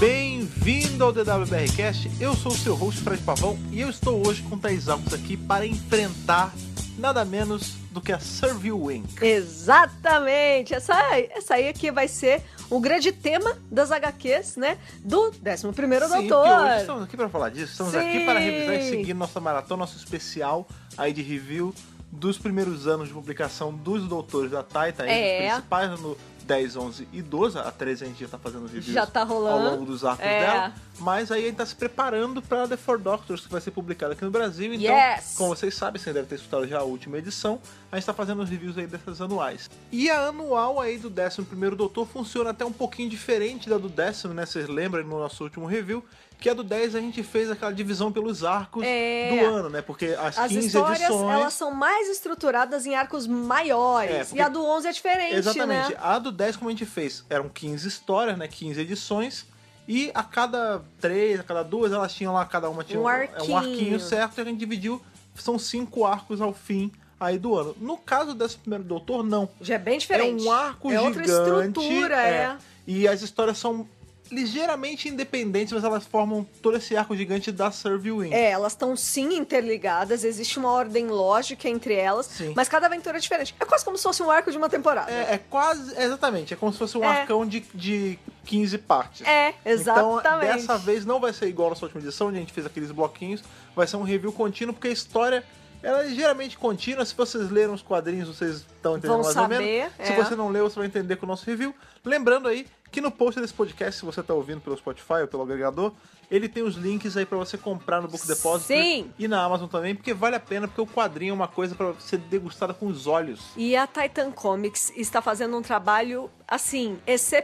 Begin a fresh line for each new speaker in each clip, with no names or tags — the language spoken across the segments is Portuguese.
Bem-vindo ao DWBRcast, eu sou o seu host Fred Pavão e eu estou hoje com Thais Alves aqui para enfrentar nada menos do que a Servil Inc.
Exatamente! Essa, essa aí aqui vai ser o grande tema das HQs, né? Do 11 primeiro
Sim,
doutor.
porque hoje estamos aqui para falar disso, estamos
Sim.
aqui para revisar e seguir nossa maratona, nosso especial aí de review dos primeiros anos de publicação dos Doutores da Taita, aí
É.
os principais no 10, 11 e 12, a 13 a gente já está fazendo reviews
Já tá
ao
rolando.
longo dos arcos
É.
dela, mas aí a gente tá se preparando para The Four Doctors, que vai ser publicada aqui no Brasil, então,
Yes!
como vocês sabem, vocês devem ter escutado já a última edição, a gente tá fazendo os reviews aí dessas anuais. E a anual aí do 11º Doutor funciona até um pouquinho diferente da do décimo, né, vocês lembram no nosso último review, que a do 10 a gente fez aquela divisão pelos arcos
É.
do ano, né, porque as,
As
15
histórias,
edições...
elas são mais estruturadas em arcos maiores.
É, porque-
E a do 11 é diferente,
Exatamente.
né?
A do 10, como a gente fez, eram 15 histórias, né? 15 edições. E a cada três, a cada duas, elas tinham lá, cada uma tinha
Um
um, é, um
arquinho.
arquinho certo, e a gente dividiu. São cinco arcos ao fim aí do ano. No caso desse primeiro doutor, não.
Já é bem diferente.
É um arco
É outra
gigante.
estrutura, é.
E as histórias são ligeiramente independentes, mas elas formam todo esse arco gigante da Servil Inc.
É, elas estão sim interligadas, existe uma ordem lógica entre elas,
Sim.
mas cada aventura é diferente. É quase como se fosse um arco de uma temporada.
É, é quase... é Exatamente. É como se fosse um
É.
arcão de, de 15 partes.
É,
Então,
exatamente.
dessa vez não vai ser igual a nossa última edição, onde a gente fez aqueles bloquinhos. Vai ser um review contínuo, porque a história ela é ligeiramente contínua. Se vocês leram os quadrinhos, vocês estão entendendo
Vão
mais ou
saber,
menos. Se
é.
você não leu, você vai entender com o nosso review. Lembrando aí que no post desse podcast, se você está ouvindo pelo Spotify ou pelo agregador, ele tem os links aí para você comprar no Book Depository
Sim.
e na Amazon também, porque vale a pena, porque o quadrinho é uma coisa para ser degustada com os olhos.
E a Titan Comics está fazendo um trabalho, assim,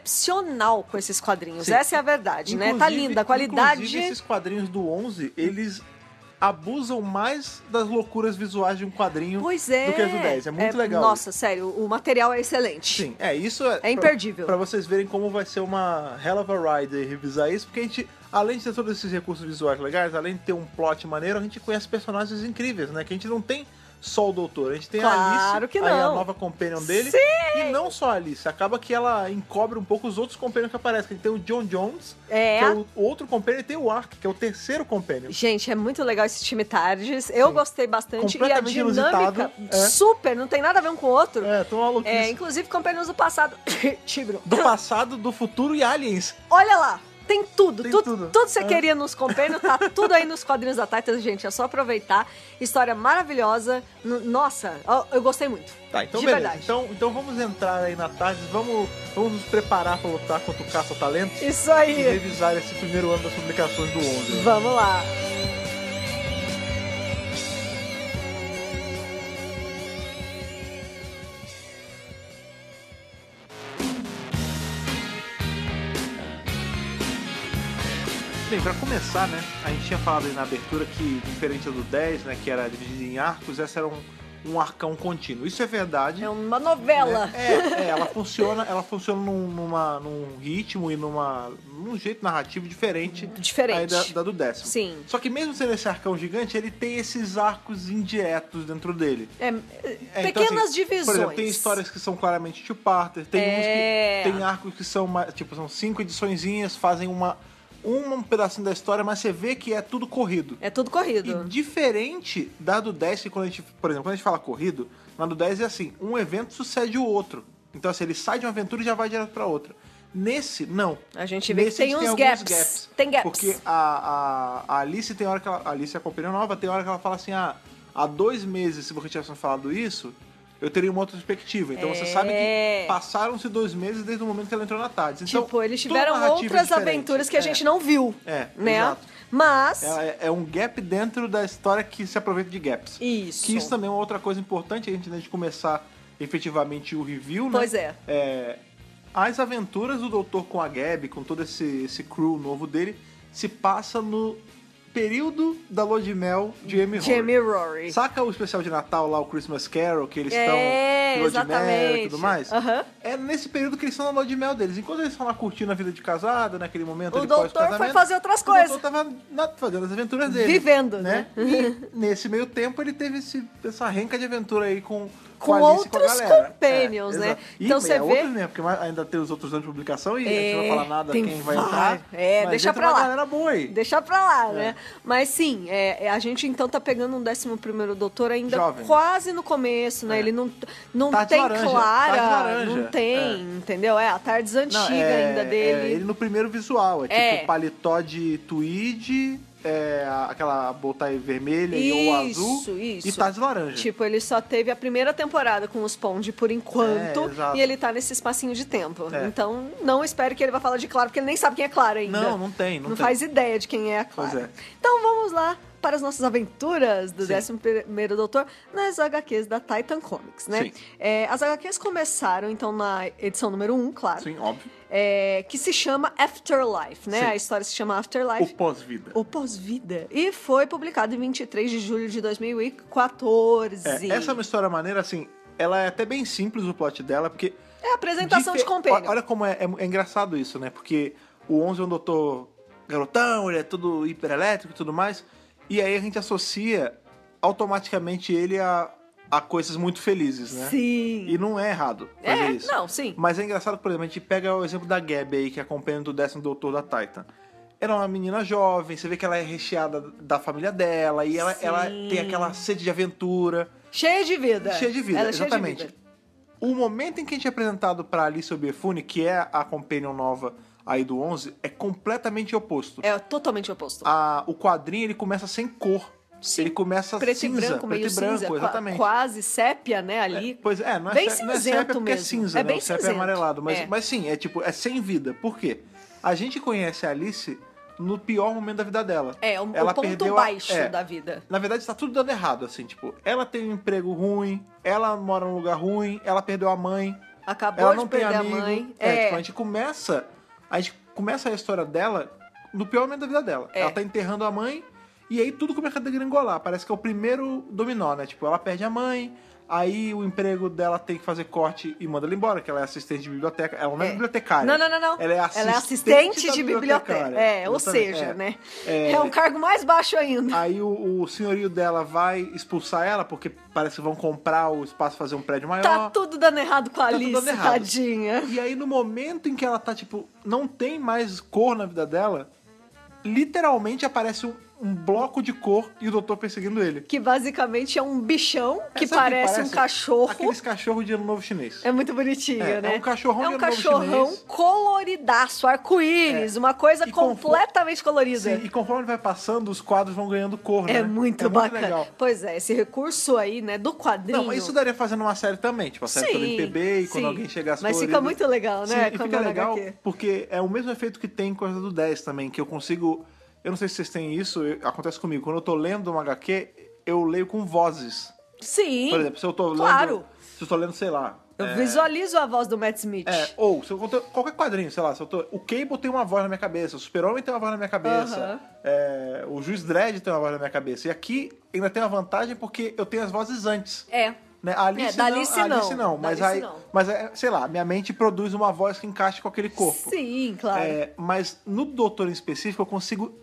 excepcional com esses quadrinhos.
Sim.
Essa é a verdade, né? Tá
Inclusive-
linda, a qualidade.
Inclusive, esses quadrinhos do 11, eles abusam mais das loucuras visuais de um quadrinho
Pois é.
do que as do 10. É muito legal.
Nossa, sério, o material é excelente.
Sim, é isso. É, pra-
imperdível.
Pra vocês verem como vai ser uma hell of a ride aí revisar isso, porque a gente, além de ter todos esses recursos visuais legais, além de ter um plot maneiro, a gente conhece personagens incríveis, né? Que a gente não tem só o doutor, a gente tem a
Claro
Alice,
que
aí a
não.
nova companion dele. E não só a Alice, acaba que ela encobre um pouco os outros companions que aparecem. que Tem o John Jones,
É.
que é o outro companion, e tem o Ark, que é o terceiro companion.
Gente, é muito legal esse time Tardes. Eu
Sim.
gostei bastante. E a
Completamente
dinâmica,
inusitado, é.
super, não tem nada a ver um com o outro.
É, tão maluquice.
É, inclusive companheiros do passado. Tibro.
Do passado, do futuro e aliens.
Olha lá! Tem tudo,
Tem
tudo,
tudo.
tudo, que você
É.
queria nos compêndios, tá tudo aí nos quadrinhos da Titan, gente. É só aproveitar. História maravilhosa. N- Nossa, ó, eu gostei muito.
Tá, então
De
beleza.
verdade.
Então, então vamos entrar aí na tarde, vamos, vamos nos preparar pra lutar contra o caça-talento
Isso
e
aí.
revisar esse primeiro ano das publicações do 11.
Vamos lá.
Bem, pra começar, né, a gente tinha falado aí na abertura que, diferente do 10, né, que era dividido em arcos, essa era um, um arcão contínuo. Isso é verdade.
É uma novela.
né? É, é, ela funciona, ela funciona num, numa- num ritmo e numa, num jeito narrativo diferente, aí
Diferente.
da, da do décimo.
Sim.
Só que mesmo sendo esse arcão gigante, ele tem esses arcos indiretos dentro dele.
É,
É, então,
pequenas
assim,
divisões.
Por exemplo, tem histórias que são claramente two parter, tem
É.
uns que tem arcos que são mais- tipo são cinco ediçõezinhas, fazem uma um, um pedacinho da história, mas você vê que é tudo corrido.
É tudo
E
corrido.
diferente da do 10, que quando a gente, por exemplo, quando a gente fala corrido, na do 10 é assim, um evento sucede o outro. Então assim, ele sai de uma aventura e já vai direto pra outra. Nesse, não.
A gente vê que
Nesse
tem
a gente
uns
alguns
gaps. Tem gaps.
Porque a, a, a Alice tem hora que ela, a Alice é a companheira nova, tem hora que ela fala assim, ah, há dois meses, se você tivesse falado isso, eu teria uma outra perspectiva. Então você
É.
sabe que passaram-se dois meses desde o momento que ela entrou na tarde. Então,
tipo, eles
toda
tiveram
narrativa é
outras
diferente.
aventuras que a
É.
gente não viu.
É,
né?
exato.
Mas.
Ela é, é um gap dentro da história que se aproveita de gaps.
Isso.
Que isso também é uma outra coisa importante, a gente antes de começar efetivamente o review, né?
Pois é.
É, As aventuras do Doutor com a Gabi, com todo esse, esse crew novo dele, se passa no período da lua de mel de Amy Horner.
Jamie Rory.
Saca o especial de Natal lá, o Christmas Carol, que eles
É,
estão de lua de mel e
exatamente.
tudo mais?
Aham.
É nesse período que eles estão na lua de mel deles. Enquanto eles estão lá curtindo a vida de casada, naquele momento
O
ali
doutor foi
pós-casamento,
fazer outras
O
coisas.
doutor tava na- fazendo as aventuras dele.
Vivendo, né?
né? E nesse meio tempo ele teve esse- essa renca de aventura aí com com, a Alice e com a
outros
galera. É,
companions, né?
exato. Ih,
Então
mas
você
é
vê-
outros, né? Porque mais- ainda tem os outros anos de publicação e a gente não vai
É,
falar nada
tem
quem vai
vai-
entrar.
é,
mas
deixa
entra
pra
uma
lá.
galera boa aí. É.
Deixar pra lá, né? Mas sim, é, é, a gente então tá pegando um 11 primeiro doutor ainda
Jovem.
quase no começo, né?
É.
Ele não, não
Tarde
tem
laranja,
clara,
tarde laranja,
não tem,
é.
entendeu? É a tardes antiga
Não, é-
ainda
é ele
dele.
no primeiro visual, é,
É.
tipo paletó de tweed, é, a- aquela botaia vermelha e ou
isso,
azul e
isso.
tá de laranja.
Tipo, ele só teve a primeira temporada com os Pond por enquanto,
É, exato.
e ele tá nesse espacinho de tempo.
É.
Então, não espere que ele vá falar de Clara, porque ele nem sabe quem é Clara ainda.
não, não tem, não,
Não
tem.
faz ideia de quem é a Clara.
Pois é.
Então vamos lá para as nossas aventuras do
Sim.
11º Doutor nas HQs da Titan Comics, né?
Sim.
É, as HQs começaram, então, na edição número 1, claro,
Sim, óbvio.
é, que se chama Afterlife, né?
Sim.
A história se chama
O
Afterlife.
pós-vida.
O pós-vida. E foi publicado em 23 de julho de 2014.
É, essa é uma história maneira, assim, ela é até bem simples o plot dela, porque...
É a apresentação de,
dife-
de Companion.
Olha como é, é- é engraçado isso, né? Porque o 11 é um doutor garotão, ele é todo hiperelétrico e tudo mais, e aí a gente associa automaticamente ele a, a coisas muito felizes, né?
Sim.
E não é errado fazer
é,
isso.
não, sim.
Mas é engraçado, por exemplo, a gente pega o exemplo da Gabi aí, que é a companheira do décimo doutor da Titan. Ela é uma menina jovem, você vê que ela é recheada da família dela, e ela,
Sim.
ela tem aquela sede de aventura,
Cheia de vida.
cheia de vida,
Ela é cheia de
exatamente.
vida.
O momento em que a gente é apresentado pra Alice Obefune, que é a companion nova aí do 11, é completamente oposto.
É totalmente o oposto.
A- o quadrinho, ele começa sem cor.
Sim.
Ele começa
preto
cinza,
e branco, meio
preto e branco,
cinza, qua-
exatamente.
quase sépia, né, ali.
Pois é, não é,
Bem
sé- não é
cinzento
sépia porque é
mesmo.
cinza,
É
né?
bem
o sépia é
cinzento.
amarelado. Mas,
É.
mas sim, é tipo, é sem vida. Por quê? A gente conhece a Alice no pior momento da vida dela.
É, o, o
Ela
ponto
perdeu a-
baixo
é.
da vida.
Na verdade, tá tudo dando errado, assim, tipo, ela tem um emprego ruim, ela mora num lugar ruim, ela perdeu a mãe,
Acabou
ela
de
não tem
perder
amigo.
a mãe.
É, tipo, a gente começa. A gente começa a história dela no pior momento da vida dela.
É.
Ela tá enterrando a mãe e aí tudo começa a degringolar. Parece que é o primeiro dominó, né? Tipo, ela perde a mãe, aí o emprego dela tem que fazer corte e manda ela embora, que ela é assistente de biblioteca. Ela não é,
É.
bibliotecária.
Não, não, não, não.
Ela é assistente, da
de biblioteca.
bibliotecária.
É, ou
Exatamente.
seja,
É.
né?
É.
É... um cargo mais baixo ainda.
Aí o, o senhorio dela vai expulsar ela, porque parece que vão comprar o espaço, fazer um prédio maior.
Tá tudo dando errado com a
Tá tudo
Alice,
dando errado.
tadinha.
E aí, no momento em que ela tá, tipo, não tem mais cor na vida dela, literalmente aparece um, um bloco de cor e o doutor perseguindo ele.
Que basicamente é um bichão que
Sabe o
parece, um cachorro.
Aqueles cachorros de ano novo chinês.
É muito bonitinho,
É, é
né?
um cachorrão de
É
novo
um cachorrão
chinês. É,
coloridaço, arco-íris, uma coisa
E conforme-
completamente colorida.
Sim, e conforme vai passando, os quadros vão ganhando cor, né?
É muito bacana.
legal.
Pois é, esse recurso aí, né, do quadrinho.
Não, mas isso daria fazendo uma série também, tipo a série pelo MPB e quando
sim.
alguém chegar às
Mas fica
coloridas.
muito legal,
Sim,
né?
e
quando
fica
é na
legal
HQ.
porque é o mesmo efeito que tem com a do 10 também, que eu consigo. Eu não sei se vocês têm isso, eu- acontece comigo. Quando eu tô lendo uma HQ, eu leio com vozes.
Sim.
Por exemplo, se eu tô lendo.
Claro.
Se eu tô lendo, sei lá.
Eu visualizo a voz do Matt Smith.
É, ou se eu conto qualquer quadrinho, sei lá, se eu tô. O Cable tem uma voz na minha cabeça, o Super-Homem tem uma voz na minha cabeça,
Aham.
é, o Juiz Dredd tem uma voz na minha cabeça. E aqui ainda tem uma vantagem porque eu tenho as vozes antes.
É.
Né? A Alice,
É, da
não,
Alice
a
não.
Alice não,
Da
mas
Alice
aí,
não.
mas é, sei lá, minha mente produz uma voz que encaixa com aquele corpo.
Sim, claro.
É, mas no doutor em específico eu consigo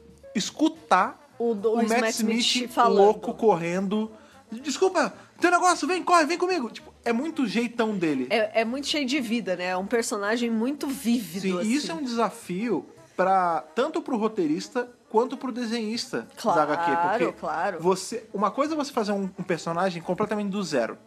escutar
O do- o
Matt
Matt
Smith,
Smith falando.
louco correndo. Desculpa, tem um negócio, vem, corre, vem comigo. Tipo, é muito o jeitão dele.
É, é muito cheio de vida, né? É um personagem muito vívido.
Sim,
assim.
e isso é um desafio para tanto pro roteirista quanto pro desenhista
Claro,
da HQ, porque
claro.
você, uma coisa é você fazer um, um personagem completamente do zero.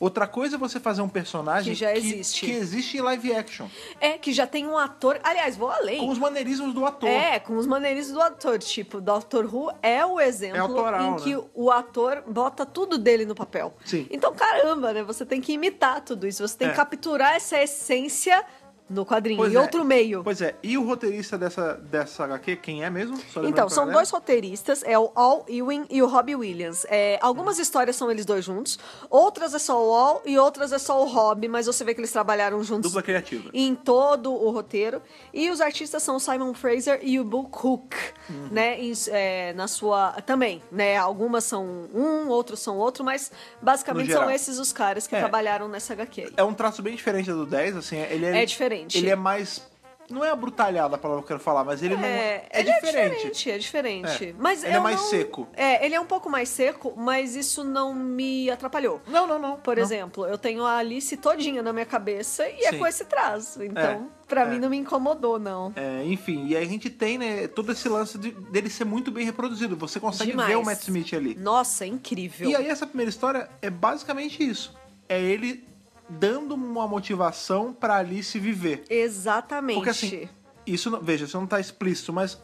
Outra coisa é você fazer um personagem
Que já existe.
que existe em live action,
É, que já tem um ator. Aliás, vou além.
com os maneirismos do ator.
É, com os maneirismos do ator. Tipo, Doctor Who é o exemplo
É autoral,
em que
né?
o ator bota tudo dele no papel.
Sim.
Então, caramba, né? Você tem que imitar tudo isso. Você tem
É.
que capturar essa essência no quadrinho,
Pois
em
é.
outro meio.
Pois é, e o roteirista dessa, dessa HQ, quem é mesmo? Só lembrando
Então,
pra
são
galera.
dois roteiristas, é o Al Ewing e o Robbie Williams. É, algumas histórias são eles dois juntos, outras é só o Al e outras é só o Robbie, mas você vê que eles trabalharam juntos
Dupla criativa.
em todo o roteiro. E os artistas são o Simon Fraser e o Bill Cook,
Uhum.
né? em- é, na sua. Também, né? Algumas são um, outros são outro, mas
No
basicamente
geral.
são esses os caras que
É.
trabalharam nessa HQ. aí.
É um traço bem diferente do 10, assim, ele é...
É diferente.
Ele é mais Não é abrutalhada a palavra que eu quero falar, mas ele não. É,
ele
diferente.
é diferente, é diferente.
É,
Mas
ele é
eu
mais
não-
seco.
É, ele é um pouco mais seco, mas isso não me atrapalhou.
Não, não, não.
Por
não.
exemplo, eu tenho a Alice todinha na minha cabeça e é
Sim.
com esse traço. Então, pra mim não me incomodou, não.
É, enfim, e aí a gente tem, né, todo esse lance de- dele ser muito bem reproduzido. Você É, consegue
Demais.
ver o Matt Smith ali.
Nossa, é incrível.
E aí essa primeira história é basicamente isso. É ele dando uma motivação pra Alice viver.
Exatamente.
Porque assim, isso não, veja, isso não tá explícito, mas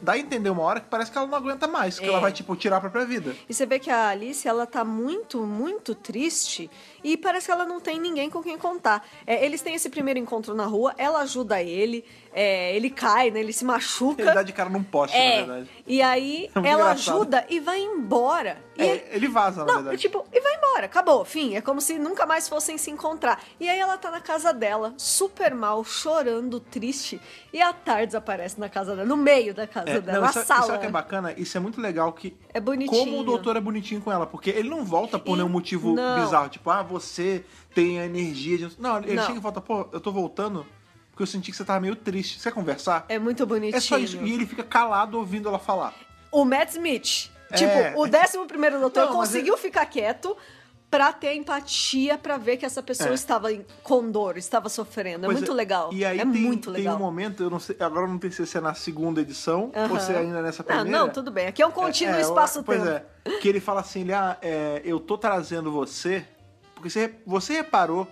dá a entender uma hora que parece que ela não aguenta mais, que
É.
ela vai tipo tirar a própria vida.
E você vê que a Alice, ela tá muito, muito triste e parece que ela não tem ninguém com quem contar. É, eles têm esse primeiro encontro na rua, ela ajuda ele, é, ele cai, né? Ele se machuca.
Ele dá de cara num poste,
é,
na verdade.
e aí
É muito
ela
engraçado.
ajuda e vai embora. E
É,
ele-
ele vaza, na
Não,
verdade.
tipo, e vai embora, acabou, fim. É como se nunca mais fossem se encontrar. E aí ela tá na casa dela, super mal, chorando, triste. E a Tardes aparece na casa dela, no meio da casa
É,
dela,
não,
na
isso,
sala.
isso é que é bacana, isso é muito legal que
É bonitinho.
como o doutor é bonitinho com ela, porque ele não volta por
E-
nenhum motivo
não.
bizarro, tipo, ah, você tem a energia de... um, Não, ele
Não.
chega e volta, pô, eu tô voltando porque eu senti que você tava meio triste, você quer conversar?
É muito bonitinho.
É só isso, e ele fica calado ouvindo ela falar.
O Matt Smith,
É.
tipo, o 11 primeiro doutor
Não, mas é-
conseguiu ficar quieto pra ter empatia pra ver que essa pessoa
É.
estava em- com dor, estava sofrendo. É
Pois
muito legal.
E aí
é
tem,
muito
tem
legal.
um momento, eu não sei, agora eu não sei se é na segunda edição ou
Aham.
se é ainda nessa
Não,
primeira.
Não, tudo bem. Aqui é um contínuo
É, é,
espaço-tempo.
Pois é. Que ele fala assim, ele, ah, é, eu tô trazendo você, porque você, você reparou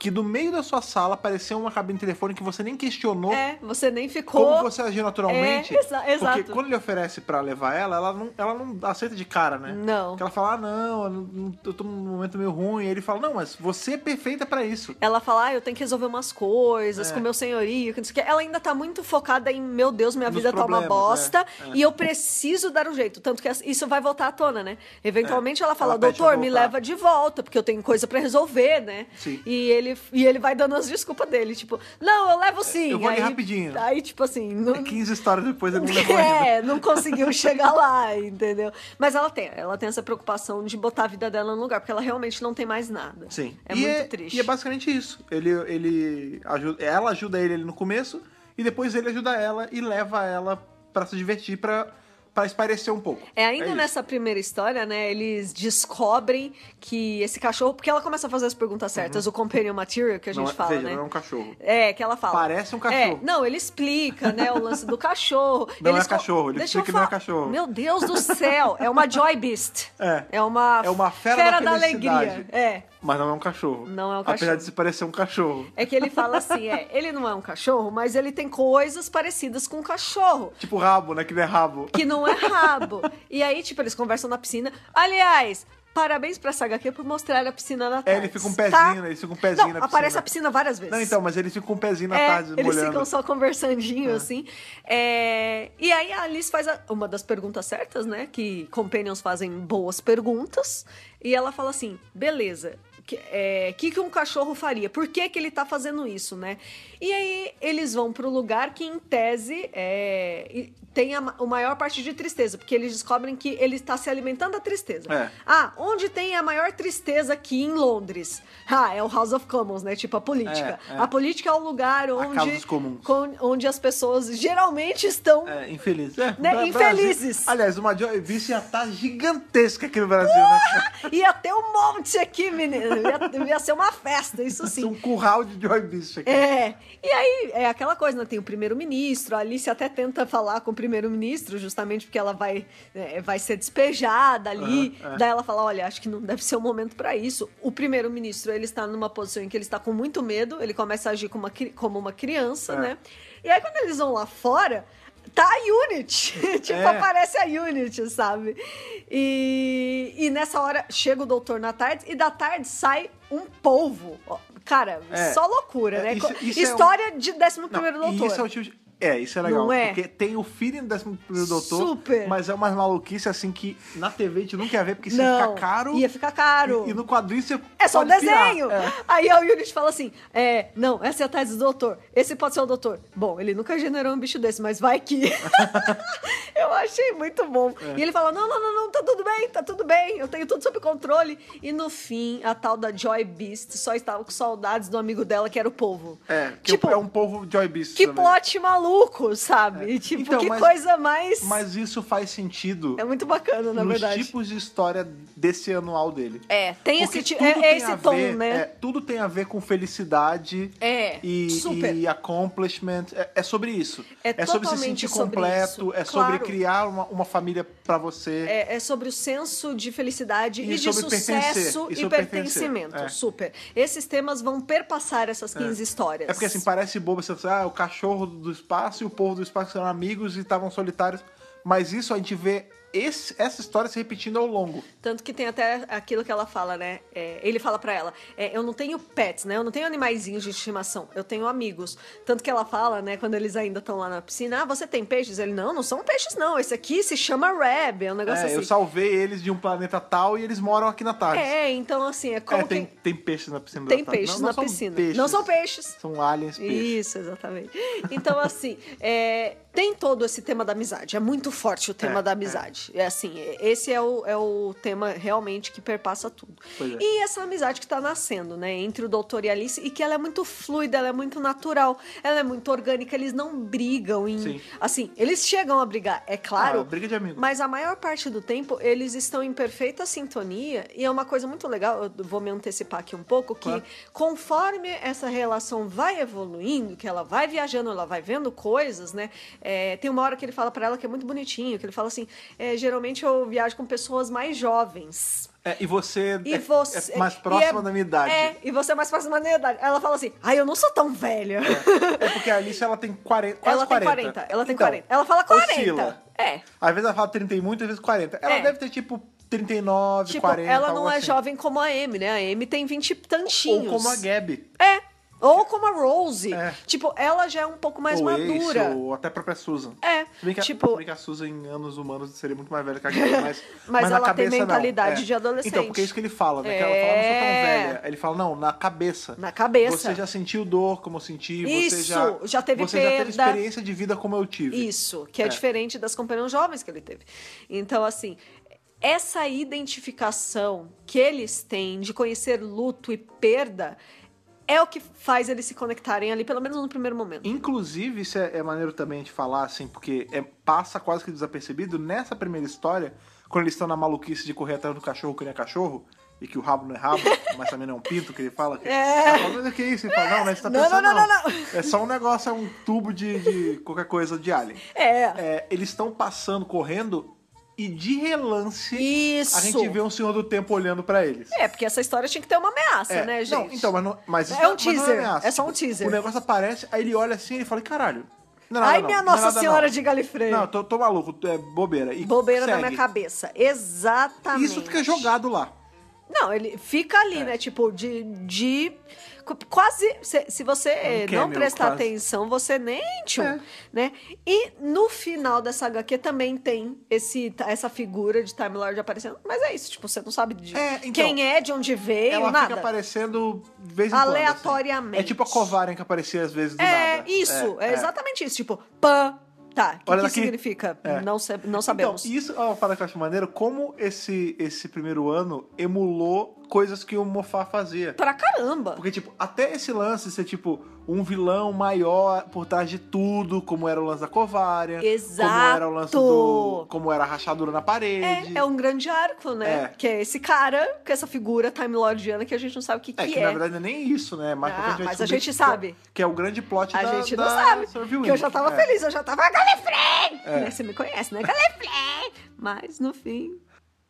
que do meio da sua sala apareceu uma cabine telefônica que você nem questionou
É, você nem ficou.
como você agiu naturalmente.
É, exa- exato.
Porque quando ele oferece pra levar ela, ela não, ela não aceita de cara, né?
Não.
Porque ela fala, ah, não, eu não- eu tô num momento meio ruim. E ele fala, não, mas você é perfeita pra isso.
Ela fala, ah, eu tenho que resolver umas coisas
É.
com meu senhorio, que não sei o que. Ela ainda tá muito focada em, meu Deus, minha
Nos
vida tá uma
problemas,
bosta
é, é.
e eu preciso dar um jeito. Tanto que essa- isso vai voltar à tona, né? Eventualmente
É.
ela fala,
Ela pede pra
doutor, me
voltar."
leva de volta, porque eu tenho coisa pra resolver, né?
Sim.
E ele, e ele vai dando as desculpas dele, tipo, não, eu levo sim.
É, Eu vou ali
Aí-
rapidinho.
Aí, tipo assim, não,
15 É histórias depois ele não levou ainda.
é, não conseguiu chegar lá, entendeu? Mas ela tem, ela tem essa preocupação de botar a vida dela no lugar, porque ela realmente não tem mais nada.
Sim.
É
E
muito triste.
E é basicamente isso. Ele, ele ajuda, ela ajuda ele ali no começo e depois ele ajuda ela e leva ela pra se divertir, pra, pra espairecer um pouco.
É, ainda
isso.
nessa primeira história, né, eles descobrem que esse cachorro, porque ela começa a fazer as perguntas certas, o companion material que a gente
Uhum. não, é-
fala,
veja,
né?
não é um cachorro.
É, que ela fala.
Parece um cachorro.
É, não, ele explica, né, o lance do cachorro.
Não
Eles
é
co-
cachorro, ele
Deixa eu
explica que não é
falar.
cachorro.
Meu Deus do céu, é uma Joy Beast.
É.
É uma,
É uma fera
da
da
alegria.
felicidade.
É.
Mas não é um cachorro.
Não é um
Apesar
cachorro.
de se parecer um cachorro.
É que ele fala assim, é, ele não é um cachorro, mas ele tem coisas parecidas com um cachorro.
Tipo rabo, né? Que não é rabo.
que não é rabo. E aí, tipo, eles conversam na piscina. Aliás, parabéns pra essa HQ por mostrar a piscina na
É,
tarde.
ele fica um pezinho, né? Ele fica um pezinho
não,
na piscina.
aparece a piscina várias vezes.
Não, então, mas ele fica com um pezinho na
é,
tarde
eles
molhando.
ficam só conversandinho, assim. É, e aí a Alice faz a- uma das perguntas certas, né? Que companions fazem boas perguntas. E ela fala assim, beleza, o que, é, que, que um cachorro faria? Por que, que ele tá fazendo isso, né? E aí eles vão pro lugar que, em tese, é, e tem a, ma- o maior parte de tristeza. Porque eles descobrem que ele está se alimentando da tristeza.
É.
Ah, onde tem a maior tristeza aqui em Londres? Ah, é o House of Commons, né? Tipo, a política.
É, é.
A política é o lugar
A
onde,
casa dos comuns.
con- onde as pessoas geralmente estão.
É, infelizes. É,
Né,
Bra-
infelizes.
Brasil- Aliás, uma Joy Vice já tá gigantesca aqui no Brasil, né?
Ia ter um monte aqui, menino. Ia, ia ser uma festa, isso sim.
Um curral de Joy Vice aqui.
É, e aí é aquela coisa, né? Tem o primeiro-ministro, a Alice até tenta falar com o primeiro-ministro, justamente porque ela vai, é, vai ser despejada ali.
Aham, é.
Daí ela fala: olha, acho que não deve ser o momento pra isso. O primeiro-ministro, ele está numa posição em que ele está com muito medo, ele começa a agir como uma, cri- como uma criança,
É.
né? E aí quando eles vão lá fora. Tá a Unity. tipo,
É.
aparece a Unity, sabe? E, e nessa hora chega o doutor na tarde e da tarde sai um polvo. Ó, Cara,
É.
só loucura, né?
É, isso- isso é um-
História de 11
Não,
primeiro
e
doutor.
isso é o tipo de... É, isso é legal.
Não é?
Porque tem o feeling do 11 Doutor,
Super.
mas é umas maluquice assim que na TV a gente nunca ia ver, porque isso ia
Não,
ficar caro.
ia ficar caro.
E, e no quadrinho você.
É só um
pode pirar.
desenho.
É.
Aí a Unity fala assim: é, não, essa é a tese do doutor. Esse pode ser o doutor. Bom, ele nunca generou um bicho desse, mas vai que. eu achei muito bom.
É.
E ele fala: não, não, não, não, tá tudo bem, tá tudo bem, eu tenho tudo sob controle. E no fim, a tal da Joy Beast só estava com saudades do amigo dela, que era o povo.
É, que
tipo,
é um povo Joy Beast.
que
também.
plot maluco, sabe? Tipo,
Então,
que
mas-
coisa mais.
Mas isso faz sentido
É muito bacana, na
nos
verdade.
tipos de história desse anual dele.
É, tem
Porque
esse, ti-
tudo
é, é
tem a
esse tom,
ver-
né?
é, tudo tem a ver com felicidade
É,
e,
super.
e accomplishment. É, é sobre isso.
É
sobre se
totalmente
sentir
sobre
completo,
isso,
é
claro.
sobre criar uma, uma família pra você.
É, é sobre o senso de felicidade
E
e, de
sobre pertencer,
sucesso
e
e
sobre pertencer,
pertencimento.
é.
Super. Esses temas vão perpassar essas 15 histórias.
É porque assim, parece bobo você pensar, ah, o cachorro do espaço e o povo do espaço eram amigos e estavam solitários. Mas isso a gente vê esse- essa história se repetindo ao longo.
Tanto que tem até aquilo que ela fala, né? É, ele fala pra ela: é, eu não tenho pets, né? Eu não tenho animaizinhos de estimação, eu tenho amigos. Tanto que ela fala, né, quando eles ainda estão lá na piscina: ah, você tem peixes? Ele: não, não são peixes, não. Esse aqui se chama Rab. É um negócio
É,
assim.
Eu salvei eles de um planeta tal e eles moram aqui na tarde.
É, então assim, é como
É, tem,
quem-
tem peixes na piscina
tem
da tarde.
peixes
Não- não
na
são
piscina.
peixes.
Não são peixes.
São aliens peixes.
Isso, exatamente. Então, assim, é, tem todo esse tema da amizade. É muito forte o tema
É,
da amizade. É. assim, é- esse é o, é o tema realmente que perpassa tudo.
Pois é.
E essa amizade que tá nascendo, né, entre o doutor e a Alice, e que ela é muito fluida, ela é muito natural, ela é muito orgânica, eles não brigam em.
Sim.
Assim, eles chegam a brigar, é claro.
Ah, briga de amigo.
Mas a maior parte do tempo eles estão em perfeita sintonia e é uma coisa muito legal, eu vou me antecipar aqui um pouco, que
Claro.
conforme essa relação vai evoluindo, que ela vai viajando, ela vai vendo coisas, né? É, tem uma hora que ele fala pra ela que é muito bonitinho, que ele fala assim, é, geralmente eu viajo com pessoas mais jovens.
É, e você
E
é,
você.
é mais
e é-
próxima da minha idade.
É, e você é mais próxima da minha idade. Ela fala assim, ai, eu não sou tão velha.
É porque a Alice ela tem 40, quase
Ela tem
40.
40, ela tem
Então,
40. Ela fala 40.
oscila.
É.
Às vezes ela fala 30 e muito, às vezes 40. Ela
É.
deve ter tipo 39,
Tipo,
40.
ela
algo
não é
assim.
jovem como a Amy, né? A Amy tem 20
Ou
tantinhos.
como a Gabi.
É. Ou como a Rose.
É.
Tipo, ela já é um pouco mais
ou
madura.
Ace, ou até a própria Susan.
É.
Se bem que, a- se
tipo,
bem que a Susan em anos humanos seria muito mais velha que a Gabi, mas.
Mas
na
ela tem
cabeça, não.
mentalidade
É.
de adolescente.
Então, porque é isso que ele fala, né? Que ela
É.
fala, não sou tão velha. Aí Ele fala, não, na cabeça.
na cabeça.
Você já sentiu dor como eu senti, você
Isso,
já,
já teve
você já teve
perda.
experiência de vida como eu tive.
Isso, que é,
É.
diferente das companhias jovens que ele teve. Então, assim, essa identificação que eles têm de conhecer luto e perda é o que faz eles se conectarem ali, pelo menos no primeiro momento.
Inclusive, isso é, é maneiro também de falar, assim, porque é- passa quase que desapercebido. Nessa primeira história, quando eles estão na maluquice de correr atrás do cachorro que não é cachorro, e que o rabo não é rabo, mas também não é um pinto, que ele fala. Que,
É.
Ela fala, "Mas o que é isso? Ele fala, não, mas você tá
Não,
pensando,
não, não, não,
É só um negócio, é um tubo de, de qualquer coisa de alien.
É.
É, eles estão passando, correndo, e de relance,
Isso.
a gente vê um Senhor do Tempo olhando pra eles.
É, porque essa história tinha que ter uma ameaça,
É,
né, gente?
Não, então, mas, não, mas isso
É um
mas não
teaser,
ameaça.
é só um teaser.
O negócio aparece, aí ele olha assim e fala: caralho. Não, é nada
Ai,
não,
minha
não é
Nossa
nada
Senhora
não.
de Galifrey.
Não, tô, tô maluco, é bobeira. E
Bobeira
segue.
na minha cabeça. Exatamente.
Isso fica jogado lá.
Não, ele fica ali,
É.
né? Tipo, de. de qu- quase. Se, se você eh,
cameo,
não prestar
quase.
atenção, você nem tchum,
É.
né? E no final dessa HQ também tem esse, essa figura de Time Lord aparecendo. Mas é isso, tipo, você não sabe de
É, então,
quem é, de onde veio,
Ela
nada.
fica aparecendo de vez em quando.
Aleatoriamente.
assim. É tipo a Kovaren que aparecia às vezes do
é
nada.
isso, é, exatamente isso. Tipo, pã. Tá, o que,
Olha
que
daqui.
significa?
É.
Não, sa- não sabemos.
Então, isso é uma parada que eu acho maneiro, como esse, esse primeiro ano emulou coisas que o Mofá fazia.
Pra caramba.
Porque, tipo, até esse lance de ser, tipo, um vilão maior por trás de tudo, como era o lance da covária. Como era o lance
Exato.
do... Como era a rachadura na parede.
É, é um grande arco, né?
É.
Que é esse cara, com essa figura time lordiana que a gente não sabe o que,
É, que,
que é.
na verdade não é nem isso, né? Mais pra
Ah,
frente vai
mas a
descobrir
gente
que-
sabe.
Que é o grande plot
A
da,
gente não
da
sabe.
Surviving.
Que eu já tava
É.
feliz, eu já tava Galifrey!
É.
Né, Você me conhece, né? Galifrey! Mas, no fim...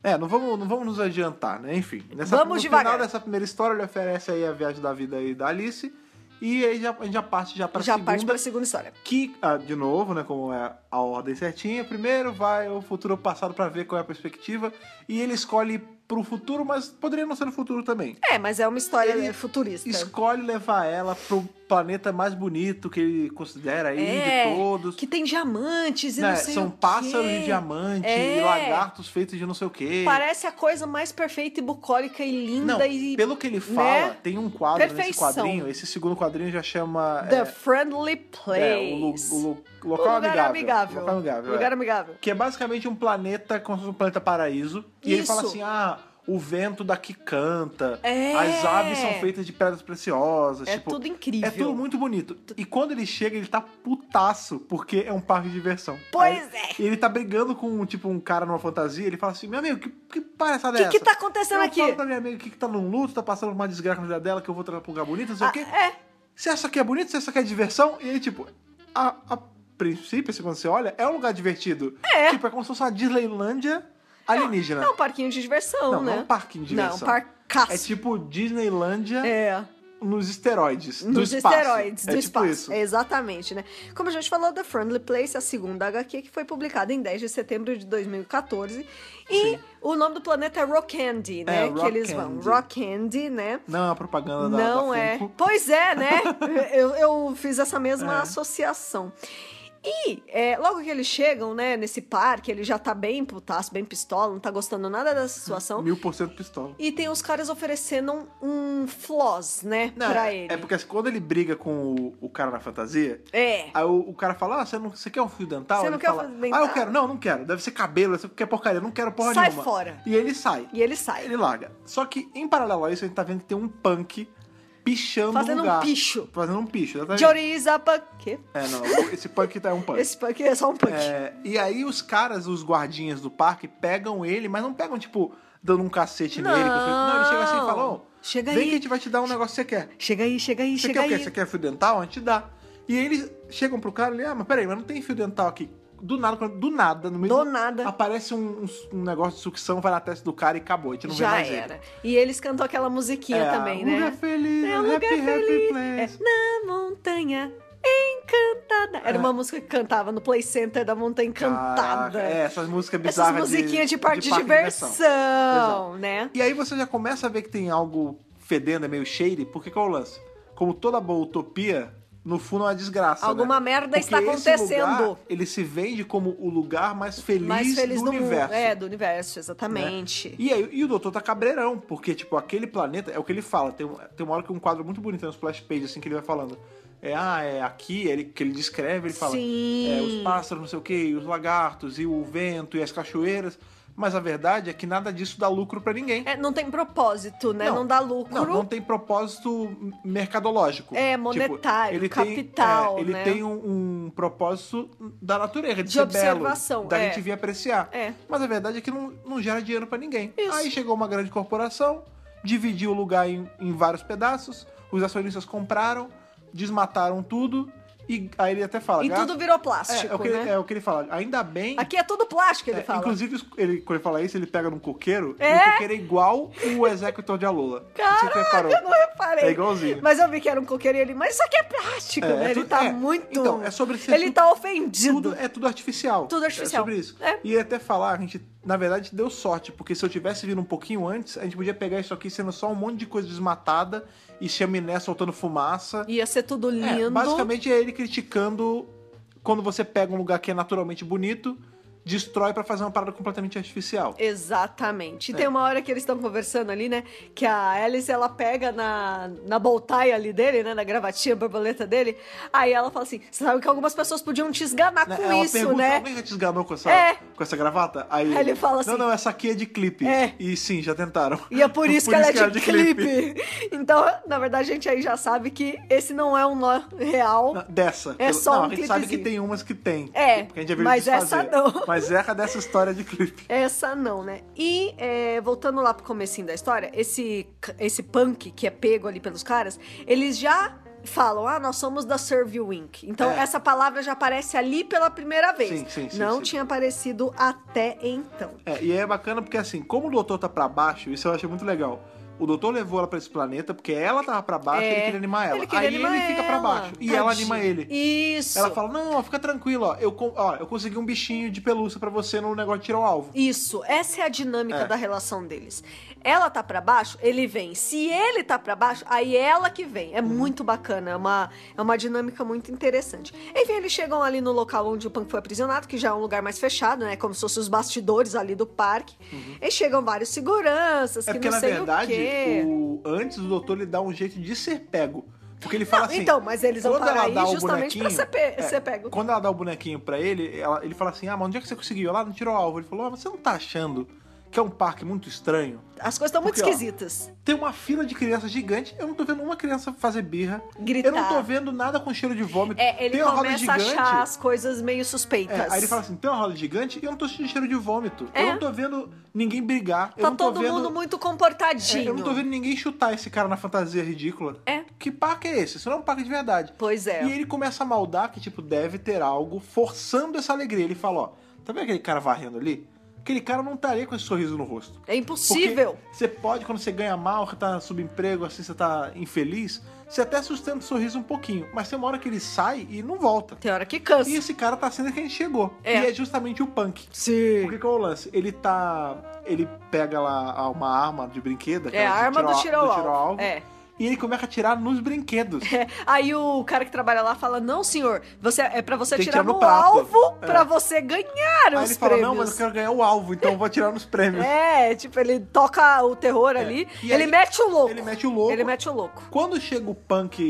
É, não vamos, não vamos nos adiantar, né? Enfim. Nessa,
Vamos
no
devagar.
final dessa primeira história, ele oferece aí a viagem da vida aí da Alice. E aí já, a gente já parte já pra
já
segunda.
parte pra segunda história.
Que, ah, de novo, né, como é a ordem certinha, primeiro vai o futuro ou passado pra ver qual é a perspectiva, e ele escolhe pro futuro, mas poderia não ser no futuro também.
É, mas é uma história
Ele
futurista.
Escolhe levar ela pro planeta mais bonito que ele considera aí
É,
de todos.
Que tem diamantes e
Né,
não sei
São
o quê.
pássaros de diamante
É.
e lagartos feitos de não sei o quê.
Parece a coisa mais perfeita e bucólica e linda
Não,
e...
pelo que ele fala,
né?
tem um quadro nesse
Perfeição.
quadrinho. Esse segundo quadrinho já chama.
The
é,
Friendly Place.
é, o, lu- o lu- local
lugar
amigável.
amigável.
Local amigável.
Lugar
é.
amigável.
Que é basicamente um planeta, como se fosse um planeta paraíso. E ele
Isso.
fala assim: ah, o vento daqui canta,
É.
as aves são feitas de pedras preciosas.
É
tipo,
tudo incrível.
é tudo muito bonito. E quando ele chega, ele tá putaço, porque é um parque de diversão. Aí-
Pois é.
e ele tá brigando com, tipo, um cara numa fantasia, ele fala assim, meu amigo, que, que palhaçada é
O que,
essa?
que tá acontecendo
eu
aqui?
falo pra minha amiga que, que tá num luto, tá passando uma desgraça na vida dela, que eu vou trazer pra um lugar bonito, não sei o
Ah,
quê.
é.
Você acha que é bonito? Você acha que é diversão? E aí, tipo, a, a princípio, assim, quando você olha, é um lugar divertido.
É.
Tipo, é como se fosse uma Disneylândia alienígena.
É um parquinho de diversão,
não,
né?
não é um parquinho de
Não,
diversão.
um parcaço.
É tipo Disneylândia
É,
nos esteroides, do
nos
espaço.
esteroides
é
do
tipo
espaço.
isso.
É, Exatamente, né? Como a gente falou, The Friendly Place, a segunda HQ, que foi publicada em 10 de setembro de 2014. E
Sim.
o nome do planeta é Rockandy, né?
É,
que eles vão.
Rockandy.
Rockandy, né?
Não é a propaganda da, da
Não é.
Funko.
Pois é, né? eu, eu fiz essa mesma
É.
associação. E é, logo que eles chegam, né, nesse parque, ele já tá bem putaço, bem pistola, não tá gostando nada dessa situação.
Mil por cento pistola.
E tem os caras oferecendo um floss, né,
Não,
pra
é-
ele.
É porque assim, quando ele briga com o, o cara na fantasia,
É.
aí o, o cara fala: Ah, você, não, você quer um fio dental?
Você não
ele
quer
fala,
fio dental?
Ah, eu quero, não, não quero. Deve ser cabelo, você quer porcaria, eu não quero porra
Sai
nenhuma.
fora.
E ele sai.
E ele sai.
Ele larga. Só que em paralelo a isso, a gente tá vendo que tem um punk pichando
Fazendo
o
um
lugar.
picho.
Fazendo um picho, exatamente.
Jory Zappa. Quê?
É, não, o- esse punk tá é um punk.
Esse punk é só um punk.
É, e aí os caras, os guardinhas do parque, pegam ele, mas não pegam, tipo, dando um cacete nele. que eu falei, Não, ele chega assim e fala, ô,
Chega
vem
aí.
que a gente vai te dar um negócio que você quer.
Chega aí, chega aí,
Você
chega
quer o quê?
aí.
Você quer fio dental? A gente dá. E eles chegam pro cara e ele, ah, mas peraí, mas não tem fio dental aqui. Do nada, quando- do nada, no meio
Do nada.
aparece um, um negócio de sucção, vai na testa do cara e acabou. A gente não vê
Já
mais
era.
ele.
E eles cantam aquela musiquinha
É,
também,
um
né?
Lugar feliz,
É um
happy,
lugar
happy
feliz.
place.
É, na montanha encantada. Era
É.
uma múca que cantava no Play Center da Montanha Encantada.
Caraca, é, essas músicas
Essas
bizarras.
musiquinhas de, parque de,
diversão.
diversão, né?
E aí você já começa a ver que tem algo fedendo, é meio shady, porque qual é o lance? Como toda boa utopia, no fundo é uma desgraça.
Alguma
né?
merda
Porque
está
esse
acontecendo.
lugar, ele se vende como o lugar mais feliz,
Mais feliz
do,
do
universo.
mundo. É, do universo, exatamente.
E aí, e o doutor tá cabreirão, porque, tipo, aquele planeta, é o que ele fala, tem, um- tem uma hora que um quadro muito bonito, tem um splash page, assim, que ele vai falando. É, ah, é aqui, ele, que ele descreve, ele fala.
Sim.
é, os pássaros, não sei o quê, e os lagartos, e o vento, e as cachoeiras. Mas a verdade é que nada disso dá lucro pra ninguém.
É, não tem propósito, né? Não,
Não.
dá lucro.
Não, não tem propósito mercadológico.
É,
Tipo,
monetário, capital,
Tem, é, ele
né?
tem um, um propósito da natureza, de,
De
ser belo,
observação,
da
é.
gente vir apreciar.
É.
Mas a verdade é que não, não gera dinheiro pra ninguém.
Isso.
Aí chegou uma grande corporação, dividiu o lugar em, em vários pedaços, os acionistas compraram, desmataram tudo, e aí ele até fala...
E
"Gato-
tudo virou
é,
plástico,
é o que ele,
né?
é o que ele fala. Ainda bem...
Aqui é tudo plástico, ele
é,
fala.
Inclusive, os- ele, quando ele fala isso, ele pega num coqueiro, e
É.
o coqueiro é igual o executor de Alola. Você reparou?
Eu não reparei.
É igualzinho.
Mas eu vi que era um coqueiro e ele, mas isso aqui é plástico,
É, é
né? ele
tudo-
tá
é.
muito.
Então, é sobre ser
Ele
tudo-
tá ofendido.
Tudo, é tudo artificial.
Tudo artificial.
É sobre isso.
É.
E até falar, a gente, na verdade, deu sorte, porque se eu tivesse vindo um pouquinho antes, a gente podia pegar isso aqui sendo só um monte de coisa desmatada e chaminé soltando fumaça.
Ia ser tudo
É,
lindo.
basicamente é ele criticando quando você pega um lugar que é naturalmente bonito, destrói pra fazer uma parada completamente artificial.
É Exatamente. E tem uma hora que eles estão conversando ali, né? Que a Alice, ela pega na, na boltaia ali dele, né? Na gravatinha borboleta dele. Aí ela fala assim: você sabe que algumas pessoas podiam te esganar
Né?
com
Ela
isso,
pergunta,
né?
alguém já te esganou com essa,
É.
com essa gravata? Aí,
Aí ele fala assim,
Não, não, essa aqui é de clipe.
É.
E sim, já tentaram.
E é por isso que ela é de,
clipe.
clipe. Então, na verdade, a gente aí já sabe que esse não é um nó real.
Não, Dessa.
É só
não,
um
a gente sabe que
clipezinho.
tem umas que tem.
É,
Porque a gente já viu
mas
eles
essa
fazer.
não.
Mas erra dessa história de clipe.
Essa não, né? E é, voltando lá pro comecinho da história, esse, esse punk que é pego ali pelos caras, eles já falam, ah, nós somos da Serve Wink. Então
É.
essa palavra já aparece ali pela primeira vez.
Sim, sim, sim,
não
sim.
tinha aparecido até então.
É, e é bacana porque assim, como o doutor tá pra baixo, isso eu acho muito legal. O doutor levou ela pra esse planeta porque ela tava pra baixo e
É.
ele queria animar ela.
Ele queria
Aí
animar
ele fica pra
ela.
baixo e ela anima
Tadinho.
ele.
Isso.
Ela fala: Não, ó, fica tranquilo, ó. Eu, con- ó, eu consegui um bichinho de pelúcia pra você no negócio de tirar o alvo.
Isso, essa é a dinâmica
É.
da relação deles. Ela tá pra baixo, ele vem. Se ele tá pra baixo, aí ela que vem.
Uhum.
É muito bacana, é uma, é uma dinâmica muito interessante. Enfim, eles chegam ali no local onde o Punk foi aprisionado, que já é um lugar mais fechado, né? Como se fossem os bastidores ali do parque. E chegam vários seguranças,
Uhum. É
que
porque,
não
na
sei
verdade,
o quê.
o- antes o doutor ele dá um jeito de ser pego. Porque ele fala assim.
então, mas eles vão
quando
parar
ela
aí
dá o
justamente
bonequinho-
pra
é,
ser, pe- ser pego.
Quando ela dá o bonequinho pra ele, ela- ele fala assim: Ah, mas onde é que você conseguiu? Lá não tirou o alvo. Ele falou: Ah, você não tá achando que é um parque muito estranho?
As coisas estão muito
Porque, ó,
esquisitas.
Tem uma fila de crianças gigante, eu não tô vendo uma criança fazer birra.
Gritar.
Eu não tô vendo nada com cheiro de vômito.
É, ele
tem uma roda
começa a
gigante.
achar as coisas meio
É,
suspeitas.
aí ele fala assim: tem uma roda gigante e eu não tô sentindo cheiro de vômito.
É.
Eu não tô vendo ninguém brigar. eu
Tá
não tô
todo
vendo...
mundo muito
É,
comportadinho.
eu não tô vendo ninguém chutar esse cara na fantasia ridícula.
É.
Que parque é esse? Isso não é um parque de verdade.
Pois é.
E ele começa a maldar que, tipo, deve ter algo forçando essa alegria. Ele fala, ó, tá vendo aquele cara varrendo ali? Aquele cara não estaria com esse sorriso no rosto.
É
Porque
impossível.
Você pode, quando você ganha mal, que tá subemprego, assim, você tá infeliz, você até sustenta o sorriso um pouquinho. Mas tem uma hora que ele sai e não volta.
Tem hora que cansa.
E esse cara tá sendo quem chegou.
É.
E é justamente o punk.
Sim.
Porque qual é o lance? Ele tá. Ele pega lá uma arma de brinquedo.
É
aquela
a
de
arma do
tiro ao- do tiro ao
tiro
alvo,
É.
E ele começa a atirar nos brinquedos.
É. Aí o cara que trabalha lá fala: Não, senhor, você, é pra você
Tem que
tirar
atirar no
no
prato."
alvo
É.
pra você ganhar
Aí
os
ele fala:
prêmios.
Não, mas eu quero ganhar o alvo, então eu vou atirar nos prêmios.
É, tipo, ele toca o terror ali,
É. E
ele
aí,
mete o louco.
Ele mete o louco.
Ele mete o louco.
Quando chega o punk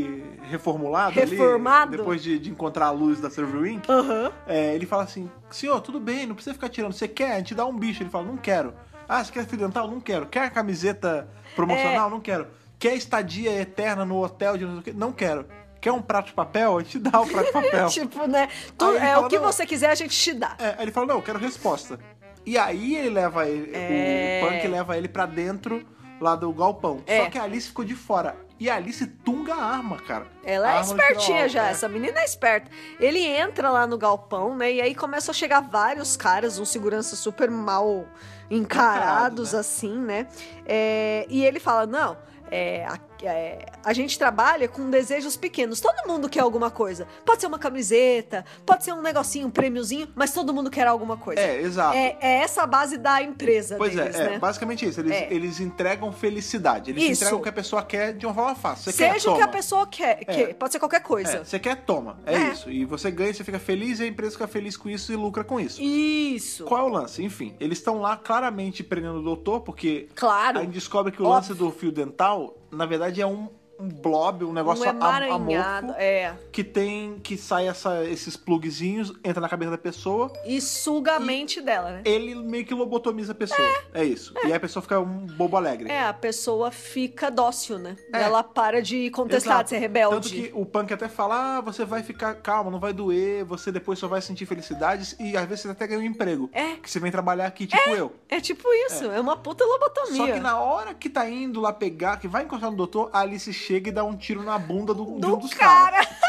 reformulado,
Reformado?
ali, depois de, de encontrar a luz da Silver Ring,
Aham.
é, ele fala assim: Senhor, tudo bem, não precisa ficar tirando. Você quer? A gente dá um bicho. Ele fala: Não quero. Ah, você quer fio dental? Não quero. Quer a camiseta promocional?
É.
Não quero. Quer estadia eterna no hotel de não sei o quê? Não quero. Quer um prato de papel? A gente dá o prato de papel.
Tipo, né? tu-
Aí ele
é
fala,
o que
"Não."
você quiser, a gente te dá.
É, aí ele fala, não, eu quero resposta. E aí ele leva ele,
É.
o Punk leva ele pra dentro lá do galpão.
É.
Só que a Alice ficou de fora. E a Alice tunga a arma, cara.
Ela
A
é
arma no final,
espertinha já,
é.
essa menina é esperta. Ele entra lá no galpão, né? E aí começa a chegar vários caras, uns seguranças super mal encarados,
Encarado, né?
assim, né? É, e ele fala: não. é, a, é, a gente trabalha com desejos pequenos. Todo mundo quer alguma coisa. Pode ser uma camiseta, pode ser um negocinho, um prêmiozinho, mas todo mundo quer alguma coisa.
É, exato.
É, é essa a base da empresa
Pois
deles,
é, é,
né?
basicamente isso. Eles,
É.
eles entregam felicidade. Eles
Isso.
entregam o que a pessoa quer de uma forma fácil. Você quer,
Seja o que
toma.
a pessoa quer, quer. Pode ser qualquer coisa.
É, você quer, toma. É,
É.
isso. E você ganha, você fica feliz e a empresa fica feliz com isso e lucra com isso.
Isso.
Qual é o lance? Enfim, eles estão lá claramente prendendo o doutor, porque
Claro.
Aí descobre que o
Óbvio.
lance do fio dental, na verdade, é um, um blob, um negócio
Um
am-
emaranhado.
amorfo
É.
que tem. que sai essa- esses plugzinhos, entra na cabeça da pessoa.
E suga a mente dela, né?
Ele meio que lobotomiza a pessoa. É, isso. E aí a pessoa fica um bobo alegre.
É, a pessoa fica dócil, né?
É.
Ela para de contestar,
Exato.
de Um ser
Tanto
rebelde.
que o punk até fala: ah, você vai ficar calmo, não vai doer, você depois só vai sentir felicidades e às vezes você até ganha um emprego.
É.
Que você vem trabalhar aqui, tipo eu.
É tipo isso, é, uma puta lobotomia.
Só que na hora que tá indo lá pegar, que vai encostar no doutor, a Alice chega e dá um tiro na bunda do, de um
Do
dos caras.
cara,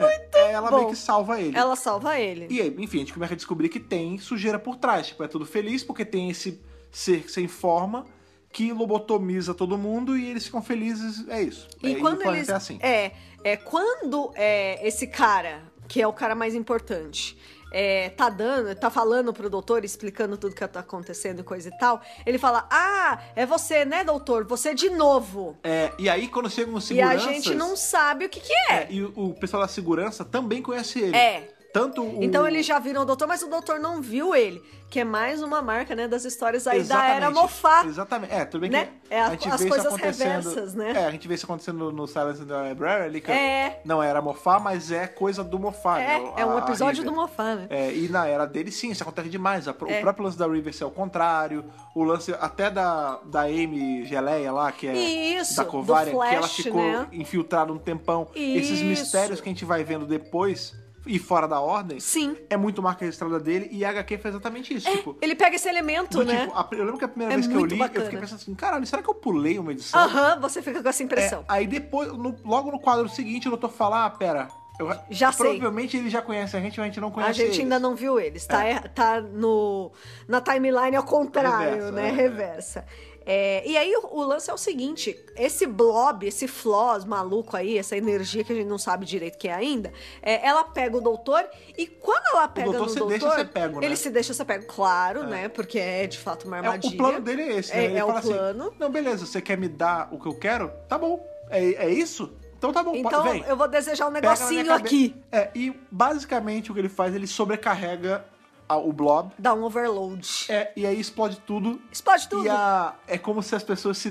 Aí ela
bom.
meio que salva ele.
ela salva ele.
E aí, enfim, a gente começa a descobrir que tem sujeira por trás. Tipo, é tudo feliz porque tem esse ser sem forma que lobotomiza todo mundo e eles ficam felizes. É isso.
E
é,
quando
o planeta
eles.
é assim.
É, é, quando é, esse cara, que é o cara mais importante, é, tá dando, tá falando pro doutor, explicando tudo que tá acontecendo e coisa e tal, ele fala: Ah, é você, né, doutor? Você de novo.
É, e aí, quando chegam os
E a
seguranças...
gente não sabe o que que é.
é, e o, o pessoal da segurança também conhece ele.
É.
Tanto o...
Então eles já viram o doutor, mas o doutor não viu ele. Que é mais uma marca, né, das histórias aí
Exatamente.
da era mofá.
Exatamente. É, tudo bem
né?
que
É a-
a gente
as
vê isso
coisas
acontecendo...
reversas, né?
É, a gente vê isso acontecendo no Silence in the Library ali, que
É.
não era Mofá, mas é coisa do Mofá.
É,
né?
é um
A- a
episódio
River.
do mofá, né?
É, e na era dele, sim, isso acontece demais. A pro-
É.
O próprio lance da River ser ao contrário, o lance até da, da Amy Geleia lá, que é
Isso,
da
do
Covária, que ela
Flash,
ficou
né?
infiltrada um tempão. Esses
Isso.
mistérios que a gente vai vendo depois e fora da ordem,
Sim.
é muito marca registrada dele e a HQ faz exatamente isso. Tipo,
Ele pega esse elemento,
do
né?
tipo, a- eu lembro que a primeira
É
vez que eu
muito
li,
bacana.
eu fiquei pensando assim, caralho, será que eu pulei uma edição?
Aham, você fica com essa impressão.
É, aí depois, no- logo no quadro seguinte, o doutor fala, ah, pera... eu-
Já sei.
Provavelmente ele já conhece a gente, mas a gente não conhece
A gente
eles.
ainda não viu eles, tá, é- tá no, na timeline ao contrário,
Reversa,
né?
é.
Reversa. É, e aí o, o lance é o seguinte: esse blob, esse floss maluco aí, essa energia que a gente não sabe direito que é ainda, é, ela pega o doutor e quando ela pega o
doutor
no
se
doutor,
deixa ser pego, né?
ele se deixa ser pego, claro, né? Porque é de fato uma
É,
armadilha.
o plano dele é esse, né?
É-
Ele
é o
fala assim,
plano.
não, beleza, você quer me dar o que eu quero? Tá bom. É, é isso? Então tá bom, pa-
Então
vem.
eu vou desejar um
Pega na minha
negocinho
cabe-
aqui.
É, e basicamente o que ele faz, ele sobrecarrega a- o blob.
Dá um overload.
É, e aí explode tudo.
Explode tudo.
E a, é como se as pessoas se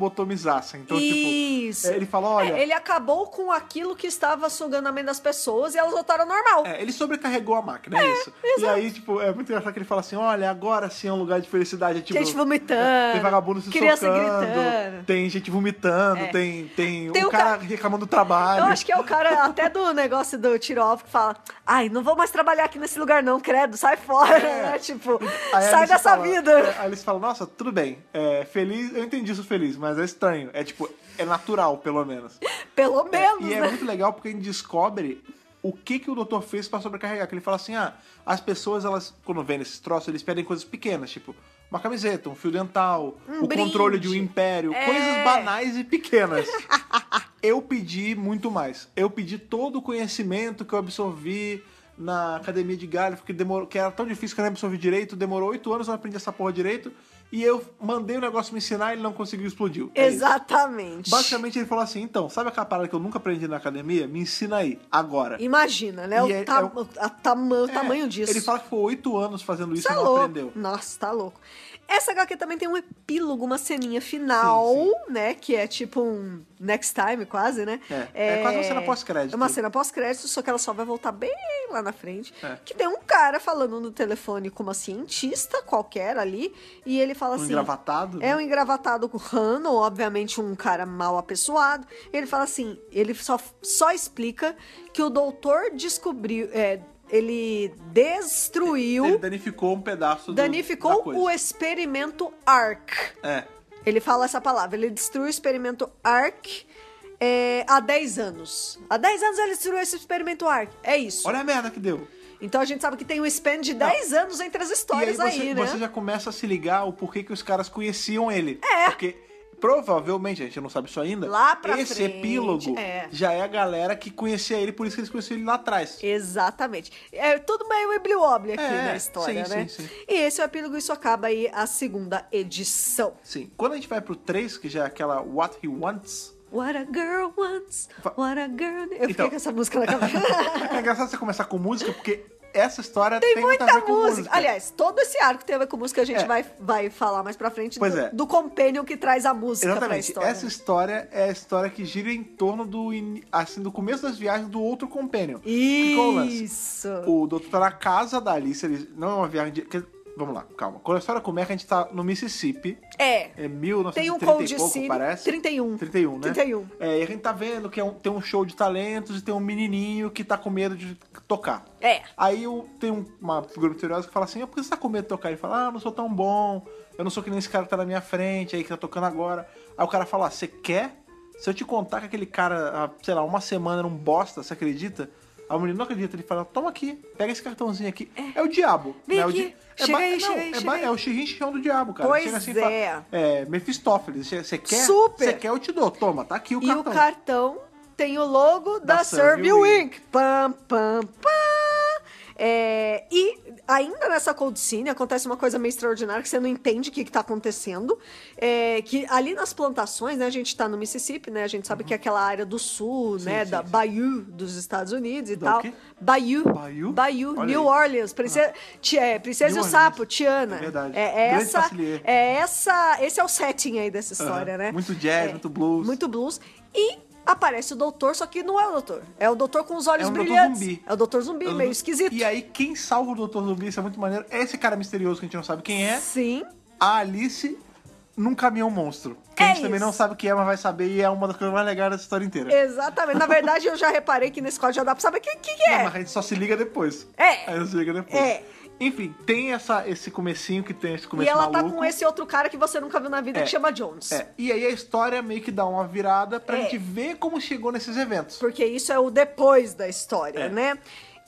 deslobotomizassem. Então,
Isso.
tipo, é, ele fala, olha...
É, ele acabou com aquilo que estava sugando a mente das pessoas e elas voltaram ao normal.
É, ele sobrecarregou a máquina, é, isso. E aí, tipo, é muito engraçado que ele fala assim: olha, agora sim é um lugar de felicidade. É, tipo,
Gente vomitando.
Tem vagabundo se
criança
socando,
gritando.
tem gente vomitando,
É.
tem, tem,
Tem
o
o
cara
ca-
reclamando do trabalho.
Eu acho que é o cara até do negócio do tiro off que fala: Ai, não vou mais trabalhar aqui nesse lugar, não, credo, sai fora.
É.
né? Tipo,
Aí a
sai
Alice
dessa
fala-
vida.
é, Aí eles falam, nossa, tudo bem. É, feliz, eu entendi isso feliz, mas é estranho. É tipo, é natural, pelo menos.
Pelo
É,
menos,
e é
né?
muito legal porque a gente descobre o que, que o doutor fez pra sobrecarregar. Que ele fala assim, ah, as pessoas, elas, quando vêm esses troços, eles pedem coisas pequenas, tipo uma camiseta, um fio dental,
Um
o controle de
brinde.
um império,
É.
coisas banais e pequenas. eu pedi muito mais. Eu pedi todo o conhecimento que eu absorvi na academia de Galho, que, demorou, que era tão difícil que eu não absorvi direito, demorou oito anos eu aprendi essa porra direito, e eu mandei o negócio me ensinar e ele não conseguiu, explodiu. É isso.
Exatamente.
Basicamente ele falou assim, então, sabe aquela parada que eu nunca aprendi na academia? Me ensina aí, agora.
Imagina, né?
E
O,
é-
ta-
é o-
o- a tama- o
É,
tamanho disso.
Ele fala que ficou oito anos fazendo isso
Tá
e não
louco.
aprendeu.
Nossa, tá louco. Essa HQ também tem um epílogo, uma ceninha final,
Sim,
né? Que é tipo um next time, quase, né?
É, é quase uma cena pós-crédito.
É uma cena pós-crédito, só que ela só vai voltar bem lá na frente.
É.
Que tem um cara falando no telefone com uma cientista qualquer ali, e ele fala
um
assim.
engravatado. né?
É um engravatado com Hano, obviamente um cara mal apessoado. Ele fala assim, ele só, só explica que o doutor descobriu, é, ele destruiu
Ele danificou um pedaço do- da
danificou
coisa.
o experimento ARC.
É.
Ele fala essa palavra, ele destruiu o experimento ARC é, há 10 anos. Há 10 anos ele destruiu esse experimento ARC. É isso.
Olha a merda que deu.
Então a gente sabe que tem um span de 10 anos entre as
E aí
histórias
você,
aí, né?
você já começa a se ligar o porquê que os caras conheciam ele. É. Porque provavelmente, a gente não sabe isso ainda,
Lá pra
esse
frente,
epílogo
é.
já é a galera que conhecia ele, por isso que eles conheciam ele lá atrás.
Exatamente. É tudo meio iblioble aqui
É,
na história,
sim,
né?
sim, sim.
E esse é o epílogo, isso acaba aí a segunda edição.
Sim. Quando a gente vai pro 3, que já é aquela What He Wants,
What a girl wants,
Fa-
what a girl... Eu fiquei
Então.
com essa música na cabeça.
É engraçado você começar com música, porque essa história
Tem,
tem,
muita,
muito a ver com
música.
música.
Aliás, todo esse arco tem a ver com música, a gente
É.
vai, vai falar mais pra frente
Pois
do,
é.
do Companion que traz a música pra
Exatamente.
história. né?
Essa história é a história que gira em torno do ini- assim do começo das viagens do outro companion. Que qual é o lance?
Isso.
O doutor tá na casa da Alice, ele não é uma viagem de... que- Vamos lá, calma. Quando a história começa, a gente tá no Mississippi,
É.
é
Tem um
1930
Cold
e pouco,
City
parece.
31.
31, né?
31.
É, e a gente tá vendo que é um- tem um show de talentos e tem um menininho que tá com medo de tocar.
É.
Aí eu, tem um- uma figura misteriosa que fala assim: "Ah, por que você tá com medo de tocar? Ele fala: Ah, eu não sou tão bom, eu não sou que nem esse cara que tá na minha frente, aí que tá tocando agora. Aí o cara fala: "Ah, Você quer? Se eu te contar que aquele cara, há, sei lá, uma semana era um bosta, você acredita? Aí o menino não acredita, ele fala: Toma aqui, pega esse cartãozinho aqui. É, o diabo.
Vem
né? O
aqui,
di- é
chega
ba-
aí,
não,
chega aí,
é,
chega
ba-
aí.
é o xirrin chão do diabo, cara.
Pois
chega assim e
é.
fala: É, Mephistófeles, você você quer?
Super.
Você quer, eu te dou. Toma, tá aqui o
e
cartão.
o cartão tem o logo da,
Da
Serviu
Serviu
Inc. Pam, pam, pam. É, e ainda nessa cold scene acontece uma coisa meio extraordinária que você não entende o que, que tá acontecendo. É, que ali nas plantações, né? A gente tá no Mississippi, né? A gente sabe que é aquela área do sul, né?
Uhum. sim,
da
sim.
Bayou dos Estados Unidos e
Da
tal.
o quê?
Bayou.
Bayou? Olha
New
aí. Ah.
Orleans. Princesa, Ti- é, Princesa
New
e o
Orleans.
Sapo, Tiana.
É verdade.
É
Grande
essa,
facilier.
é essa. Esse é o setting aí dessa
Aham.
história, né?
Muito jazz,
É.
muito blues.
Muito blues. E aparece o doutor, só que não é o doutor. É o doutor com os olhos
É um doutor
brilhantes.
zumbi.
É o doutor zumbi,
Eu não-
meio esquisito.
E aí, quem salva o Dr. Zumbi, isso é muito maneiro, é esse cara misterioso que a gente não sabe quem é,
Sim.
a Alice num caminhão monstro. Que a
É
gente também
isso.
não sabe o que é, mas vai saber e é uma das coisas mais legais dessa história inteira.
Exatamente. Na verdade, eu já reparei que nesse quadro já dá pra saber quem que
Não,
é.
mas a gente só se liga depois.
É.
Aí não se liga depois.
É.
Enfim, tem essa, esse comecinho que tem esse
E
começo
ela tá
maluco.
com esse outro cara que você nunca viu na vida
É.
que chama Jones.
É, E aí a história meio que dá uma virada pra
É.
gente ver como chegou nesses eventos.
Porque isso é o depois da história,
É.
né?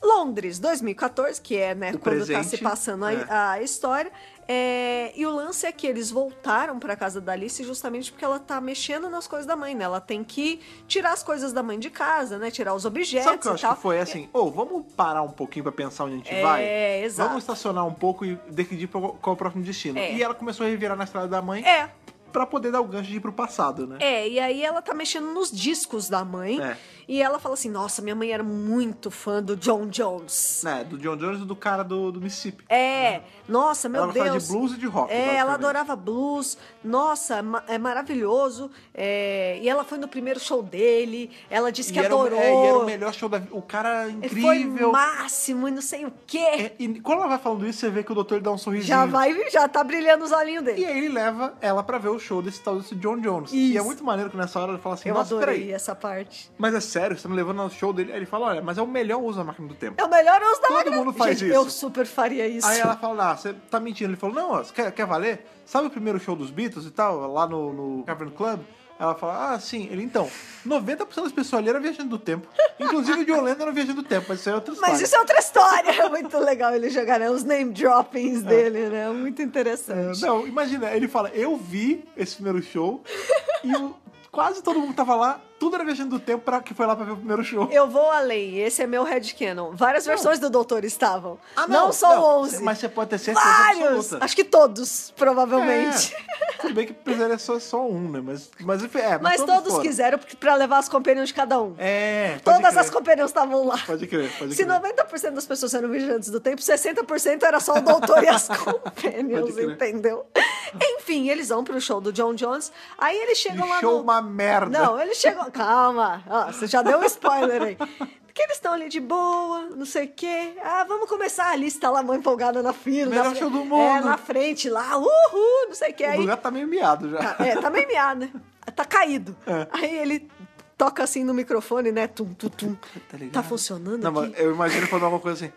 Londres, 2014, que é né,
O
quando tá
presente,
se passando a,
é.
a história, É, e o lance é que eles voltaram para casa da Alice justamente porque ela tá mexendo nas coisas da mãe, né? Ela tem que tirar as coisas da mãe de casa, né? Tirar os objetos
Sabe o que eu
e
acho
tal.
que foi? É assim, ou vamos parar um pouquinho pra pensar onde a gente
É,
vai.
exato.
Vamos estacionar um pouco e decidir qual qual é o próximo destino.
É.
E ela começou a revirar na estrada da mãe
É,
pra poder dar o gancho de ir pro passado, né?
É, e aí ela tá mexendo nos discos da mãe.
É.
E ela fala assim: Nossa, minha mãe era muito fã do John Jones.
Né, do John Jones e do cara do, do Mississippi.
É, nossa, meu
Né? ela gostava
Deus.
de blues e de rock.
É, ela
basicamente.
adorava blues. Nossa, é ma- é maravilhoso. É, e ela foi no primeiro show dele. Ela disse
E
que
era, o-
adorou.
é, e era o melhor show da vida. O cara
Ele Foi
incrível.
máximo e não sei o quê.
É, e quando ela vai falando isso, você vê que o doutor ele dá um sorrisinho.
já vai, já tá brilhando os olhinhos dele.
E aí ele leva ela pra ver o show desse tal desse John Jones. E
Isso.
é muito maneiro que nessa hora ele fala assim,
Eu
nossa,
adorei
peraí,
essa parte.
mas é sério, você tá me levando ao show dele? Aí ele fala, olha, mas é o melhor uso da máquina do tempo.
É o melhor uso da
Todo
máquina-
mundo faz
Gente,
isso.
Eu super faria isso.
Aí ela fala, ah, você tá mentindo. Ele falou, não, ó, você quer, quer valer? Sabe o primeiro show dos Beatles e tal, lá no, no Cavern Club? Ela fala, ah, sim. Ele, então, 90% das pessoas ali eram viajando do tempo. Inclusive o John Lennon era viajando do tempo, mas isso aí é outra
Mas
história.
isso é outra história. É muito legal ele jogar né? os name
É.
droppings dele, né? Muito interessante.
Não, imagina, ele fala, eu vi esse primeiro show e o- quase todo mundo que tava lá, tudo era viajando do tempo pra, que foi lá pra ver o primeiro show.
Eu vou além, esse é meu headcanon. Várias versões do Doutor estavam.
Ah,
não, só
não,
11.
Mas você pode ter certeza
Vários!
absoluta.
Acho que todos, provavelmente.
É, tudo bem que precisaria ser só um, né? Mas, mas, enfim, é, mas,
Mas todos,
foram.
quiseram porque- pra levar as companions de cada um.
É, pode
Todas
crer.
as companions estavam lá.
Pode crer, pode
Se
crer.
90% das pessoas eram vigilantes do tempo, 60% era só o doutor e as
Pode
companions,
crer.
entendeu? Enfim, eles vão pro show do John Jones. Aí eles chegam
E
lá
show
no...
uma merda.
Não, ele chegou. Calma, ó, você já deu um spoiler aí. Que eles estão ali de boa, não sei o quê. Ah, vamos começar a lista lá, mãe empolgada na fila.
Melhor
na fre-
show do
É,
mundo.
na frente lá, uhul, não sei o quê.
O
Aí,
lugar tá meio miado já.
é, tá meio miado, né? Tá caído.
É.
Aí ele toca assim no microfone, né? Tum, tum, tum.
Tá ligado?
Tá funcionando
Não,
aqui?
mas eu imagino falando alguma coisa assim.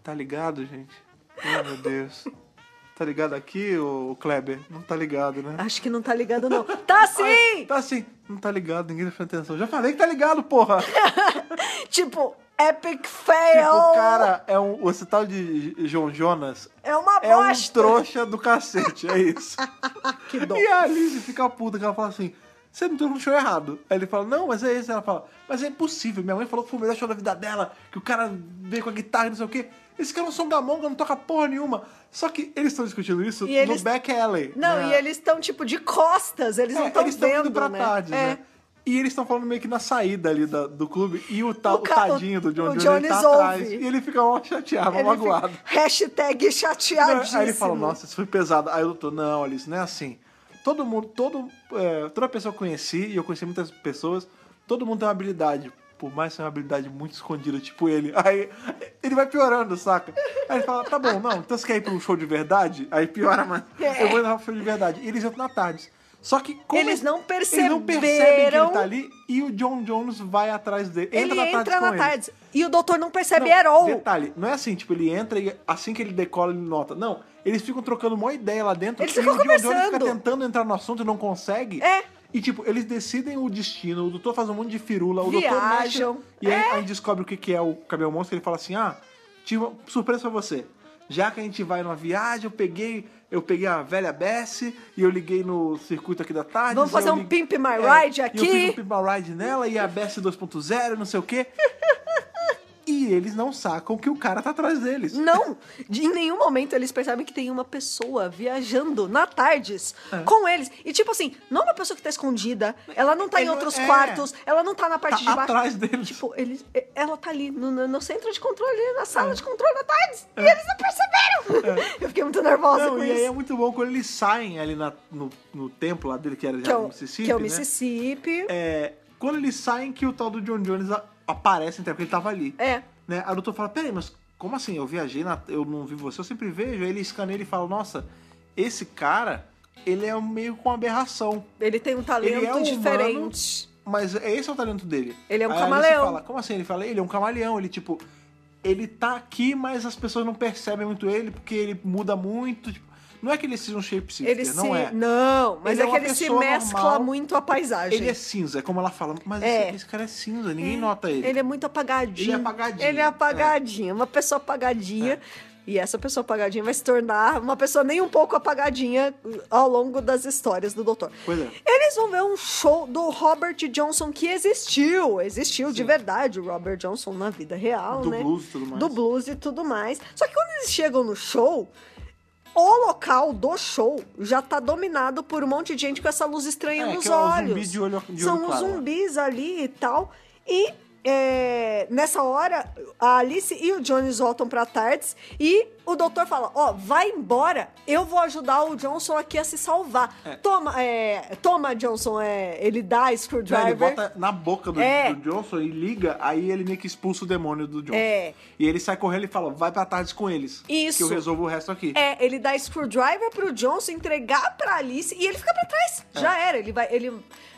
Tá ligado, gente? Ai, meu Deus. Tá ligado aqui, ô Kleber? Não tá ligado, né?
Acho que não tá ligado, não. Tá sim!
Tá assim, não tá ligado, ninguém tá prestando atenção. Já falei que tá ligado, porra!
tipo, epic fail!
Tipo, o cara é um. Esse tal de João Jonas
é uma
é um
bosta!
trouxa do cacete, é isso.
que dó.
E a Alice fica puta, que ela fala assim. Você me trouxe no show errado. Aí ele fala, não, mas é esse. Ela fala, mas é impossível. Minha mãe falou que foi o melhor show da vida dela, que o cara veio com a guitarra e não sei o quê. Esse cara é um songamonga, não toca porra nenhuma. Só que eles estão discutindo isso
E eles-
no back alley.
Não,
né?
e eles estão, tipo, de costas, eles não
É,
estão
eles tão
vendo,
indo pra
né?
tarde,
É.
né? E eles estão falando meio que na saída ali da- do clube. E o, ta-
O
o
ca-
tadinho do John
o
Jones, ele
Jones
tá
ouve.
atrás. E ele fica ó, chateado,
Ele
magoado.
fica- Hashtag chateadíssimo.
Aí ele fala, nossa, isso foi pesado. Aí o doutor, não, Alice, não é assim. Todo mundo, todo, é, toda pessoa que eu conheci, e eu conheci muitas pessoas, todo mundo tem uma habilidade. Por mais que seja uma habilidade muito escondida, tipo ele. Aí ele vai piorando, saca? Aí ele fala, tá bom, não, então você quer ir pra um show de verdade? Aí piora, mas eu vou ir pra um show de verdade. E eles entram na tarde. Só que como
É. Eles não
eles não percebem que ele
perceberam-
tá ali e o John Jones vai atrás dele.
Ele
na tarde
entra
com
na
ele.
tarde. E o doutor não percebe
Não,
at all.
Detalhe, não é assim, tipo, ele entra e assim que ele decola, ele nota. Não, eles ficam trocando uma ideia lá dentro.
Eles
e
ficam
o John Jones fica
conversando.
tentando entrar no assunto e não consegue.
É.
E, tipo, eles decidem o destino, o doutor faz um monte de firula, o
Viajam.
doutor mexe. E aí, aí descobre o que que é o cabelo monstro, ele fala assim, ah, tinha uma surpresa pra você. Já que a gente vai numa viagem, eu peguei, eu peguei a velha Bessie e eu liguei no circuito aqui da tarde.
Vamos
e
fazer
eu
um
li-
Pimp My Ride
e
aqui.
Eu fiz um Pimp My Ride nela e a Bessie 2.0, não sei o quê. E eles não sacam que o cara tá atrás deles.
Não, de- em nenhum momento eles percebem que tem uma pessoa viajando na tardes
É.
com eles. E tipo assim, não uma pessoa que tá escondida, ela não tá em
Ele-
outros
é.
quartos, ela não tá na parte
Tá
de baixo.
atrás deles.
Tipo, eles, e- ela tá ali no, no- no centro de controle, na
É.
sala de controle da tardes. E eles não perceberam. Eu fiquei muito nervosa
Não,
com
e
isso.
aí é muito bom quando eles saem ali na- no, no templo lá dele, que era
que,
já
é
no
o,
Mississippi,
que é o
né?
Mississippi.
É, quando eles saem que o tal do John Jones a- aparece, então, porque ele tava ali.
É.
Né? A doutora fala, peraí, mas como assim? Eu viajei, na- eu não vi você, eu sempre vejo. Aí ele escaneia e fala, nossa, esse cara, ele é meio com aberração.
Ele tem um talento
Ele é um
diferente.
Mas esse é o talento dele.
Ele é um
Aí a Alice
camaleão.
Fala, Como assim? Ele fala, ele é um camaleão. Ele, tipo, ele tá aqui, mas as pessoas não percebem muito ele, porque ele muda muito. tipo, não é que ele seja um shapeshifter,
Ele se.
não é.
Não, mas
Ele é
é, que
uma
ele se
pessoa
mescla
normal.
muito à paisagem.
Ele é cinza, é como ela fala. Mas
É.
esse, esse cara é cinza, ninguém nota ele.
Ele é muito apagadinho.
Ele é apagadinho,
Ele é apagadinho, uma pessoa apagadinha. E essa pessoa apagadinha vai se tornar uma pessoa nem um pouco apagadinha ao longo das histórias do Doutor.
Pois é.
Eles vão ver um show do Robert Johnson que existiu. Existiu de verdade o Robert Johnson na vida real,
Do
né?
blues e tudo mais.
Do blues e tudo mais. Só que quando eles chegam no show, o local do show já tá dominado por um monte de gente com essa luz estranha
É,
nos
que é o
olhos.
zumbi de olho- de
São
olho
uns
claro, né?
zumbis ali e tal. E é, nessa hora, a Alice e o Jones voltam pra Tardes e o doutor fala: Ó, vai embora, eu vou ajudar o Johnson aqui a se salvar. Toma, é, toma, Johnson, é, ele dá a
Não,
screwdriver.
ele bota na boca do,
É.
do Johnson e liga, aí ele meio que expulsa o demônio do Johnson.
É.
E ele sai correndo e fala, vai pra tardes com eles. Que
Isso.
eu resolvo o resto aqui.
É, ele dá screwdriver pro Johnson entregar pra Alice e ele fica pra trás. Já era, ele vai, ele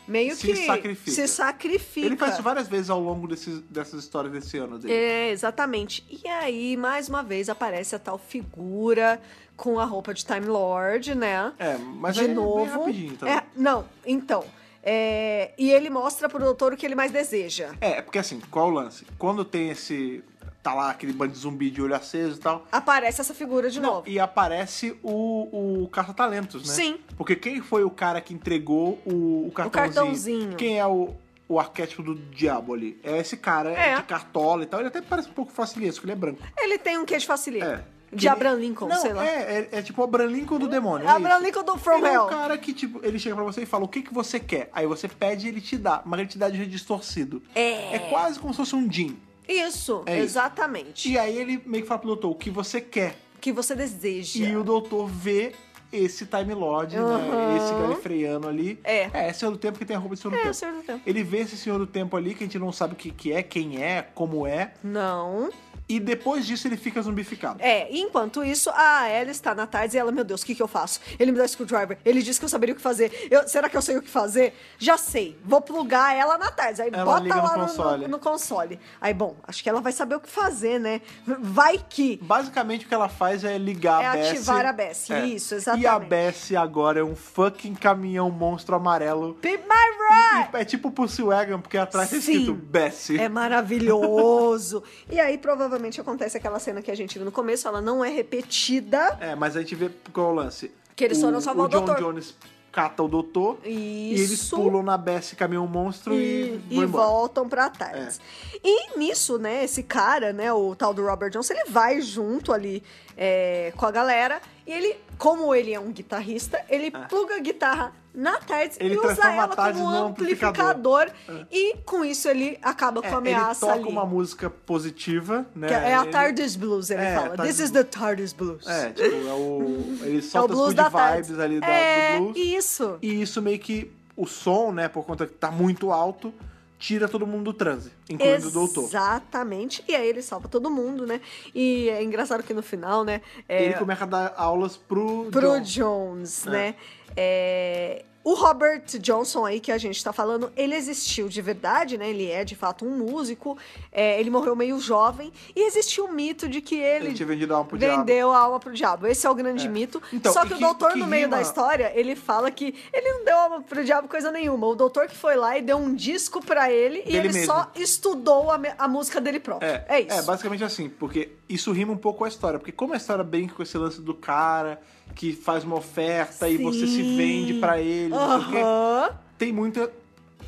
meio
É. Se
que
sacrifica.
se sacrifica.
Ele faz isso várias vezes ao longo desses- dessas histórias desse ano dele.
É, exatamente. E aí, mais uma vez, aparece a tal figura com a roupa de Time Lord, né?
É, mas
de
aí é bem
novo.
rapidinho também.
É, não, então. é, e ele mostra pro doutor o que ele mais deseja.
É, porque assim, qual é o lance? Quando tem esse. Tá lá aquele bando de zumbi de olho aceso e tal.
Aparece essa figura de
Não,
novo.
e aparece o, o Caça-Talentos, né?
Sim.
Porque quem foi o cara que entregou o, o cartãozinho?
cartãozinho.
Quem é o, o arquétipo do diabo ali? É esse cara
É.
de cartola e tal. Ele até parece um pouco facilesco, ele é branco.
Ele tem um quê de facilidade.
É.
De
Ele-
Abraham Lincoln,
Não,
sei lá. Hum?
É, é, é tipo o Abraham Lincoln do demônio. é
Abraham
isso.
Lincoln do From
ele é
Hell.
um cara que, tipo, ele chega pra você e fala o que, que você quer. Aí você pede e ele te dá, mas ele te dá de jeito distorcido.
É.
É quase como se fosse um Jim.
Isso,
É isso.
exatamente.
E aí ele meio que fala pro doutor o que você quer.
Que você deseja.
E o doutor vê esse Time Lord, né?
Aham.
Esse galifreano ali.
É.
É, Senhor do Tempo que tem a roupa de Senhor do
É, o
Tempo.
Senhor do Tempo.
Ele vê esse Senhor do Tempo ali, que a gente não sabe o que, que é, quem é, como é.
Não.
E depois disso ele fica zumbificado.
É, e enquanto isso, a Ellie está na tarde e ela, meu Deus, o que, que eu faço? Ele me dá screwdriver, ele disse que eu saberia o que fazer. Eu- será que eu sei o que fazer? Já sei, vou plugar ela na tarde. Aí
Ela
bota
liga no
lá no,
console.
no- no console. Aí, bom, acho que ela vai saber o que fazer, né? Vai que.
Basicamente o que ela faz é ligar
É
a Bessie. É.
ativar a Bessie, isso, exatamente.
E a Bessie agora é um fucking caminhão monstro amarelo.
Be my right!
E é tipo o Pussy Wagon, porque atrás é
Sim.
escrito Bessie.
É maravilhoso. e aí, provavelmente, acontece aquela cena que a gente viu no começo, ela não é repetida.
É, mas a gente vê qual é o lance.
Que eles
o,
foram salvar o
John
doutor.
Jones cata o doutor. E eles
Isso.
pulam na Bessie caminhão monstro e,
e, e
vão embora.
voltam pra trás. E nisso, né, esse cara, né, o tal do Robert Johnson, ele vai junto ali é, com a galera. E ele, como ele é um guitarrista, ele pluga a guitarra na tarde
É. Ele
e usa
transforma a
ela
Tardes
como
num
amplificador. E com isso ele acaba com
É,
a ameaça
ele toca
ali.
uma música positiva, né?
Que é a
Ele-
Tardes Blues, ele
É,
fala.
Tardes
This is the Tardes Blues.
É, tipo, é o. Ele
É o
solta
blues
as good
da
vibes
tarde.
ali da-
é,
do blues.
isso.
E isso meio que o som, né, por conta que tá muito alto, tira todo mundo do transe, incluindo o doutor.
Exatamente. E aí ele salva todo mundo, né? E é engraçado que no final, né? é,
Ele começa a dar aulas pro,
pro
John.
Jones,
É.
né? É, O Robert Johnson aí que a gente tá falando, ele existiu de verdade, né? Ele é de fato um músico. é, ele morreu meio jovem e existiu o mito de que ele,
Ele tinha vendido a alma pro
vendeu
diabo.
a alma pro diabo. Esse é o grande mito.
Então,
Só
e
que, o
que-
doutor
que
no meio
rima-
da história ele fala que ele não deu alma pro diabo coisa nenhuma. O doutor que foi lá e deu um disco pra ele e
Dele
ele
mesmo.
só estudou a, me- a música dele próprio. É, isso.
É, basicamente assim, porque isso rima um pouco com a história. Porque como a história brinca com esse lance do cara que faz uma oferta e você se
Sim.
vende pra ele, não sei o quê.
Aham.
tem muita.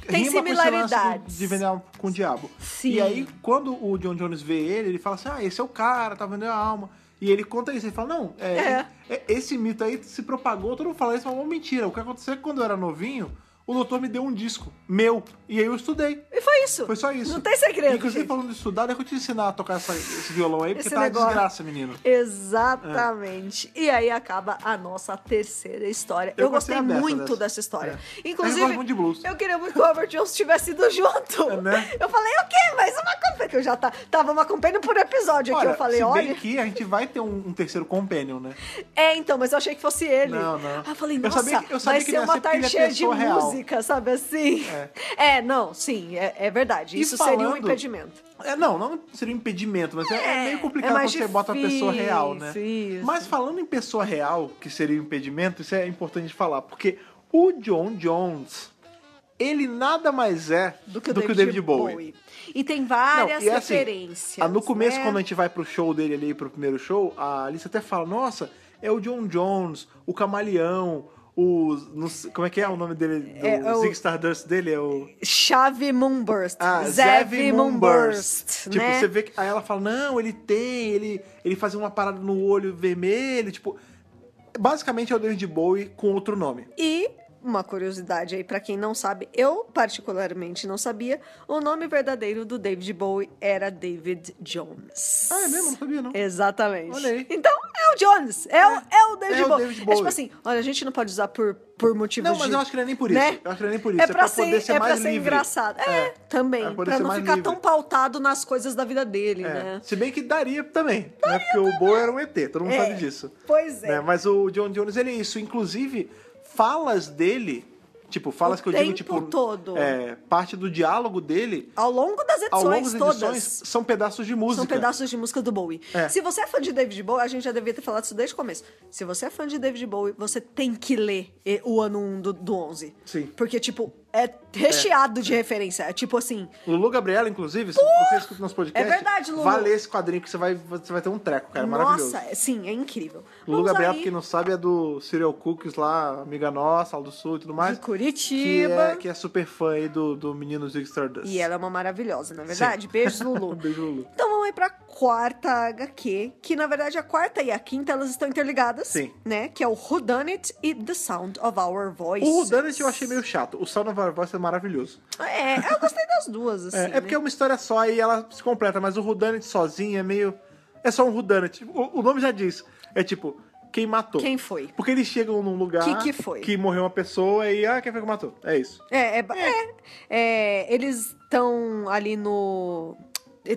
Tem
rima com esse lance do-
similaridades.
De vender alma com o diabo.
Sim.
E aí, quando o John Jones vê ele, ele fala assim: ah, esse é o cara, tá vendendo a alma. E ele conta isso, ele fala: não, é,
É.
é- esse mito aí se propagou, todo mundo fala isso, mas é uma mentira. O que aconteceu é que quando eu era novinho, o doutor me deu um disco meu, e aí eu estudei.
E foi isso.
Foi só isso.
Não tem segredo.
Inclusive,
gente.
falando de estudar, deixa eu te ensinar a tocar essa- esse violão aí, porque
Esse
tá uma
negócio.
desgraça, menino.
Exatamente. E aí acaba a nossa terceira história.
Eu
Eu, gostei
gostei dessa,
muito
dessa. É.
dessa, história.
Mas eu
Inclusive,
gosto muito de blues.
eu queria muito que o Robert Johnson tivesse ido junto.
É, né?
Eu falei, ok, mas uma companhia que eu já tá, tava uma companhia por episódio aqui. eu falei,
se
olha.
bem que a gente vai ter um, um terceiro companion, né?
É, então, mas eu achei que fosse ele.
Não, não.
Aí eu falei,
Eu
nossa,
sabia que- eu sabia
vai
que
ser
não ia
uma
ser porque ele é
tarde cheia de
pessoa real.
música, sabe assim? É, não, sim, é, é verdade.
E
Isso seria um
falando-
impedimento.
É, não, não seria um impedimento, mas é, é meio complicado
é
quando
mais
você bota a pessoa
difícil,
real, né?
isso.
Mas falando em pessoa real, que seria um impedimento, isso é importante falar, porque o John Jones, ele nada mais é
do que o David, Bowie. E tem várias
Não, e é assim,
referências.
Ah, no começo,
né?
quando a gente vai pro show dele ali, pro primeiro show, a Alice até fala, nossa, é o John Jones, o Camaleão, o... não sei- como é que é o nome dele? Do
É, é o-
Zig Stardust dele? É o...
Chave Moonburst.
Ah,
Zev
Zev
Moonburst.
Moonburst. Tipo,
né?
você vê que. Aí ela fala: não, ele tem, ele, ele fazia uma parada no olho vermelho. Tipo, basicamente é o David Bowie com outro nome.
E uma curiosidade aí pra quem não sabe, eu particularmente não sabia, o nome verdadeiro do David Bowie era David Jones.
Ah, é mesmo? Não sabia, não.
Exatamente.
Olha aí.
Então é o Jones, é, o, é o David
É o
Bowie.
David
É tipo
Bowie.
assim, olha, a gente não pode usar por, por motivos
Não, mas
tipo de-
eu acho que não é nem por isso.
né?
Eu acho que não é nem por isso.
É
É pra
pra ser,
poder ser
é pra
mais
ser
livre.
engraçado. É,
É.
também.
É pra poder
pra
ser
não
mais
ficar
livre.
tão pautado nas coisas da vida dele,
É.
né?
Se bem que daria também, né? Porque o Bowie era um ET, todo mundo
É.
sabe disso.
Pois é.
né? Mas o John Jones, ele é isso. Inclusive, falas dele, tipo, falas
O
que eu digo,
tempo
tipo.
todo.
É, parte do diálogo dele,
Ao longo das edições
ao longo das edições,
todas.
são pedaços de música.
São pedaços de música do Bowie.
É.
Se você é fã de David Bowie, a gente já devia ter falado isso desde o começo. Se você é fã de David Bowie, você tem que ler eh, o ano 1 do, do 11.
Sim.
Porque, tipo, é recheado de referência. É tipo assim,
Lulu Gabriela, inclusive, se você escuta nosso podcast.
Uh! É verdade, Lulu.
Vai ler esse quadrinho que você vai, você vai ter um treco, cara. É maravilhoso.
nossa, é- sim, é incrível.
Lulu
Vamos
Gabriela,
aí
pra quem não sabe, é do Serial Cookies lá, amiga nossa, lá do Sul e tudo mais. Que
de
é,
Curitiba.
que é super fã aí do, do menino Zig Stardust.
E ela é uma maravilhosa, não é verdade? Beijos, Lulu.
Beijo, Lulu.
Então vamos aí pra quarta HQ, que na verdade a quarta e a quinta elas estão interligadas,
Sim.
né? Que é o Who Done It e The Sound of Our Voices.
O Dunnett eu achei meio chato. O Sound of Our Voice é maravilhoso.
É, eu gostei das duas, assim.
É, é
né?
porque é uma história só e ela se completa, mas o Rudanet sozinho é meio. É só um Rudanet. O, o nome já diz. É tipo, quem matou.
Quem foi?
Porque eles chegam num lugar
Que que foi?
morreu uma pessoa e ah, quem foi que matou? É isso.
É, é, ba- é. É, eles estão ali no.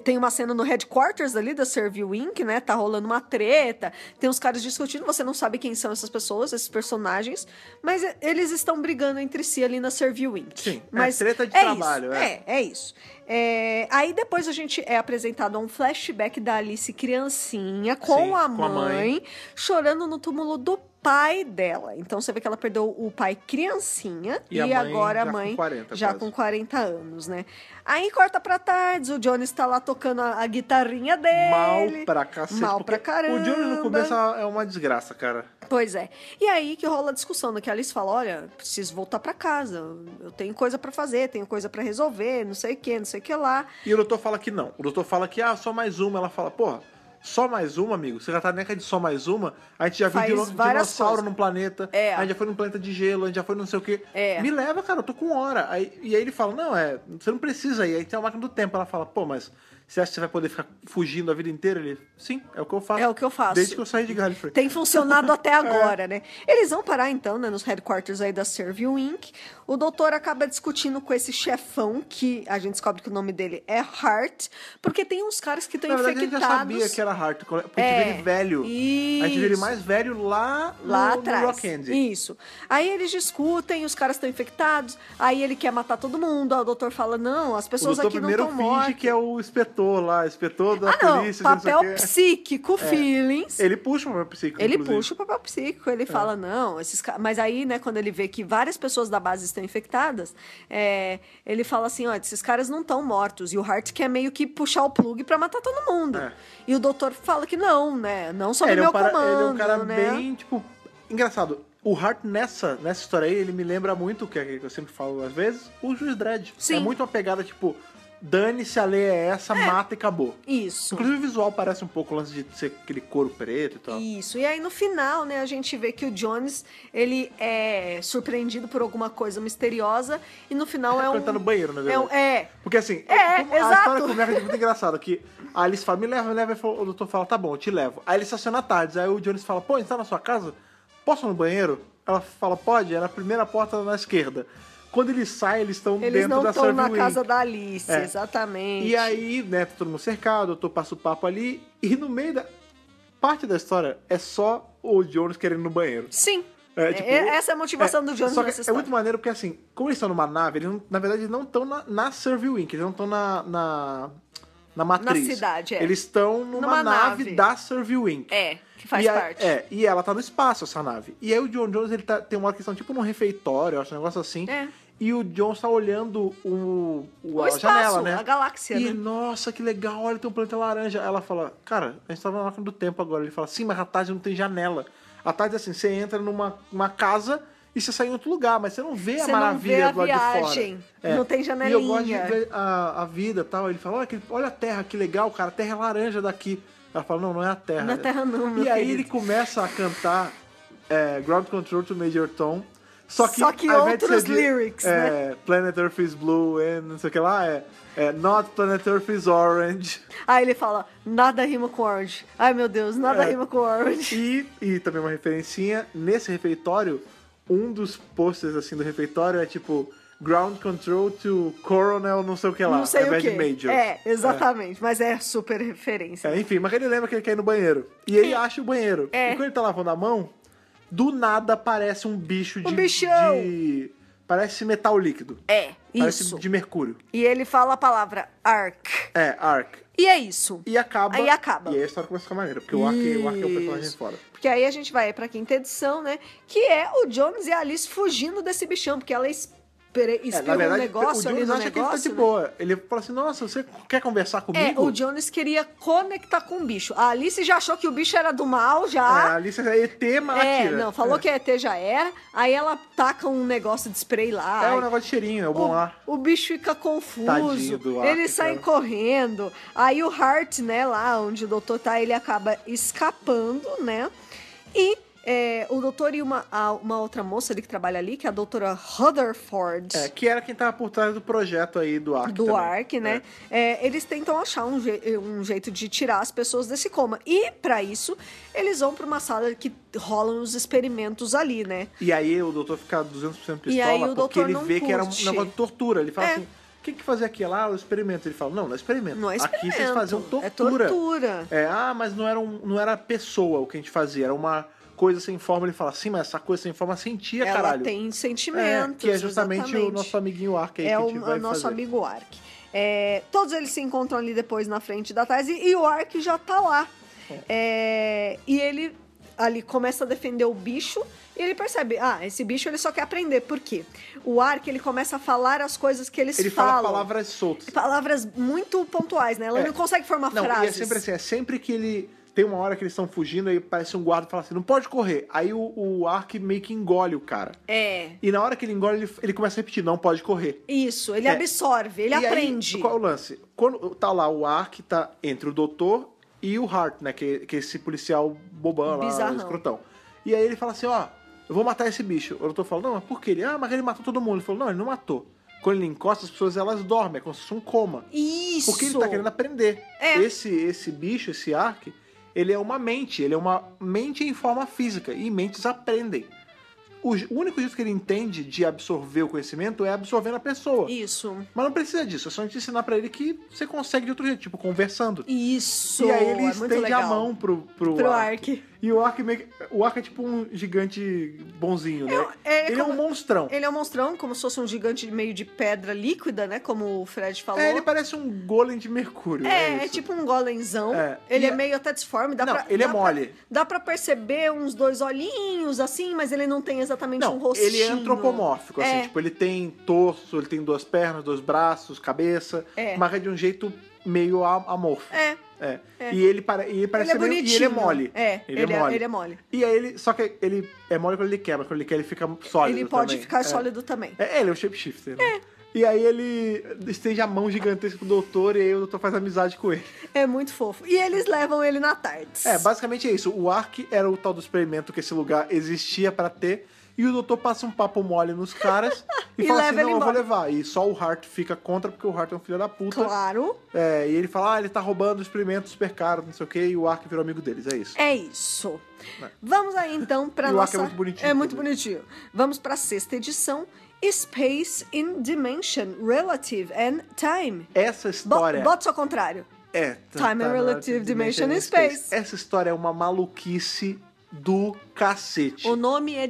Tem uma cena no headquarters ali da Serviu Inc., né? Tá rolando uma treta, tem uns caras discutindo, você não sabe quem são essas pessoas, esses personagens, mas e- eles estão brigando entre si ali na Serviu Inc.
Sim, é
mas
treta de
isso,
trabalho, é.
é, é isso. É, aí depois a gente é apresentado a um flashback da Alice criancinha com,
Sim, com
a,
a
mãe,
mãe.
chorando no túmulo do pai dela. Então você vê que ela perdeu o pai criancinha e,
E a mãe
agora a
já com
mãe
40,
já
quase.
com 40 anos, né? Aí corta pra tarde, o Johnny está lá tocando a, a guitarrinha dele.
Mal pra cacete.
Mal
porque
pra caramba.
O Johnny no começo é uma desgraça, cara.
Pois é. E aí que rola a discussão, né? Que a Alice fala, olha, preciso voltar pra casa, eu tenho coisa pra fazer, tenho coisa pra resolver, não sei o que, não sei o que lá.
E o doutor fala que não. O doutor fala que, ah, só mais uma. Ela fala, porra, só mais uma, amigo? Você já tá neca de só mais uma? A gente já viu
Faz
dino-
várias
dinossauro
coisas.
num planeta.
É.
A gente já foi num planeta de gelo, a gente já foi num não sei o quê.
É.
Me leva, cara, eu tô com hora. Aí, e aí ele fala, não, é, você não precisa ir. Aí tem a máquina do tempo. Ela fala, pô, mas você acha que você vai poder ficar fugindo a vida inteira? Ele, sim, é o que eu faço.
É o que eu faço.
Desde que eu saí de Gallifrey.
Tem funcionado até
É.
agora, né? Eles vão parar, então, né, nos headquarters aí da Serviu Inc. O doutor acaba discutindo com esse chefão, que a gente descobre que o nome dele é Hart, porque tem uns caras que estão
Na verdade, a
infectados.
gente já sabia que era Hart, porque a gente
É.
viu ele velho. A gente viu ele
Isso.
mais velho lá, no-
Lá
no,
atrás.
Rock Candy.
Isso. Aí eles discutem, os caras estão infectados, aí ele quer matar todo mundo, aí o doutor fala, não, as
O
pessoas
doutor
aqui não
primeiro
estão
finge
mortas.
que é o inspetor lá, inspetor da
Ah, não,
polícia, não sei o
papel
quê. É.
psíquico, feelings.
Ele puxa o papel psíquico,
Ele
inclusive. É.
puxa o papel psíquico, ele fala, não, esses ca- Mas aí, né, quando ele vê que várias pessoas da base estão infectadas, é, ele fala assim, ó, esses caras não estão mortos. E o Hart quer meio que puxar o plug pra matar todo mundo.
É.
E o doutor fala que não, né? Não sob
É,
o
ele,
meu
é um cara,
comando,
ele é um cara
né?
bem, tipo... Engraçado, o Hart nessa, nessa história aí, ele me lembra muito, que é aquele que eu sempre falo às vezes, o Juiz Dredd.
Sim.
É muito uma pegada, tipo, dane-se, a lei é essa, mata e acabou.
Isso.
Inclusive o visual parece um pouco o lance de ser aquele couro preto e tal.
Isso. E aí no final, né, a gente vê que o Jones, ele é surpreendido por alguma coisa misteriosa e no final é
Quando
um...
ele tá no banheiro, na
é,
verdade.
um- é,
Porque assim,
É,
como- a
exato.
história começa de muito engraçada, que a Alice fala, me leva, me leva, e fala- o doutor fala, tá bom, eu te levo. Aí ele estaciona tarde, aí o Jones fala, pô, a gente tá na sua casa? Posso ir no banheiro? Ela fala, pode, é na primeira porta na esquerda. Quando ele sai, eles estão
eles
Um dentro
não
da
estão na
Survey
casa
Week.
da Alice,
É.
exatamente.
E aí, né, tá todo mundo cercado, o doutor passa o papo ali, e no meio da... Parte da história é só o Jones querendo ir no banheiro.
Sim.
É, tipo,
É, essa é a motivação do Jones
Só que
nessa
é
história.
muito maneiro porque, assim, como eles estão numa nave, eles não- na verdade eles não estão na, na Servil Inc., eles não estão na, na, na matriz.
cidade, é.
Eles estão numa,
Numa
nave,
nave.
da Servil Inc.
É, que faz
e a-
parte.
é, e ela tá no espaço, essa nave. E aí o John Jones, ele tá, tem uma hora que eles estão tipo num refeitório, eu acho, um negócio assim.
É.
e o John está olhando o, o,
O
a
espaço,
janela, né?
a galáxia,
E,
né?
nossa, que legal, olha, tem um planeta laranja. Aí Ela fala, cara, a gente tava na máquina do tempo agora. Ele fala, sim, mas à tarde não tem janela. À tarde, assim, você entra numa uma casa e você sai em outro lugar, mas você não vê
Você
a
não vê
maravilha
a
do lado
viagem,
de fora. É.
não tem
E eu gosto de
janelinha.
ver a, a vida e tal. Ele fala, olha, que- olha a terra, que legal, cara, a terra é laranja daqui. Ela fala, não, não é a terra.
Não é a terra não, meu
E aí
querido.
ele começa a cantar é, Ground Control to Major Tom. Só que,
Só que
ao invés de
outros
ser de-
lyrics,
é,
né?
é, Planet Earth is blue and não sei o que lá, é, é Not Planet Earth is orange.
Aí ele fala, nada rima com orange. Ai, meu Deus, nada
É.
rima com orange.
E, e também uma referencinha, nesse refeitório, um dos posters assim do refeitório é tipo Ground Control to Coronel não sei o que lá,
não sei
ao
o
invés
quê.
de Major.
É, exatamente. Mas é super referência.
É, enfim, mas ele lembra que ele quer ir no banheiro. E ele acha o banheiro.
É.
E quando ele tá lavando a mão, do nada aparece um bicho de.
bichão!
de- Parece metal líquido.
É,
Parece
isso.
de mercúrio.
E ele fala a palavra arc.
É, Ark.
E é isso.
E acaba.
Aí acaba.
E aí a história começa a ficar maneira, porque o Ark, o Ark é o personagem
Isso.
fora.
Porque aí a gente vai pra quinta edição, né? Que é o Jones e a Alice fugindo desse bichão, porque ela espere-
É,
espirra um negócio
o
ali
Jones
no
acha
negócio.
que ele tá de
né?
boa. Ele fala assim, nossa, você quer conversar comigo?
É, o Jones queria conectar com o bicho. A Alice já achou que o bicho era do mal,
É,
já.
a Alice é ET, mas
É,
atira.
não, falou
é.
que ET já era. Aí ela taca um negócio de spray lá.
É
aí
um negócio de cheirinho, é o bom lá.
o, o bicho fica confuso,
Tadinho do Ark,
eles saem
cara.
correndo. Aí o Hart, né, lá onde o doutor tá, ele acaba escapando, né? E é, o doutor e uma, a- uma outra moça ali que trabalha ali, que é a doutora Rutherford
É, que era quem tava por trás do projeto aí do Ark
do
também.
Ark, né? É, eles tentam achar um, je- um jeito de tirar as pessoas desse coma. E, pra isso, eles vão pra uma sala que rolam os experimentos ali, né?
E aí o doutor fica 200% pistola
E aí o
porque
doutor
ele
não
vê que era um
curte.
negócio de tortura. Ele fala
É.
assim, o que que fazer aqui? Lá, o experimento. Ele fala, não, não é experimento.
Não é
Aqui vocês
experimento,
faziam
é tortura.
É, ah, mas não era, um, não era pessoa o que a gente fazia, era uma coisa sem forma. Ele fala assim, mas essa coisa sem forma sentia,
Ela
caralho.
tem
É,
sentimentos.
que é justamente o
exatamente.
nosso amiguinho Ark aí
É
que a
o
gente vai
nosso
fazer.
amigo Ark. É, todos eles se encontram ali depois na frente da Thais e, e o Ark já tá lá. É, e ele ali começa a defender o bicho e ele percebe, ah, esse bicho ele só quer aprender. Por quê? O Ark ele começa a falar as coisas que eles
Ele
falam.
fala palavras soltas.
Palavras muito pontuais, né? Ela
É.
não consegue formar
Não,
frases.
e é sempre assim, é sempre que ele. Tem uma hora que eles estão fugindo, aí parece um guarda e fala assim, não pode correr. Aí o, o Ark meio que engole o cara.
É,
E na hora que ele engole, ele, ele começa a repetir, não pode correr.
isso. Ele
É.
absorve,
E
ele
aí,
aprende.
qual é o lance? Quando tá lá o Ark, tá entre o doutor e o Hart, né? Que, que é esse policial bobão lá,
Bizarrão.
o escrotão. E aí ele fala assim, ó, eu vou matar esse bicho. O doutor fala, não, mas por que ele? Ah, mas ele matou todo mundo. Ele falou, não, ele não matou. Quando ele encosta, as pessoas elas dormem, é como se fosse um coma.
Isso.
Porque ele tá querendo aprender.
É.
Esse, esse bicho, esse Ark, ele é uma mente. Ele é uma mente em forma física. E mentes aprendem. O, j- o único jeito que ele entende de absorver o conhecimento é absorvendo a pessoa.
Isso.
Mas não precisa disso. É só a gente ensinar pra ele que você consegue de outro jeito, tipo, conversando.
Isso.
e aí ele
é muito
estende a
legal.
mão pro, pro,
Pro
Ark.
Ark.
E o Ark, meio que- o Ark é tipo um gigante bonzinho, né?
É, é
ele
como-
é um monstrão.
Ele é um monstrão, como se fosse um gigante meio de pedra líquida, né? Como o Fred falou.
É, ele parece um golem de mercúrio.
É, é
isso.
tipo um golemzão.
É,
Ele
e
é
a-
meio até disforme. Dá
Não,
pra,
ele é
dá pra-
mole.
dá pra perceber uns dois olhinhos, assim, mas ele não tem exatamente
Não,
um rostinho.
ele é antropomórfico, assim,
É.
tipo, ele tem torso, ele tem duas pernas, dois braços, cabeça,
É.
mas é de um jeito meio a- amorfo.
É,
É.
É.
E ele, pare... e ele parece
ele é
ser meio-
bonitinho.
E ele é mole.
É,
ele, é mole.
ele é mole.
E aí ele. Só que ele é mole quando ele quer, mas quando ele quer, ele fica sólido.
ele pode
também.
ficar
É.
sólido também.
É, ele é um shapeshifter, né? E aí ele estende a mão gigantesca pro doutor e aí o doutor faz amizade com ele.
É muito fofo. E eles levam ele na tarde.
É, basicamente é isso. O Ark era o tal do experimento que esse lugar existia pra ter. E o doutor passa um papo mole nos caras e,
E
fala assim:
leva
não,
ele
eu vou
embora."
levar. E só o Hart fica contra, porque o Hart é um filho da puta.
Claro.
É, e ele fala: ah, ele tá roubando o experimento super caro, não sei o quê. E o Ark virou amigo deles. É isso.
É isso. Vamos aí então para
Né? E o arco
nossa.
é muito bonitinho,
É muito
inclusive.
bonitinho. Vamos para sexta edição, Space in Dimension, Relative and Time.
Essa
Bo
história.
Bota ao contrário.
É.
Time and Relative Dimension in Space.
Essa história é uma maluquice do cacete.
O nome é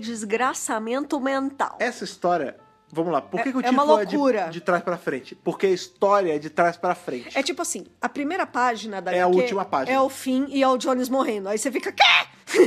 desgraçamento mental.
Essa história, vamos lá, por que,
É-
que o
é uma
título é de-
loucura.
de, trás pra frente? Porque a história é de trás pra frente.
É tipo assim, a primeira página da
É a
HQ
última página.
É o fim e é o Jones morrendo. Aí você fica, quê?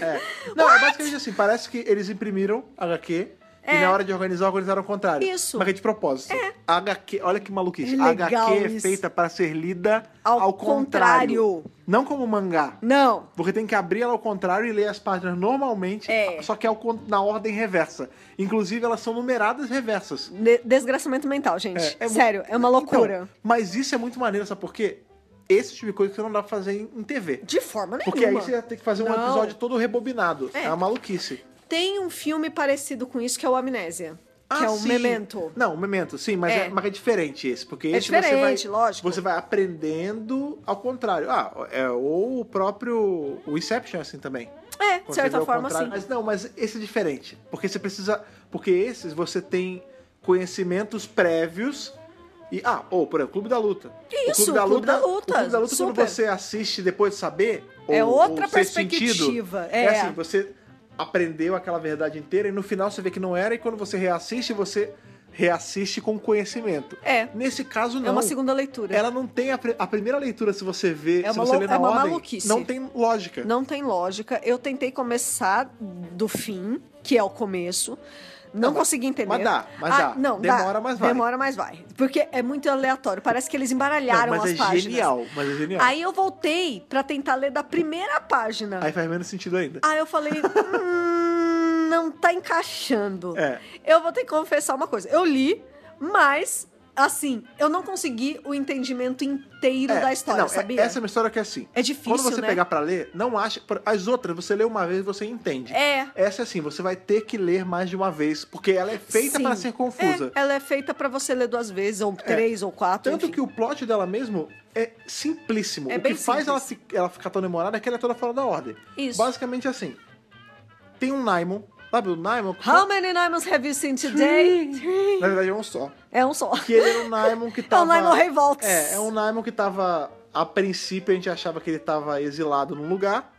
É. Não, é basicamente assim, parece que eles imprimiram a HQ E na hora de organizar, organizaram o contrário.
Isso.
Mas é de propósito.
É.
HQ, olha que maluquice.
É legal
HQ é
isso.
feita para ser lida
Ao
ao,
contrário.
contrário. Não como mangá.
Não.
Você tem que abrir ela ao contrário e ler as páginas normalmente,
É.
só que ao con- na ordem reversa. Inclusive, elas são numeradas reversas.
De- desgraçamento mental, gente.
É, é mu-
Sério, é uma loucura.
Então, mas isso é muito maneiro, sabe por quê? Esse tipo de coisa que você não dá pra fazer em, em TV.
de forma nenhuma.
Porque aí você ia ter que fazer um
Não.
episódio todo rebobinado.
É.
É, uma maluquice.
Tem um filme parecido com isso que é o Amnésia. que
Ah,
é o
sim.
Memento.
Não, o Memento, sim, mas
É.
é, mas é diferente esse. Porque
É
esse você vai-
diferente, lógico.
Você vai aprendendo ao contrário. Ah, é, ou o próprio. O Inception é assim também.
É, de
Quando você vê
certa
ao
forma,
contrário.
sim.
Mas não, mas esse é diferente. Porque você precisa. Porque esses você tem conhecimentos prévios. E, ah, ou, por exemplo, Clube da Luta.
Isso,
o Clube da
Clube
Luta.
da
o
Luta,
Clube da Luta, quando
super.
você assiste depois de saber.
É
ou-
outra
ou ser
perspectiva,
sentido,
é.
é. assim, você aprendeu aquela verdade inteira e no final você vê que não era, e quando você reassiste, você reassiste com conhecimento.
É.
Nesse caso, não.
É uma segunda leitura.
Ela não tem a, pri- a primeira leitura, se você vê,
É
se
uma
você
lou-
lê na
é uma
ordem,
maluquice.
não tem lógica.
Não tem lógica. Eu tentei começar do fim, que é o começo. Não,
Não, Tá, mas-
consegui entender. Ah,
mas dá, mas dá.
Não,
Demora,
dá.
mas vai.
Demora, mas vai. Porque é muito aleatório. Parece que eles embaralharam
Não, mas
as
é
páginas.
genial, mas é genial. Aí,
Aí eu voltei pra tentar ler da primeira página.
faz menos sentido ainda.
Aí eu falei, hum, não tá encaixando.
É.
Eu vou ter que confessar uma coisa. Eu li, mas, assim, eu não consegui o entendimento inteiro
É,
da história,
não, é-
sabia?
Essa é uma história que é assim.
É difícil,
Quando você
né?
pegar pra ler, não acha. por- As outras, você lê uma vez e você entende.
É.
Essa é assim, você vai ter que ler mais de uma vez, porque ela é feita
Sim.
pra ser confusa. É.
É, ela é feita pra você ler duas vezes, ou três, ou quatro.
Tanto
enfim.
que o plot dela mesmo é simplíssimo.
É
o
bem
que faz
simples.
ela, fi- ela ficar tão demorada é que ela é toda fora da ordem.
Isso.
Basicamente assim. Tem um Naimon. Sabe o Naimon?
How many Naimons have you seen today?
Na verdade é um só.
É um só.
Que ele era um Naimon que tava...
Naimon É Revolts.
É, é um Naimon que tava... A princípio a gente achava que ele tava exilado num lugar.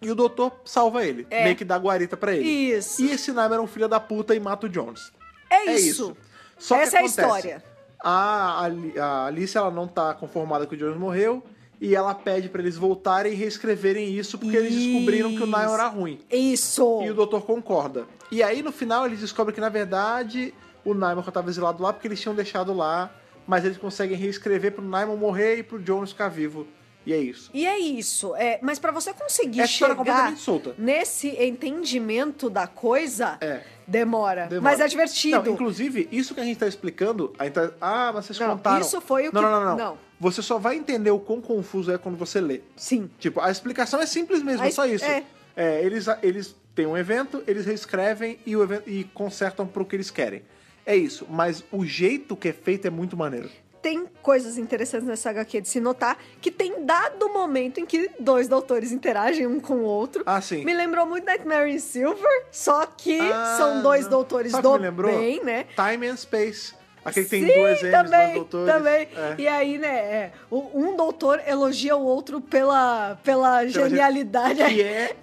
E o doutor salva ele.
É.
Meio que dá guarita pra ele.
Isso.
E esse Naimon era um filho da puta e mata o Jones.
É
É
isso.
isso. Só
Essa
que
é a
acontece,
história.
A, Ali- a Alice ela não tá conformada que o Jones morreu e ela pede pra eles voltarem e reescreverem isso porque eles descobriram que o Niall era ruim.
Isso.
E o doutor concorda. E aí no final eles descobrem que na verdade o Naimon estava exilado lá porque eles tinham deixado lá, mas eles conseguem reescrever pro Naimon morrer e pro Jones ficar vivo. E é isso.
E é isso. É, mas pra você conseguir
Essa história é
chegar
completamente solta.
nesse entendimento da coisa,
É.
demora.
Demora.
Mas é divertido.
Não, inclusive, isso que a gente tá explicando. a gente tá- Ah, mas vocês
Não,
contaram.
isso foi o
não,
que-
Não, não, não,
não.
Você só vai entender o quão confuso é quando você lê.
Sim.
Tipo, a explicação é simples mesmo,
A
é só
es-
isso.
é.
É, eles, eles têm um evento, eles reescrevem e, o evento, e consertam pro que eles querem. É isso, mas o jeito que é feito é muito maneiro.
Tem coisas interessantes nessa HQ de se notar que tem dado o momento em que dois doutores interagem um com o outro.
Ah, sim.
Me lembrou muito Nightmare in Silver, só que
Ah,
são dois
não.
doutores
Sabe o
do
que me lembrou?
bem, né?
Time and Space. Aquele que tem
Sim,
duas M's,
também,
dois doutores.
Também.
É.
E aí, né, é, o- um doutor elogia o outro pela, pela genialidade.
Que é,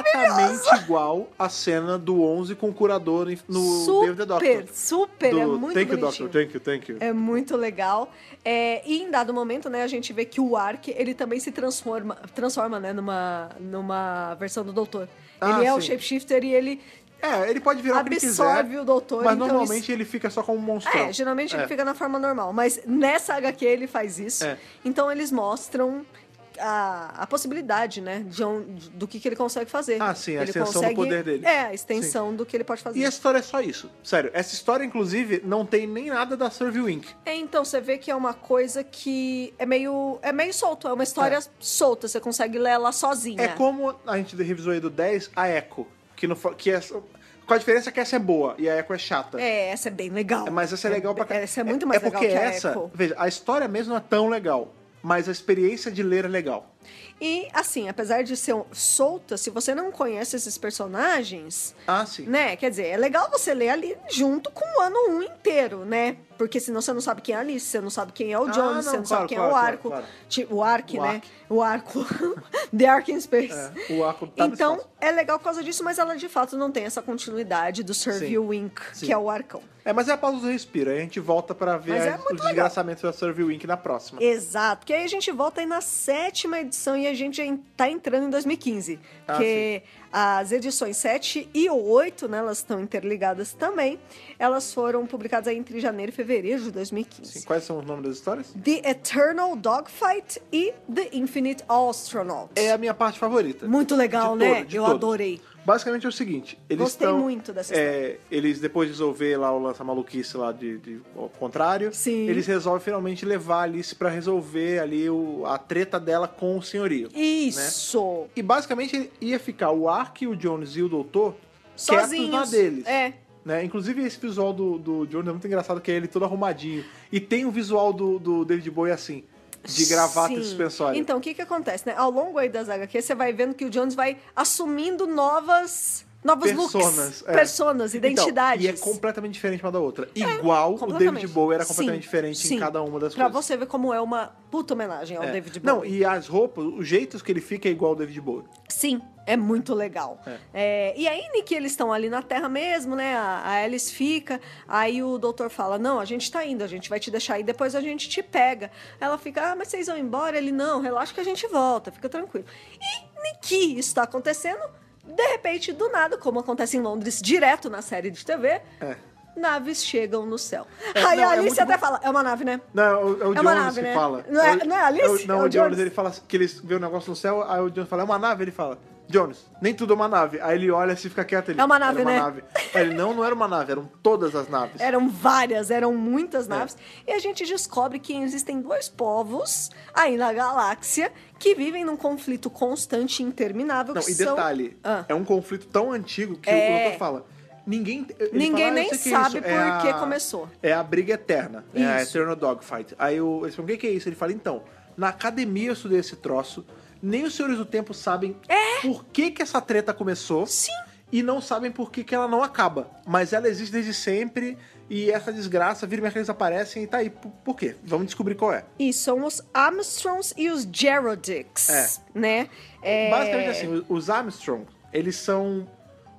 exatamente igual a cena do 11 com o curador em- no David the
É super,
Doctor.
super,
do
é muito
Thank you, Doctor.
bonitinho.
Thank you, thank you.
É muito legal. É, e em dado momento, né, a gente vê que o Ark, ele também se transforma, transforma né, numa, numa versão do Doutor.
Ah,
ele é o
sim.
shapeshifter e ele...
É, ele pode virar o que ele quiser.
Absorve o doutor,
Mas
então
normalmente
isso-
ele fica só como um monstro.
É, geralmente ele fica na forma normal, mas nessa HQ ele faz isso.
É.
Então eles mostram a, a possibilidade, né, de um- de- do que, que ele consegue fazer.
Ah, sim, a
Ele
extensão do poder dele.
É, a extensão do que ele pode fazer.
E essa história é só isso. Sério, essa história, inclusive, não tem nem nada da Survey Inc.
É, então, você vê que é uma coisa que é meio, é meio solto, é uma história solta, você consegue ler ela sozinha.
É como a gente revisou aí do 10, a Echo. Que, não, fo- que essa, com a diferença que essa é boa e a Echo é chata.
É, essa é bem legal.
Mas essa é legal pra caralho.
Essa é muito mais
é
legal
porque
que a
essa,
Echo.
veja, a história mesmo não é tão legal, mas a experiência de ler é legal.
E, assim, apesar de ser um- solta, se você não conhece esses personagens,
Ah, sim.
né? Quer dizer, é legal você ler ali junto com o ano 1 inteiro, né? Porque senão você não sabe quem é a Alice, você não sabe quem é o
Ah,
Jones, você
não,
não
claro,
sabe quem é
claro,
o
claro,
Arco.
claro.
Tipo, o Ark,
O
né?
Ark.
O Arco. The Ark in Space.
É, o Arco tá no
Então,
espaço.
é legal por causa disso, mas ela de fato não tem essa continuidade do Serviu Inc.,
Sim.
que é o Arcão.
É, mas é a pausa do respiro. Aí a gente volta pra ver
Mas é
a- o
muito
desgraçamento da Survey Inc. na próxima.
Exato, porque aí a gente volta aí na sétima edição e a gente já en- tá entrando em 2015.
Ah,
Porque As edições 7 e 8, né, elas estão interligadas também, elas foram publicadas aí entre janeiro e fevereiro de 2015.
Sim, quais são os nomes das histórias?
The Eternal Dogfight e The Infinite Astronaut.
É a minha parte favorita.
Muito legal,
De
né?
todo, de
Eu
todo.
adorei.
Basicamente é o seguinte, eles
Gostei
estão-
muito dessa
é, eles depois de resolver lá o lança maluquice lá de, de- ao contrário,
Sim.
eles resolvem finalmente levar a Alice pra resolver ali o- a treta dela com o senhorio.
Isso!
E basicamente ia ficar o Ark, o Jones e o Doutor quietos na
Sozinhos.
deles.
É.
Né? Inclusive, esse visual do, do Jones é muito engraçado, que é ele todo arrumadinho. E tem o visual do, do David Bowie assim, de gravata
Sim.
e suspensório.
Então, o que que acontece, né? Ao longo aí das HQ, você vai vendo que o Jones vai assumindo novas... Novos
Personas,
looks,
é.
personas,
Então,
identidades. É,
e é completamente diferente uma da outra. Igual o
Completamente.
David Bowie era
Sim,
completamente diferente
sim.
em cada uma das
pra
coisas.
você ver como é uma puta homenagem ao
É.
David Bowie.
Não, e as roupas, os jeitos que ele fica é igual ao David Bowie.
Sim, é muito legal. É, e aí, Nick, eles estão ali na Terra mesmo, né? A, a Alice fica, aí o doutor fala: Não, a gente tá indo, a gente vai te deixar aí, depois a gente te pega. Ela fica: Ah, mas vocês vão embora? Ele: Não, relaxa que a gente volta, fica tranquilo. E Nick, isso tá acontecendo, de repente, do nada, como acontece em Londres direto na série de TV,
É.
naves chegam no céu.
É,
aí
não,
a
é
Alice
muito
até
bom.
fala: É uma nave, né?
Não, é o, é o
É uma
Jones
nave,
que
né?
fala.
Não é-
o-
não é a Alice?
o- não,
É
é
o
o, Jones,
Jones.
ele fala assim, que eles vê um negócio no céu, aí o Jones fala, é uma nave? Ele fala, Jones, nem tudo é uma nave. Aí ele olha assim, fica quieto. Ele,
É uma nave,
era uma
né? É,
nave. Aí ele, não, não era uma nave, eram todas as naves.
Eram várias, eram
É.
muitas naves. E a gente descobre que existem dois povos aí na galáxia que vivem num conflito constante e interminável.
Não,
que
e
são-
detalhe,
Ah.
é um conflito tão antigo que
É.
o doutor fala, ninguém... ele
Ninguém
fala, "Ah, eu
nem
sei que
sabe
isso é
por que
a-
começou."
É a briga eterna, é a
Isso.
Eternal Dogfight. Aí o, eles falam, o que que é isso? Ele fala, então, na academia eu estudei esse troço, nem os Senhores do Tempo sabem
É?
por que que essa treta começou.
Sim.
E não sabem por que que ela não acaba. Mas ela existe desde sempre, e essa desgraça, vira e mexe, eles aparecem e tá aí. Por, por quê? Vamos descobrir qual é.
E são os Armstrongs e os Gerodics,
É.
né? É,
Basicamente assim, os Armstrong, eles são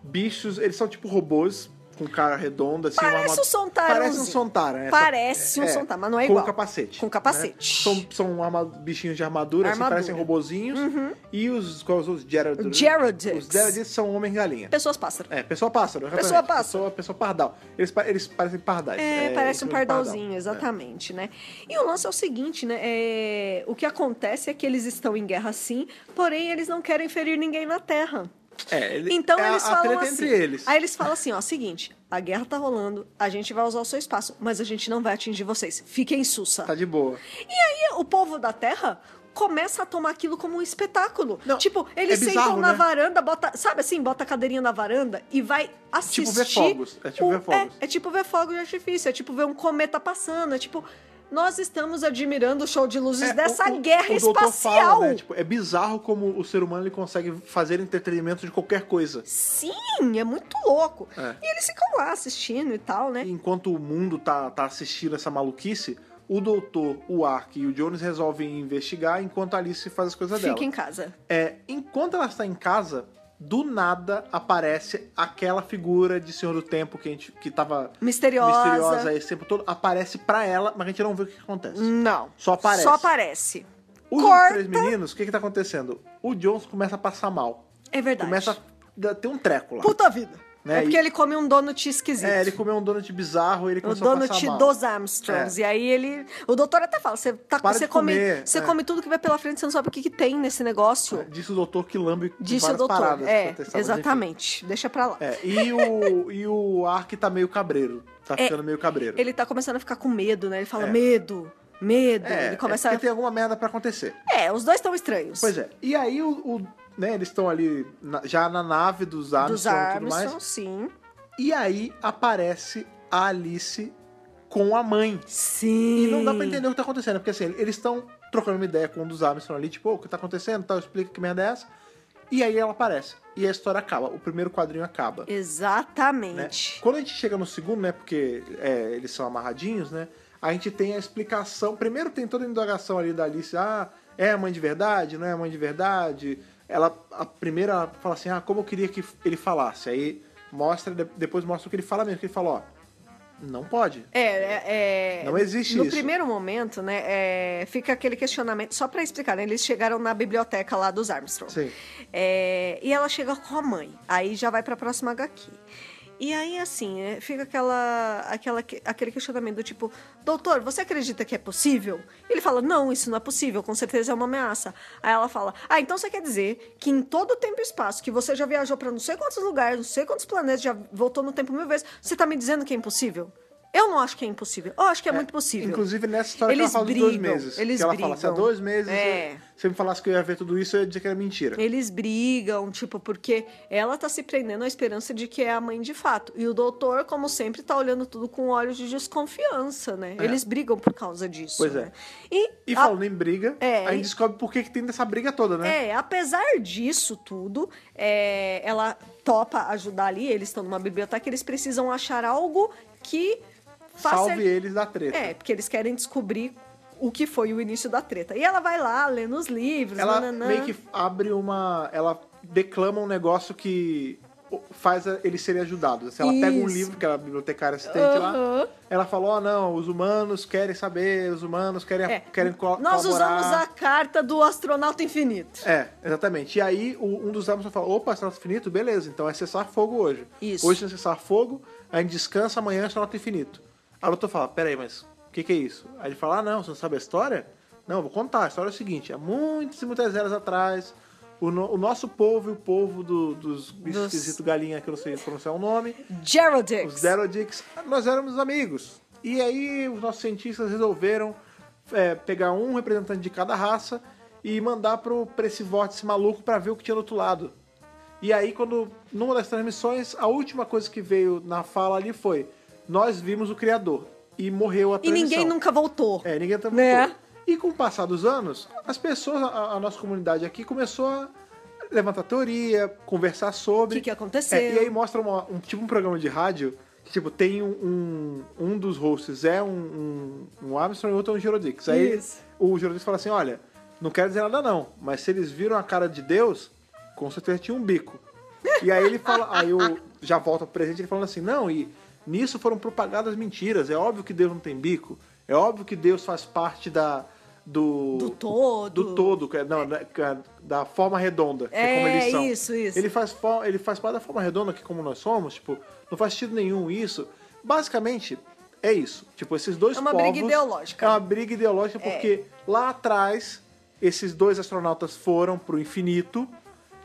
bichos, eles são tipo robôs com cara redonda, assim,
Parece
armado-
um Sontarãozinho.
Parece um Sontara, né?
Parece um
É,
Sontar, mas não é
com
igual.
capacete.
Com
né?
capacete.
São, são arma- bichinhos de armadura, assim,
Armadura. Uhum.
parecem robozinhos. E os, quais os Gerald...
Gerodics.
Os Gerald são homem-galinha.
Pessoas pássaro.
É, pessoa pássaro. exatamente.
Pessoa pássaro.
Pessoa, pessoa pardal. Eles, pa- eles parecem pardais.
É, parece um
inclusive
pardalzinho,
pardal. é.
exatamente, né? E o lance é o seguinte, né? é, O que acontece é que eles estão em guerra sim, porém eles não querem ferir ninguém na Terra.
É, ele-
Então
é a-
eles
a
falam
treta
assim.
entre eles.
Aí eles falam assim, ó, seguinte, a guerra tá rolando, a gente vai usar o seu espaço, mas a gente não vai atingir vocês. Fiquem sussa.
Tá de boa.
E aí o povo da Terra começa a tomar aquilo como um espetáculo.
Não,
tipo, eles
é
sentam
bizarro,
na
né?
varanda, bota, sabe assim, bota a cadeirinha na varanda e vai assistir.
Tipo ver fogos, é tipo
o-
ver fogos.
É, é tipo ver fogo de artifício, é tipo ver um cometa passando, é tipo nós estamos admirando o show de luzes
É,
dessa
o- o-
guerra
o doutor
espacial.
Fala, né? Tipo, é bizarro como o ser humano ele consegue fazer entretenimento de qualquer coisa.
Sim, é muito louco.
É.
E eles ficam lá assistindo e tal, né?
E Enquanto o mundo tá, tá assistindo essa maluquice, o doutor, o Ark e o Jones resolvem investigar enquanto a Alice faz as coisas
Fica
dela.
em casa.
É, enquanto ela está em casa, do nada aparece aquela figura de Senhor do Tempo que a gente que tava
Misteriosa.
misteriosa é esse tempo todo, aparece pra ela, mas a gente não vê o que acontece.
Não.
Só aparece.
Só aparece.
Os outros
Hum. Corta.
três meninos, o que que tá acontecendo? O Jones começa a passar mal.
É verdade.
Começa a dar- ter um treco lá.
Puta vida.
Né,
É porque
e-
ele come um donut esquisito.
É, ele comeu um donut bizarro, ele
O
começou a
donut
passar mal.
dos Armstrongs.
É.
E aí ele. O doutor até fala: você tá
Para
você
de
come,
comer,
você
é.
come tudo que vai pela frente, você não sabe o que, que tem nesse negócio.
Disse o doutor que lambe
Disse o
várias
doutor.
paradas. pra
é,
testar, mas enfim.
exatamente. Deixa pra lá.
É, e o, e o Ark tá meio cabreiro. Tá ficando meio cabreiro.
É, Ele tá começando a ficar com medo, né? Ele fala:
É.
medo, medo.
É,
ele
é
começa
porque tem alguma merda pra acontecer.
a. É, os dois estão estranhos.
Pois é. E aí o... o- né, eles estão ali na- já na nave dos
Dos
é, Armstrong e tudo mais.
Armstrongs, sim.
E aí aparece a Alice com a mãe.
Sim.
E não dá pra entender o que tá acontecendo, porque assim, eles estão trocando uma ideia com um dos Armstrong ali, tipo, "Ô, o que tá acontecendo, tal, explica que merda é essa. E aí ela aparece. E a história acaba. O primeiro quadrinho acaba. né?
Exatamente.
Quando a gente chega no segundo, né, porque é, eles são amarradinhos, né, a gente tem a explicação. Primeiro tem toda a indagação ali da Alice, ah, é a mãe de verdade, não é a mãe de verdade. Ela, a primeira, ela fala assim, ah, como eu queria que ele falasse. Aí mostra, de- depois mostra o que ele fala mesmo, que ele fala, ó, Não pode.
É, é, é-
Não existe
no
isso.
primeiro momento, né, é, fica aquele questionamento. Só pra explicar, né, eles chegaram na biblioteca lá dos Armstrong.
Sim.
É, e ela chega com a mãe. Aí já vai pra próxima HQ. E aí, assim, é, fica aquela, aquela, que- aquele questionamento do tipo: Doutor, você acredita que é possível? Ele fala: Não, isso não é possível, com certeza é uma ameaça. Aí ela fala: Ah, então você quer dizer que em todo o tempo e espaço que você já viajou pra não sei quantos lugares, não sei quantos planetas, já voltou no tempo mil vezes, você tá me dizendo que é impossível? Eu não acho que é impossível. Eu acho que é, muito possível.
Inclusive nessa história
Eles
que ela fala
brigam,
dos dois meses.
Eles
que ela
brigam.
fala, se há dois meses,
É.
eu- se eu me falasse que eu ia ver tudo isso, eu ia dizer que era mentira.
Eles brigam, tipo, porque ela tá se prendendo à esperança de que é a mãe de fato. E o doutor, como sempre, tá olhando tudo com olhos de desconfiança, né?
É.
Eles brigam por causa disso.
Pois é.
né? E,
E
a-
falando em briga,
É,
aí
e-
descobre por que, que tem dessa briga toda, né?
é, apesar disso tudo, é, ela topa ajudar ali, eles estão numa biblioteca, eles precisam achar algo que faça
Salve eles da treta.
É, porque eles querem descobrir o que foi o início da treta. E ela vai lá, lendo os livros,
Ela
nananã.
meio que abre uma. Ela declama um negócio que faz a- eles serem ajudados. Ela pega um
Isso.
livro, que ela é a bibliotecária assistente
Aham.
lá, ela falou: ó, não, os humanos querem saber, os humanos querem,
É,
querem co-
Nós
colaborar."
usamos a carta do astronauta infinito.
É, exatamente. E aí o- um dos Amazon falou: opa, astronauta infinito, beleza, então é cessar fogo hoje.
Isso.
Hoje é cessar fogo, a gente descansa, amanhã é astronauta infinito. Aí o doutor fala: peraí, mas o que, que é isso? Aí ele fala: ah, não, você não sabe a história? Não, eu vou contar. A história é o seguinte: há muitas e muitas eras atrás, o, no- o nosso povo e o povo do- dos bichos
Dos-
esquisitos galinha, que eu não sei pronunciar o nome, É. os
Geraldix.
Derodix, nós éramos amigos. E aí os nossos cientistas resolveram é, pegar um representante de cada raça e mandar pro, pra esse vórtice maluco pra ver o que tinha do outro lado. E aí, quando numa das transmissões, a última coisa que veio na fala ali foi: Nós vimos o Criador. E morreu a
E
transmissão.
ninguém nunca voltou.
É, ninguém também.
Né?
E com o passar dos anos, as pessoas, a, a nossa comunidade aqui começou a levantar teoria, conversar sobre.
O que que aconteceu?
É, e aí mostra uma- um tipo um programa de rádio que, tipo, tem um, um, um dos hosts é um, um, um Armstrong e outro é um Gerodix. Aí
Isso.
o Gerodix fala assim: olha, não quero dizer nada, não, mas se eles viram a cara de Deus, com certeza tinha um bico. E aí ele fala, aí o já volta pro presente ele falando assim, não, e nisso foram propagadas mentiras, é óbvio que Deus não tem bico, é óbvio que Deus faz parte da do
Do todo.
do todo, que é- não, da, que é da forma redonda, que é como
É,
eles são.
isso, isso.
Ele faz fo- ele faz parte da forma redonda que como nós somos, tipo, não faz sentido nenhum isso. Basicamente é isso. Tipo, esses dois
É uma
povos-
briga ideológica.
É uma briga ideológica porque lá atrás esses dois astronautas foram pro infinito,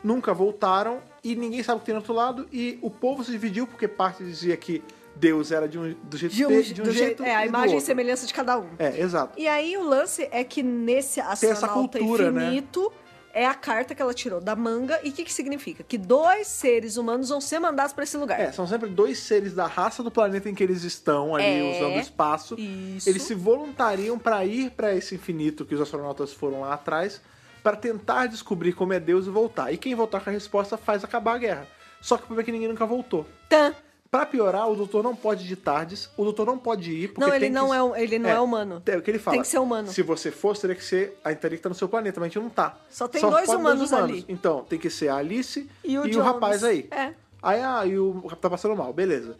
nunca voltaram e ninguém sabe o que tem do outro lado e o povo se dividiu porque parte dizia que Deus era de um do jeito
De um,
dele, de um
do jeito,
jeito
é, a
e do
imagem e
outro.
semelhança de cada um.
É, exato.
E aí o lance é que nesse
essa
astronauta
cultura, né?
infinito é a carta que ela tirou da manga. E o que, que significa? Que dois seres humanos vão ser mandados pra esse lugar.
É, são sempre dois seres da raça do planeta em que eles estão ali
É,
usando o espaço.
isso.
Eles se voluntariam para ir para esse infinito que os astronautas foram lá atrás para tentar descobrir como é Deus e voltar. E quem voltar com a resposta faz acabar a guerra. Só que o problema é que ninguém nunca voltou.
Tã.
Pra piorar, o doutor não pode ir de tardes, o doutor não pode ir porque
Não, ele
tem
não,
que...
é, um- ele não é, humano.
É o que ele fala.
que ser humano.
Se você fosse, teria que ser. A gente teria que estar no seu planeta, mas a gente não tá.
Só tem dois
pode
humanos ali.
Então, tem que ser a Alice
E
e
o
o,
Jones.
rapaz aí.
É.
Aí, ah, e o rapaz tá passando mal, beleza.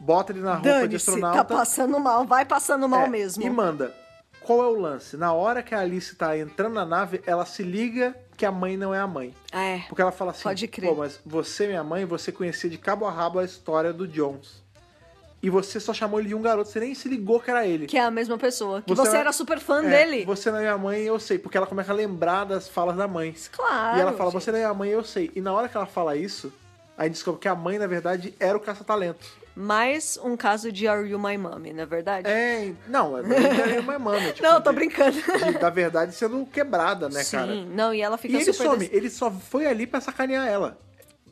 Bota ele na roupa de
Dane-se,
astronauta.
tá passando mal, vai passando mal
É,
mesmo.
E manda. Qual é o lance? Na hora que a Alice tá entrando na nave, ela se liga que a mãe não é a mãe.
É.
Porque ela fala assim:
Pode crer.
Pô, mas você, minha mãe, você conhecia de cabo a rabo a história do Jones. E você só chamou ele de um garoto, você nem se ligou que era ele.
Que é a mesma pessoa. Que você,
Você-
era super fã
É,
dele.
Você não é minha mãe, eu sei. Porque ela começa a lembrar das falas da mãe.
Claro.
e ela fala,
gente.
você não é minha mãe, eu sei. E na hora que ela fala isso, aí descobre que a mãe, na verdade, era o caça-talentos.
Mais um caso de Are You My Mommy, não é verdade?
É, não, é é uma mãe, tipo,
não, tô
de-
brincando.
de- da verdade sendo quebrada, né,
Sim,
cara?
não, e ela fica
E ele
super...
some,
des-
ele só foi ali pra sacanear ela.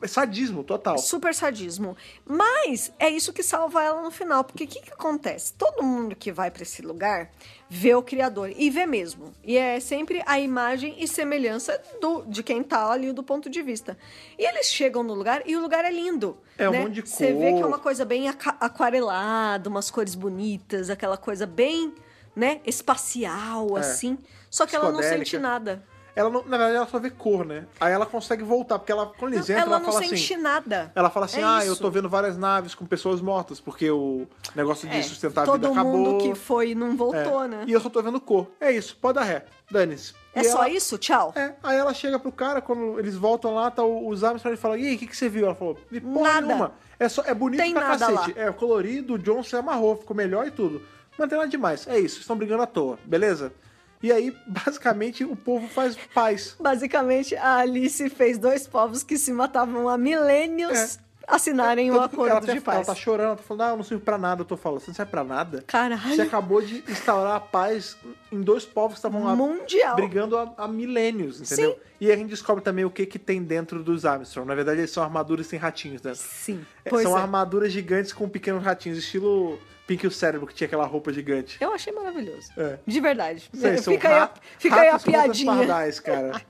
É sadismo total.
Super sadismo. Mas é isso que salva ela no final. Porque o que, que acontece? Todo mundo que vai pra esse lugar vê o Criador. E vê mesmo. E é sempre a imagem e semelhança do, de quem tá ali do ponto de vista. E eles chegam no lugar e o lugar é lindo.
É um
né?
monte de
Você vê que é
cor.
uma coisa bem aca- aquarelada, umas cores bonitas, aquela coisa bem, né, espacial, assim. Só que ela não
É. Psicodélica.
sente nada.
Ela não- na verdade, ela só vê cor, né? Aí ela consegue voltar, porque ela, quando eles
Não,
entram, ela,
ela não
fala
sente
assim.
nada.
Ela fala assim:
É
ah, eu
isso.
tô vendo várias naves com pessoas mortas, porque o negócio de
É,
sustentar a
todo
vida acabou.
mundo que foi não
É,
voltou, né?
E eu só tô vendo cor. É isso, pode dar ré. Dane-se.
É
E
só
ela-
isso? Tchau.
É, aí ela chega pro cara, quando eles voltam lá, tá o, os Armstrong e fala, e aí, o que, que você viu? Ela falou, "Vi porra
Nada.
nenhuma. É, só, é bonito
Tem
pra
nada
cacete. É colorido, o John se amarrou, ficou melhor e tudo. Mas não tem nada demais. É isso, estão brigando à toa, beleza? E aí, basicamente, o povo faz paz.
Basicamente, a Alice fez dois povos que se matavam há milênios assinarem um
Tanto que É. ela,
acordo
até-
de paz.
ela tá chorando, ela tá falando, ah, eu não sirvo pra nada. Eu tô falando, você não serve pra nada? Você
Caralho,
acabou de instaurar a paz em dois povos que estavam lá
mundial.
brigando há, há milênios, entendeu? E a gente descobre também o que, que tem dentro dos Armstrong. Na verdade, eles são armaduras sem ratinhos, né?
Sim,
É,
pois
São
é.
armaduras gigantes com pequenos ratinhos, estilo Pink e o Cérebro, que tinha aquela roupa gigante.
Eu achei maravilhoso.
É.
De verdade.
Sei, são
Né, fica aí, a-
ra-
fica aí a
ratos com outras
piadinha.
pardais, cara.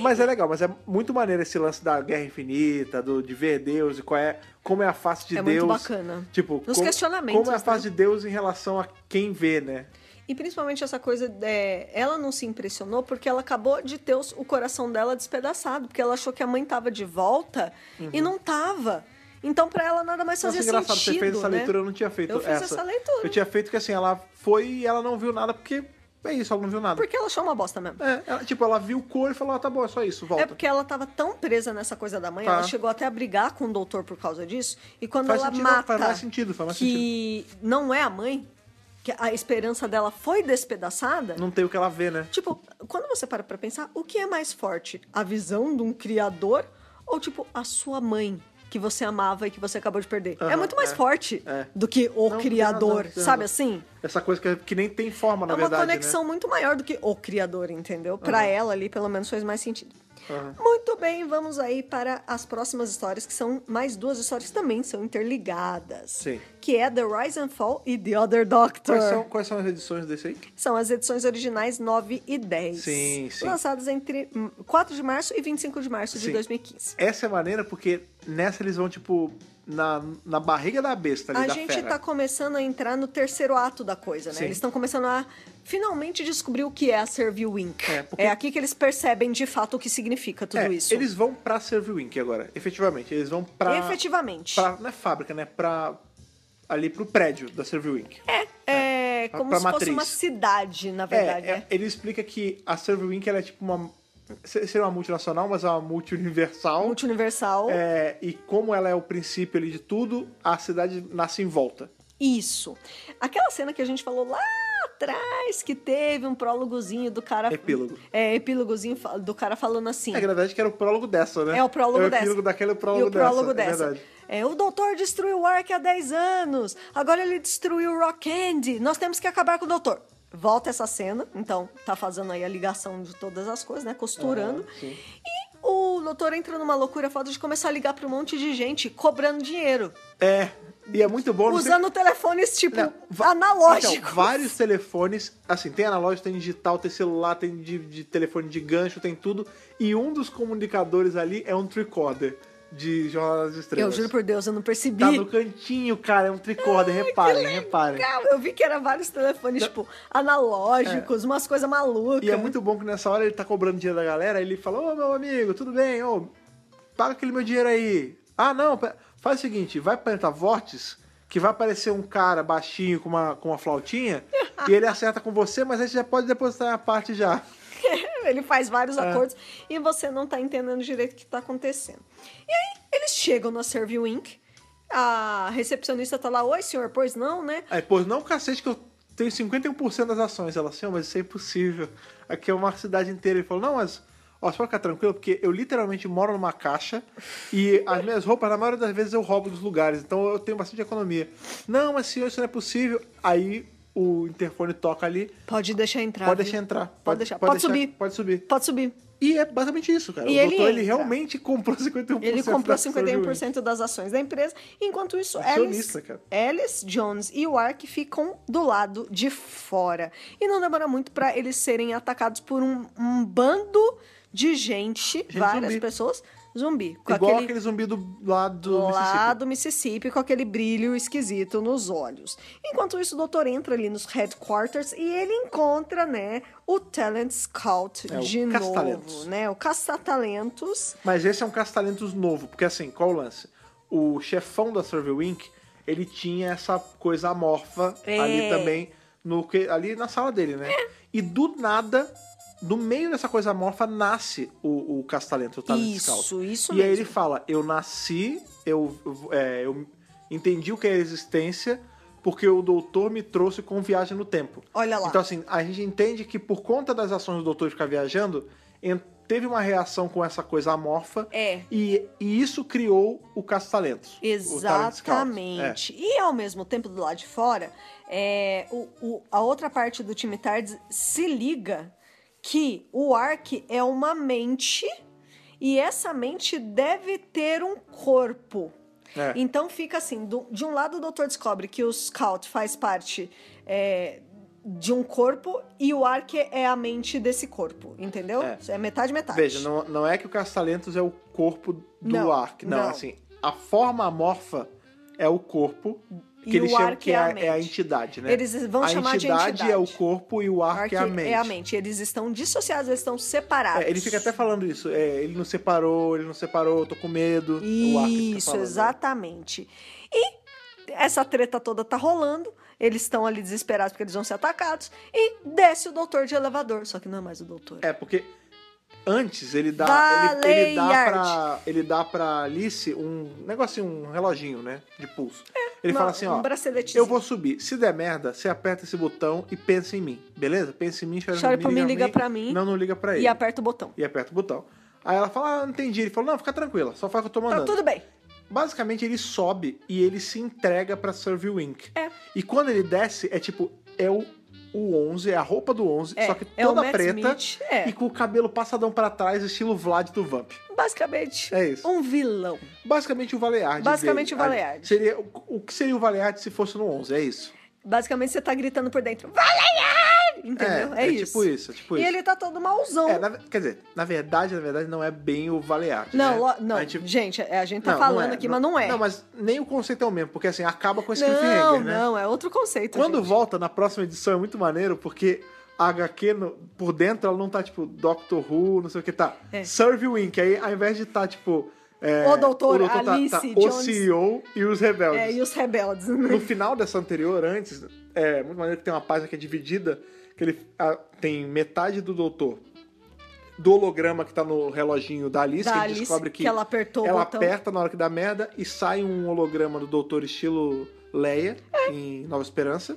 mas é legal, mas é muito maneiro esse lance da guerra infinita, do, de ver Deus e qual é, como é a face de
É muito
Deus.
bacana.
Tipo,
Nos
como,
questionamentos,
como é a
né?
face de Deus em relação a quem vê, né?
E principalmente essa coisa, é, ela não se impressionou porque ela acabou de ter os- o coração dela despedaçado, porque ela achou que a mãe tava de volta e não tava. Então, pra ela, nada mais fazia
Uhum. Nossa, engraçado,
sentido,
você fez essa
né?
leitura, eu não tinha feito
Eu fiz
essa.
essa leitura.
Eu tinha feito que assim, ela foi e ela não viu nada, porque é isso, ela não viu nada.
Porque ela achou uma bosta mesmo.
É, ela- tipo, ela viu cor e falou, ah, tá bom, é só isso, volta.
É porque ela tava tão presa nessa coisa da mãe,
Tá.
ela chegou até a brigar com o doutor por causa disso. E quando
Faz
ela
sentido,
mata
faz mais sentido, faz mais
que não é a mãe, que a esperança dela foi despedaçada.
Não tem o que ela vê, né?
Tipo, quando você para pra pensar, o que é mais forte? A visão de um criador ou, tipo, a sua mãe? Que você amava e que você acabou de perder. é
Aham,
muito mais
é,
forte
é.
do que o
Não, tem
criador,
razão, tem
sabe
razão.
assim?
Essa coisa que, que nem tem forma, na
é uma
verdade, né?
conexão muito maior do que o criador, entendeu? Pra ela ali, pelo menos, fez mais sentido.
Aham.
Muito bem, vamos aí para as próximas histórias, que são mais duas histórias que também são interligadas.
Sim.
Que é The Rise and Fall e The Other Doctor.
Quais são, quais são as edições desse aí?
São as edições originais 9 e 10.
Sim, sim.
Lançadas entre hum, 4 de março e 25 de março de
Sim.
2015.
Essa é maneira porque nessa eles vão, tipo, na, na barriga da besta ali,
A
da
gente
fera.
tá começando a entrar no terceiro ato da coisa, né?
Sim.
Eles estão começando a finalmente descobrir o que é a Serviwink.
É,
É,
porque-
aqui que eles percebem de fato o que significa tudo
É,
isso.
Eles vão pra Serviwink agora, efetivamente. Eles vão pra...
Efetivamente.
pra- não é fábrica, né? Pra... Ali pro prédio da Serviwink.
É, como
pra
se
matriz.
fosse uma cidade, na verdade.
É,
né?
é, ele explica que a Serverwink ela é tipo uma. se- Seria uma multinacional, mas é uma multiuniversal.
Multiuniversal.
É, e como ela é o princípio ali de tudo, a cidade nasce em volta.
Isso. Aquela cena que a gente falou lá atrás, que teve um prólogozinho do cara.
Epílogo.
É, epílogozinho fa- do cara falando assim.
É, que na verdade que era o prólogo dessa, né?
É o prólogo
É o
dessa.
epílogo daquela e o prólogo,
e o prólogo
dessa.
dessa.
É verdade.
É, o doutor destruiu o Ark há 10 anos. Agora ele destruiu o Rock Candy. Nós temos que acabar com o doutor. Volta essa cena. Então, tá fazendo aí a ligação de todas as coisas, né? Costurando.
Aham, Ah, sim.
e o doutor entra numa loucura foda de começar a ligar pra um monte de gente, cobrando dinheiro.
É. E é muito bom. não sei-
usando telefones, tipo,
Não, va-
analógicos.
Então, vários telefones, assim, tem analógico, tem digital, tem celular, tem de, de telefone de gancho, tem tudo. E um dos comunicadores ali é um tricorder de Jornal das
Eu
Estrelas.
juro por Deus, eu não percebi.
Tá no cantinho, cara, é um tricorder, reparem, reparem.
Legal, eu vi que era vários telefones, tipo, analógicos, umas coisas malucas.
É. E é muito bom que nessa hora ele tá cobrando dinheiro da galera, ele fala, ô meu amigo, tudo bem, ô, paga aquele meu dinheiro aí. Ah, não, pe- faz o seguinte, vai plantar vórtices, que vai aparecer um cara baixinho com uma, com uma flautinha, e ele acerta com você, mas aí você já pode depositar a parte já.
Ele faz vários
É.
acordos e você não tá entendendo direito o que tá acontecendo. E aí, eles chegam na Serviu Inc. A recepcionista tá lá, oi senhor, pois não, né?
Aí, pô, É, não, cacete, que eu tenho 51% das ações. Ela, assim, "Ó, mas isso é impossível. Aqui é uma cidade inteira. Ele falou, não, mas... Ó, você pode ficar tranquilo, porque eu literalmente moro numa caixa e as minhas roupas, na maioria das vezes, eu roubo dos lugares, então eu tenho bastante economia. Não, mas senhor, isso não é possível. Aí o interfone toca ali,
Pode deixar entrar.
pode
viu?
deixar entrar.
Pode, deixar. Pode, subir.
Pode subir.
Pode subir.
E é basicamente isso, cara.
E
o
ele
doutor, ele
entra.
realmente comprou 51%.
Ele comprou
da Soul Wing.
51% das ações da empresa. Enquanto isso,
Acionista,
Alice,
cara.
Alice, Jones e o Ark ficam do lado de fora. E não demora muito para eles serem atacados por um, um bando de gente, várias
zumbi.
pessoas zumbi. Com
Igual aquele...
aquele
zumbi do lado do
lá
Mississippi.
do Mississippi com aquele brilho esquisito nos olhos. Enquanto isso, o doutor entra ali nos headquarters e ele encontra, né, o Talent Scout
É, o
de
caça-talentos.
novo, né? O caça-talentos.
Mas esse é um caça-talentos novo, porque assim, qual o lance? O chefão da Survey Wink, ele tinha essa coisa amorfa
É.
ali também, no, que- ali na sala dele, né? E do nada, no meio dessa coisa amorfa, nasce o, o caça-talento, o Talent Scout.
Isso, isso
e
mesmo.
aí ele fala, eu nasci, eu, eu- é, eu entendi o que é existência, porque o doutor me trouxe com viagem no tempo.
Olha lá.
Então, assim, a gente entende que por conta das ações do doutor de ficar viajando, en- teve uma reação com essa coisa amorfa.
É.
E, e isso criou o caça-talentos. o é. Talent Scout.
Exatamente. E ao mesmo tempo, do lado de fora, é, o- o- a outra parte do time Tardes se liga que o Ark é uma mente e essa mente deve ter um corpo.
É. É.
Então fica assim: do- de um lado o doutor descobre que o Scout faz parte é, de um corpo e o Ark é a mente desse corpo, entendeu?
É.
É metade, metade.
Veja, não, não é que o caça-talentos é o corpo do
Não,
Ark. Não,
não.
assim, a forma amorfa é o corpo que
E
eles
o
chamam
Ark
que
é a
é a
mente.
entidade, né?
Eles vão
a
chamar de
entidade é o
entidade.
corpo e o Ark,
Ark
é a mente.
É a mente. Eles estão dissociados, eles estão separados.
É, ele fica até falando isso. é, ele não separou, ele não separou, tô com medo. o Ark fica
Isso,
falando, né?
exatamente. E essa treta toda tá rolando. Eles estão ali desesperados porque eles vão ser atacados. E desce o doutor de elevador. Só que não é mais o doutor.
É, porque antes ele dá. Ele, ele dá
Valeyard.
pra. Ele dá pra Alice um negocinho, um reloginho, né? De pulso. ele
Uma-
fala assim,
Um
ó.
braceletezinho.
Eu vou subir. Se der merda, você aperta esse botão e pensa em mim. Beleza? Pensa em mim, chora,
Chora
por
por mim, liga pra mim.
Não, não liga pra ele.
E aperta o botão.
E aperta o botão. Aí ela fala, ah, não entendi. Ele falou, não, fica tranquila, só faz o que eu tô
Tá
mandando.
tudo bem.
Basicamente, ele sobe e ele se entrega pra Survey Wink.
É.
E quando ele desce, é tipo, é o, o 11, é a roupa do 11,
É,
só que
é o
toda
Matt
preta
Smith, é.
e com o cabelo passadão pra trás, estilo Vlad do Vamp.
Basicamente,
É isso.
um vilão.
Basicamente o Valearde.
Basicamente
dele.
o Valearde.
Ah, Seria, o, o que seria o Valearde se fosse no 11, é isso.
Basicamente, você tá gritando por dentro. Valerian! Entendeu? É,
é
isso.
tipo isso, é tipo
E
isso.
ele tá todo mauzão.
É, na ve- quer dizer, na verdade, na verdade, não é bem o Valearde.
Não,
né?
lo- não.
A
gente,
gente-
é, a gente tá
não, não
falando
é,
aqui, mas não é.
Não, mas nem o conceito é o mesmo, porque assim, acaba com esse
não,
cliffhanger, né?
não, é outro conceito.
Quando
gente.
volta na próxima edição é muito maneiro, porque a HQ no- por dentro ela não tá tipo Doctor Who, não sei o que, tá.
É.
Serve Wink, aí ao invés de tá tipo. é,
O doutor,
tá- tá
Alice,
o
Jones.
CEO e os rebeldes.
É, e os rebeldes,
No
né?
final dessa anterior, antes, é muito maneiro que tem uma página que é dividida, que ele ah, tem metade do doutor do holograma que tá no reloginho da Alice,
Da
que a gente
Alice,
descobre que,
ela apertou
ela
o botão.
aperta na hora que dá merda e sai um holograma do doutor estilo Leia em Nova Esperança.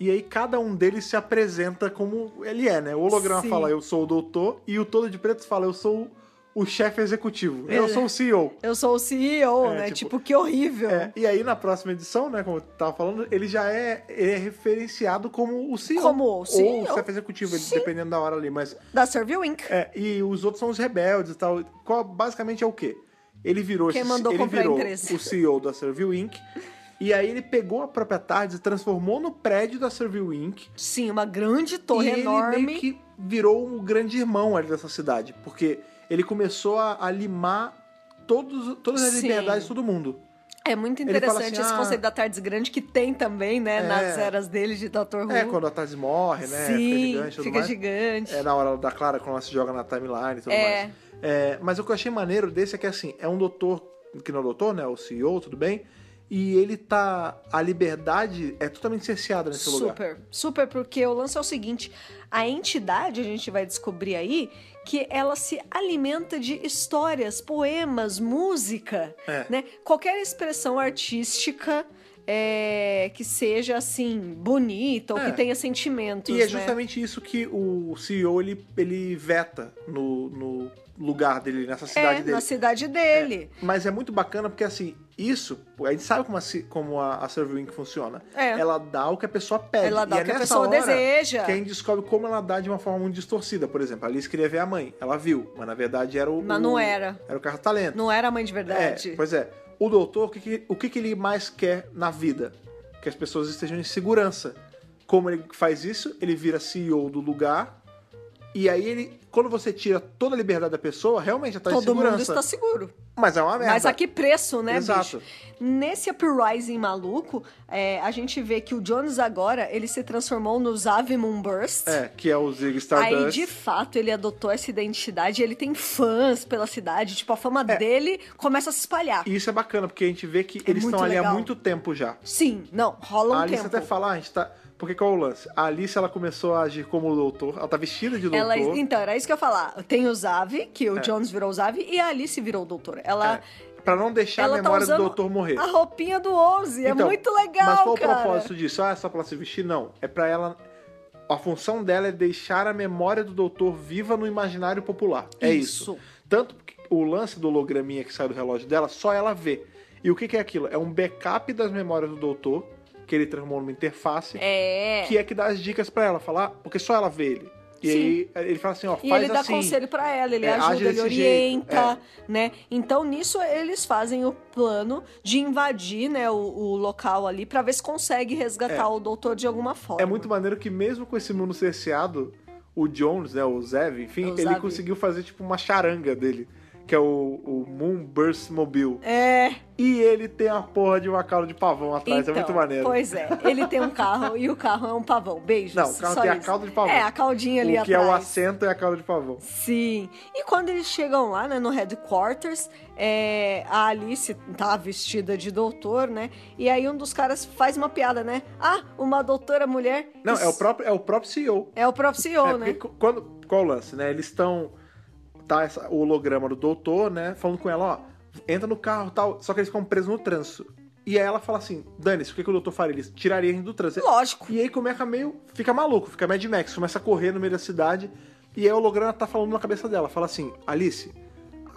E aí cada um deles se apresenta como ele é, né? O holograma
Sim.
fala eu sou o doutor e o todo de preto fala eu sou o chefe executivo. Eu
Ele-
sou o CEO.
Eu sou o CEO,
É,
né?
tipo-
Tipo, que horrível.
É, e aí na próxima edição, né, como eu tava falando, ele já é, ele é referenciado como o CEO.
Como o
Ou
CEO.
o chefe executivo, ele- dependendo da hora ali, mas
Da Serviu Inc.
é, e os outros são os rebeldes e tal. Qual- basicamente é o quê? Ele virou,
Quem
esse-
mandou
ele
comprar a
virou
empresa.
o CEO da Servil Inc. E aí ele pegou a própria Tardes e transformou no prédio da Servil Inc.
Sim, uma grande
e
torre
ele
enorme.
meio que virou um grande irmão ali dessa cidade. Porque ele começou a, a limar todos, todas as
Sim.
liberdades de todo mundo.
É muito
Ele fala
interessante
assim,
esse
ah,
conceito da Tardes Grande, que tem também, né?
É.
nas eras dele de Dr. Who.
É, quando a Tardes morre, né? fica
Uhum. Sim,
gigante e tudo
fica
mais.
gigante.
É na hora da Clara, quando ela se joga na timeline e tudo
É.
mais. É, mas o que eu achei maneiro desse é que, assim, é um doutor, que não é doutor, né? O CEO, tudo bem. E ele tá... A liberdade é totalmente cerceada nesse lugar.
Super, super, porque o lance é o seguinte: a entidade, a gente vai descobrir aí, que ela se alimenta de histórias, poemas, música,
É.
né? Qualquer expressão artística é, que seja assim, bonita ou
É.
que tenha sentimentos.
E é
né?
justamente isso que o CEO, ele, ele veta no, no lugar dele, nessa cidade
é,
dele.
na cidade dele.
Mas é muito bacana porque, assim, isso... A gente sabe como a, ci- como a, a Survey Inc. funciona.
É.
Ela dá o que a pessoa pede.
Ela dá
E
o
é
que a
nessa
pessoa
hora
deseja.
Que a gente descobre como ela dá de uma forma muito distorcida. Por exemplo, a Alice queria ver a mãe. Ela viu. Mas, na verdade, era o...
Mas não
o-
era.
Era o carro-talento.
Não era a mãe de
É,
verdade.
pois é. O doutor, o que, que- o que que ele mais quer na vida? Que as pessoas estejam em segurança. Como ele faz isso? Ele vira CEO do lugar E aí ele, quando você tira toda a liberdade da pessoa, realmente já tá em
Todo
segurança.
mundo está seguro.
Mas é uma merda.
Mas a que preço, né,
Exato.
bicho? Nesse uprising maluco, é, a gente vê que o Jones agora, ele se transformou no Zavi Moonburst.
É, que é o Zig
Aí,
Stardust.
de fato, ele adotou essa identidade. Ele tem fãs pela cidade. Tipo, a fama
É.
dele começa a se espalhar.
E isso é bacana, porque a gente vê que eles
É muito
estão ali há
legal.
muito tempo já.
Sim, não, rola um
a Alice
tempo.
até fala, ah, a gente tá. Porque qual é o lance? A Alice ela começou a agir como doutor, ela tá vestida de doutor.
Ela, então, era isso que eu ia falar. Tem o Zavi, que o Jones virou o Zavi, e a Alice virou o doutor. Ela,
é, pra não deixar
ela
a
tá
memória
usando
do doutor morrer.
a roupinha do Onze. é
Então,
muito legal,
Mas qual
cara.
o propósito disso? Ah, é só pra ela se vestir? Não. É pra ela. A função dela é deixar a memória do doutor viva no imaginário popular. É isso.
Isso.
Tanto que o lance do holograminha que sai do relógio dela, só ela vê. E o que, que é aquilo? É um backup das memórias do doutor, que ele transformou numa interface,
É.
que é que dá as dicas pra ela falar, porque só ela vê ele. E
Sim.
aí ele fala assim, ó,
E
faz
ele dá
assim.
conselho pra ela, ele
É, age
ajuda, ele
desse é.
orienta, né? Então nisso eles fazem o plano de invadir, né, o, o local ali pra ver se consegue resgatar o doutor de alguma forma.
É muito maneiro que mesmo com esse mundo cerceado, o Jones, né, o Zev, enfim,
É o
ele
Zev.
conseguiu fazer tipo uma charanga dele, que é o, o Moonburst Mobile.
É,
E ele tem a porra de uma cauda de pavão atrás,
então,
é muito maneiro.
Pois é, ele tem um carro e o carro é um pavão. Beijos.
Não, o carro
só
tem a
isso.
cauda de pavão.
É, a caudinha ali
o que é
atrás.
o assento e a cauda de pavão.
Sim. E quando eles chegam lá, né, no headquarters, é, a Alice tá vestida de doutor, né? E aí um dos caras faz uma piada, né? Ah, uma doutora mulher.
Não, é o
Isso-
próprio, é o próprio CEO.
É o próprio CEO,
É, porque
né?
qu- quando, qual o lance, né? Eles estão. Tá essa- o holograma do doutor, né? Falando com ela, ó, entra no carro tal. Só que eles ficam presos no trânsito. E aí ela fala assim: Dane-se, o que, que o doutor faria? Eles tirariam ele do trânsito.
Lógico.
E aí começa meio. Fica maluco, fica Mad Max, começa a correr no meio da cidade. E aí o holograma tá falando na cabeça dela. Fala assim: Alice,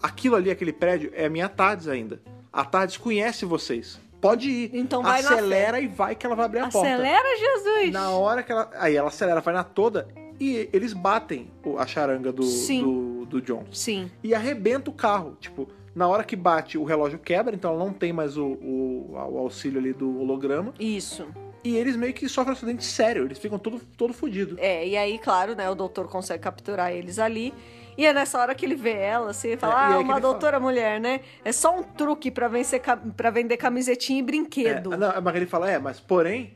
aquilo ali, aquele prédio, é a minha Tardes ainda. A Tardes conhece vocês. Pode ir.
Então vai na fé.
Acelera e vai que ela vai abrir a porta.
Acelera, Jesus!
Na hora que ela. Aí ela acelera, vai na toda e eles batem o- a charanga do,
Sim.
do, do Jones.
Sim.
E arrebenta o carro. Tipo, na hora que bate, o relógio quebra, então ela não tem mais o, o, o auxílio ali do holograma.
Isso.
E eles meio que sofrem um acidente sério, eles ficam todo, todo fudido.
É, e aí, claro, né, o doutor consegue capturar eles ali. E é nessa hora que ele vê ela, assim, e
É, e
fala,
aí
ah,
que
uma
ele
doutora mulher, né? É só um truque pra, vencer, pra vender camisetinha e
É,
brinquedo.
não, mas ele fala, é, mas porém,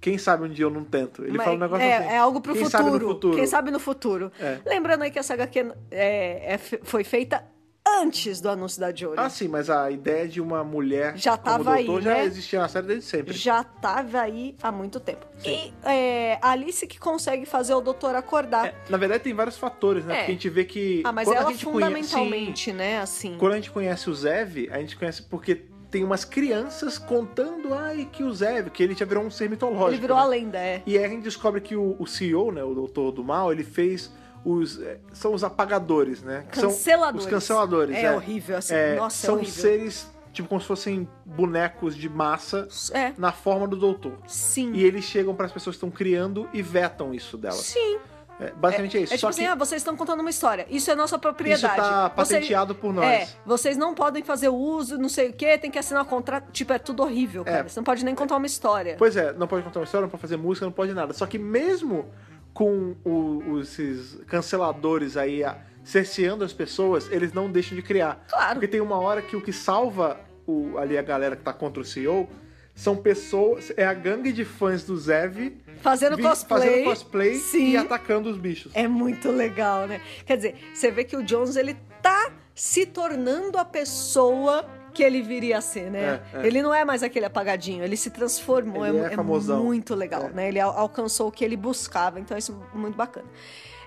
quem sabe um dia eu não tento. Ele
Mas
fala um negócio
é,
assim.
é algo pro
quem
futuro,
Sabe no futuro.
Quem sabe no futuro.
É.
Lembrando aí que essa HQ é, é- foi feita antes do anúncio da Jory.
Ah, sim, mas a ideia de uma mulher
Já
como
tava aí,
doutor já
né?
existia na série desde sempre.
já tava aí há muito tempo.
Sim.
E é, a Alice que consegue fazer o doutor acordar.
É, na verdade, tem vários fatores, né?
É.
Porque a gente vê que.
Ah, mas
quando a
ela
gente conhece-
fundamentalmente, né, assim.
Sim. Quando a gente conhece o Zev, a gente conhece porque tem umas crianças contando ai, que o Zev, que ele já virou um ser mitológico.
Ele virou
né?
a lenda, é.
E aí a gente descobre que o, o CEO, né, o Doutor do Mal, ele fez os. é, São os apagadores, né? Que são
Canceladores.
os canceladores,
É,
é.
horrível, assim.
É,
Nossa, é
são
horrível.
seres, tipo, como se fossem bonecos de massa
É,
na forma do Doutor.
sim.
E eles chegam para as pessoas que estão criando e vetam isso delas.
Hum. Sim.
É, basicamente é,
É
isso.
tipo
Só
assim,
que
ah, vocês estão contando uma história. Isso é nossa
isso
propriedade.
tá
Vocês-
patenteado por nós.
É, vocês não podem fazer uso, não sei o quê, tem que assinar um contrato. Tipo, é tudo horrível, cara. Você não pode nem contar uma história.
Pois é, não pode contar uma história, não pode fazer música, não pode nada. Só que mesmo com o- os- esses canceladores aí a- cerceando as pessoas, eles não deixam de criar.
Claro.
Porque tem uma hora que o que salva o- ali a galera que tá contra o CEO são pessoas, é a gangue de fãs do Zev
Fazendo
vi-
cosplay.
fazendo cosplay
Sim.
e atacando os bichos.
É muito legal, né? Quer dizer, você vê que o Jones, ele tá se tornando a pessoa que ele viria a ser, né?
É, é.
Ele não é mais aquele apagadinho, ele se transformou.
Ele
mu-
é famosão.
muito legal,
É.
né? Ele al- alcançou o que ele buscava, então isso é muito bacana.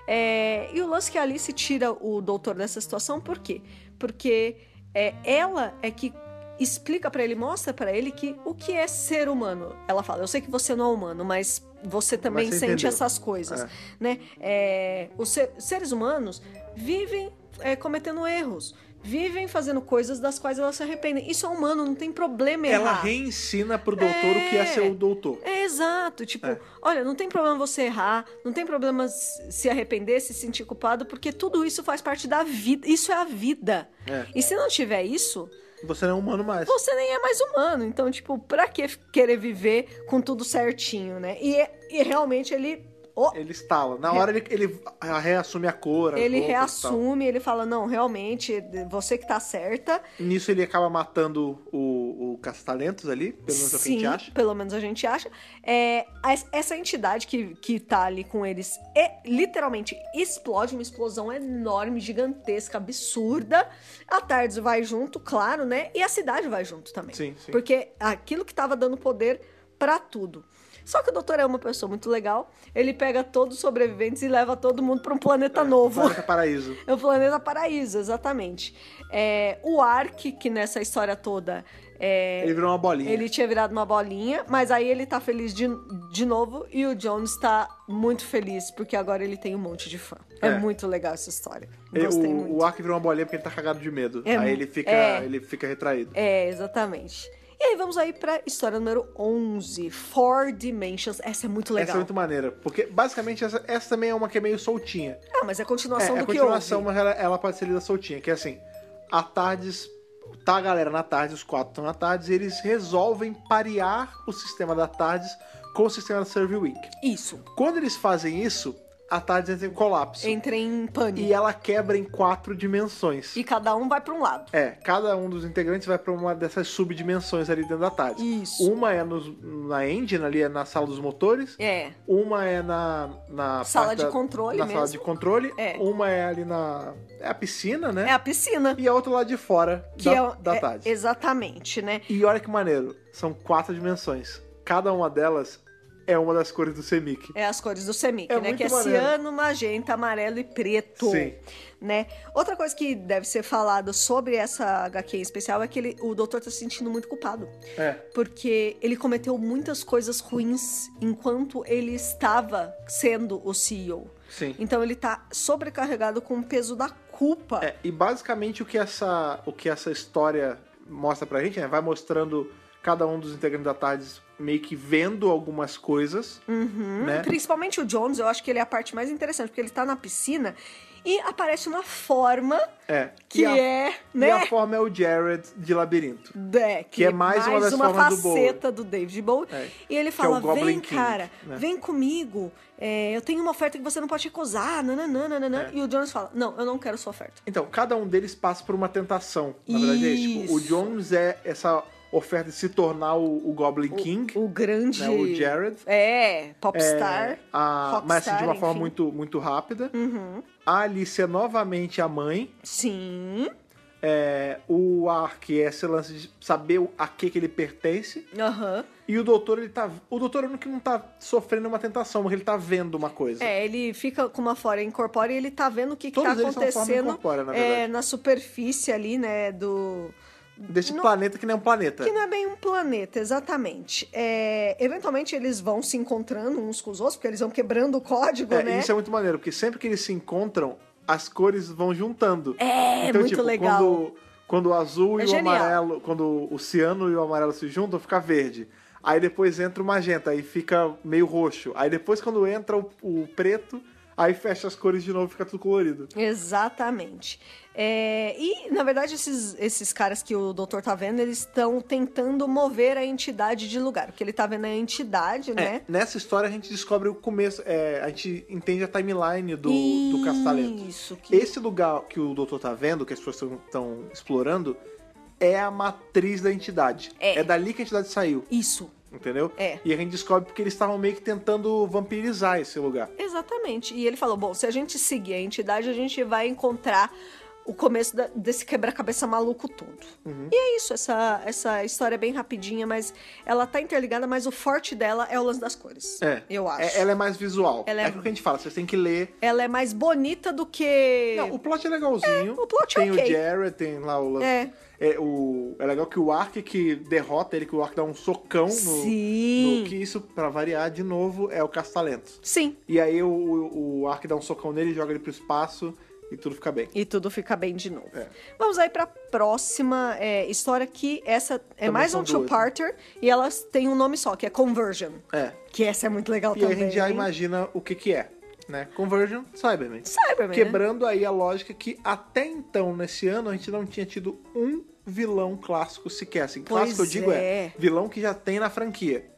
É, e o lance que a Alice tira o doutor dessa situação, por quê? Porque é, ela é que explica pra ele, mostra pra ele que o que é ser humano. Ela fala, eu sei que você não é humano, mas você também
você
sente
entendeu.
essas coisas
É.
né? É, os se- seres humanos vivem é, cometendo erros, vivem fazendo coisas das quais elas se arrependem. Isso é humano, não tem problema
Ela
errar.
reensina pro doutor o que é ser o doutor.
É exato, tipo,
É.
olha, não tem problema você errar, não tem problema s- se arrepender, se sentir culpado, porque tudo isso faz parte da vida, isso é a vida.
É.
E se não tiver isso,
Você não é humano mais.
você nem é mais humano. Então, tipo, pra que f- querer viver com tudo certinho, né? E, e é, realmente ele "Oh,
Ele estala. Na hora ele, ele reassume a cor. as
ele
roupas e tal.
reassume, ele fala, não, realmente, você que tá certa.
Nisso ele acaba matando o, o Castalentos ali, pelo menos é o que a gente
Sim,
acha.
Pelo menos a gente acha. É, as- essa entidade que, que tá ali com eles é, literalmente explode, uma explosão enorme, gigantesca, absurda. A Tardes vai junto, claro, né? E a cidade vai junto também.
Sim, sim.
Porque aquilo que tava dando poder pra tudo. Só que o doutor é uma pessoa muito legal. Ele pega todos os sobreviventes e leva todo mundo pra um planeta
É,
novo.
Planeta Paraíso.
É o planeta Paraíso, exatamente. É, o Ark, que nessa história toda é,
Ele virou uma bolinha.
ele tinha virado uma bolinha, mas aí ele tá feliz de, de novo e o Jones tá muito feliz, porque agora ele tem um monte de fã. É,
É.
muito legal essa história.
Ele-
Gostei
o,
muito.
o Ark virou uma bolinha porque ele tá cagado de medo.
É,
Aí ele fica,
é.
ele fica retraído.
É, exatamente. E aí vamos aí pra história número 11, Four Dimensions. Essa é muito legal.
Essa é muito maneira. Porque, basicamente, essa, essa também é uma que é meio soltinha.
Ah, mas é a
É,
continuação
é
do
continuação,
que houve.
mas ela, ela pode ser lida soltinha. Que é assim, à tardes... Tá a galera na tarde, os quatro estão na tarde, e eles resolvem parear o sistema da tardes com o sistema da Survey Week.
Isso,
Quando eles fazem isso, a tarde entra em colapso.
entra em pânico.
E ela quebra em quatro dimensões.
E cada um vai pra um lado.
É, cada um dos integrantes vai pra uma dessas subdimensões ali dentro da tarde.
Isso.
Uma é nos- na engine, ali é na sala dos motores.
É,
Uma é na. na
Sala
parte
de controle
Na sala de
mesmo.
controle.
É.
Uma é ali na. É a piscina, né?
é a piscina.
E a outra lá de fora
Que
da,
é, o-
da
é-
tarde.
Exatamente, né?
E olha que maneiro, são quatro dimensões. Cada uma delas é uma das cores do Semic.
É as cores do Semic,
É
né?
muito
Que é
maneiro.
ciano, magenta, amarelo e preto.
Sim.
Né? Outra coisa que deve ser falado sobre essa HQ em especial é que ele- o doutor tá se sentindo muito culpado.
É.
Porque ele cometeu muitas coisas ruins enquanto ele estava sendo o CEO.
Sim.
Então ele tá sobrecarregado com o peso da culpa.
É, e basicamente o que essa, o que essa história mostra pra gente, né? Vai mostrando cada um dos integrantes da tarde meio que vendo algumas coisas,
Uhum.
né?
Principalmente o Jones, eu acho que ele é a parte mais interessante, porque ele tá na piscina e aparece uma forma
É.
que
e a,
é,
e
né?
a forma é o Jared de Labirinto.
É, que,
é mais uma das formas do Bowie.
faceta do, David Bowie.
É,
E ele
que é
fala,
o Goblin
vem,
King,
cara,
né?"
vem comigo. é, eu tenho uma oferta que você não pode recusar. Nananã, nananã.
É.
E o Jones fala, não, eu não quero sua oferta.
Então, cada um deles passa por uma tentação. Na verdade, é isso. Tipo, O
Isso.
Jones é essa oferta de se tornar o, o Goblin King,
O grande...
né? O Jared.
É,
É,
popstar.
a, mas assim, de uma
rockstar,
forma
enfim.
muito, muito rápida.
Uhum.
A Alice é novamente a mãe.
Sim.
É, o Ark é esse lance de saber o- a que, que ele pertence.
Aham.
E o doutor, ele tá. O doutor é o único que não tá sofrendo uma tentação, porque ele tá vendo uma coisa.
É, ele fica com uma fora incorpórea e ele tá vendo o que, que tá
Todos eles são forma
acontecendo
incorpórea, na
é,
verdade.
na superfície ali, né, do...
Desse planeta que nem é um planeta.
Que não é bem um planeta, exatamente. É, eventualmente eles vão se encontrando uns com os outros, porque eles vão quebrando o código,
É,
né?
e Isso é muito maneiro, porque sempre que eles se encontram, as cores vão juntando.
É,
então,
muito
tipo,
legal.
Quando, quando o azul
É
e
genial.
o amarelo. Quando o ciano e o amarelo se juntam, fica verde. Aí depois entra o magenta, aí fica meio roxo. Aí depois, quando entra o, o preto, aí fecha as cores de novo, fica tudo colorido.
Exatamente. É, e, na verdade, esses, esses caras que o doutor tá vendo, eles estão tentando mover a entidade de lugar. Porque ele tá vendo a entidade,
É,
né?
Nessa história a gente descobre o começo, é, a gente entende a timeline do, do Castalentos.
Isso. Que...
Esse lugar que o doutor tá vendo, que as pessoas estão explorando, é a matriz da entidade.
É.
dali que a entidade saiu,
Isso.
entendeu?
É.
E a gente descobre porque eles estavam meio que tentando vampirizar esse lugar.
Exatamente. E ele falou: bom, se a gente seguir a entidade, a gente vai encontrar o começo da- desse quebra-cabeça maluco todo.
Uhum.
E é isso, essa, essa história é bem rapidinha, mas ela tá interligada, mas o forte dela é o lance das cores. Eu acho.
É- ela é mais visual.
Ela é-
é aquilo que a gente fala, vocês têm que ler.
Ela é mais bonita do que.
Não, o plot é legalzinho.
É, o plot é
tem
ok.
o Jared, tem lá o lance.
É.
É, o... é legal que o Ark que derrota ele, que o Ark dá um socão no,
Sim.
no- Que isso, pra variar de novo, é o Castalentos.
Sim.
E aí o, o, o Ark dá um socão nele, joga ele pro espaço e tudo fica bem.
E tudo fica bem de novo.
É.
Vamos aí pra próxima é, história, que essa é
Também
mais
são
um
duas, né?
two-parter e elas têm um nome só, que é Conversion.
É.
Que essa é muito legal
E aí
também.
a gente já imagina o que que é, né? Conversion, Cyberman.
Cyberman. né?
Quebrando aí a lógica que até então, nesse ano, a gente não tinha tido um vilão clássico sequer. Assim,
Pois
clássico eu digo
é.
é vilão que já tem na franquia.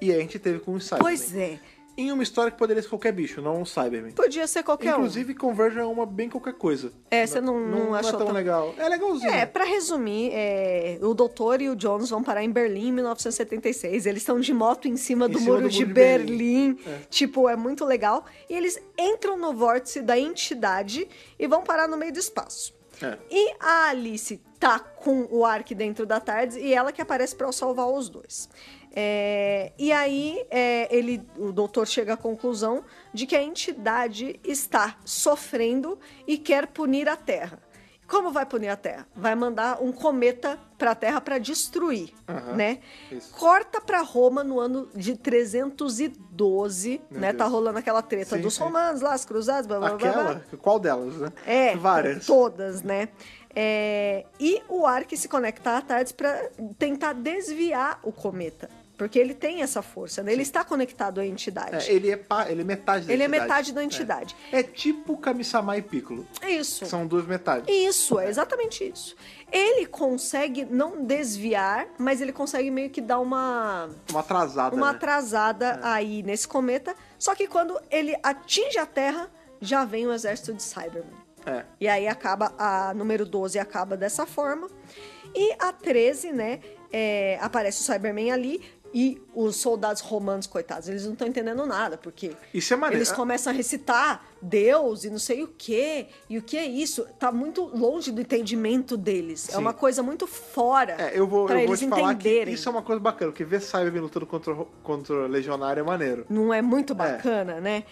E aí a gente teve com o Cyberman.
Pois é.
em uma história que poderia ser qualquer bicho, não um Cyberman.
Podia ser qualquer
Inclusive, Converge é uma bem qualquer coisa.
um. É, você não,
Não,
não,
não é
achou
tão, legal. É legalzinho.
É, pra resumir, é, o doutor e o Jones vão parar em Berlim em 1976. Eles estão de moto em cima do
cima
muro
do
de,
muro de
Berlim.
Berlim.
Tipo, é muito legal. E eles entram no vórtice da entidade e vão parar no meio do espaço.
É.
E a Alice tá com o Ark dentro da tarde e ela que aparece pra salvar os dois. É, e aí é, ele, o doutor chega à conclusão de que a entidade está sofrendo e quer punir a Terra. Como vai punir a Terra? Vai mandar um cometa pra Terra pra destruir,
Aham,
né?
isso.
Corta pra Roma no ano de 312,
Meu
né? Tá
Deus.
rolando aquela treta
Sim,
dos
sim.
romanos lá, as cruzadas, blá, blá, blá, blá.
Aquela? Qual delas, né?
É,
Várias.
todas, né? É, e o Ark se conecta à Tardes para tentar desviar o cometa. Porque ele tem essa força, né? Ele está conectado à entidade.
É, ele, é pa- ele é metade da
Ele é
entidade.
metade da entidade.
É, É tipo Kami-sama e Piccolo.
É isso.
que São duas metades.
Isso, é exatamente isso. Ele consegue não desviar, mas ele consegue meio que dar uma,
Uma atrasada,
uma
né?
atrasada aí nesse cometa. Só que quando ele atinge a Terra, já vem o exército de Cybermen.
É.
E aí acaba a número 12 acaba dessa forma. E a 13, né? é, aparece o Cyberman ali e os soldados romanos, coitados, eles não estão entendendo nada, porque
Isso é maneiro.
eles começam a recitar Deus e não sei o quê. E o que é isso? Tá muito longe do entendimento deles. É
Sim.
uma coisa muito fora.
É, eu vou,
pra
eu vou
eles
te falar
entenderem.
que isso é uma coisa bacana, porque ver Cyber lutando contra, o- contra o Legionário é maneiro.
Não é muito bacana, né?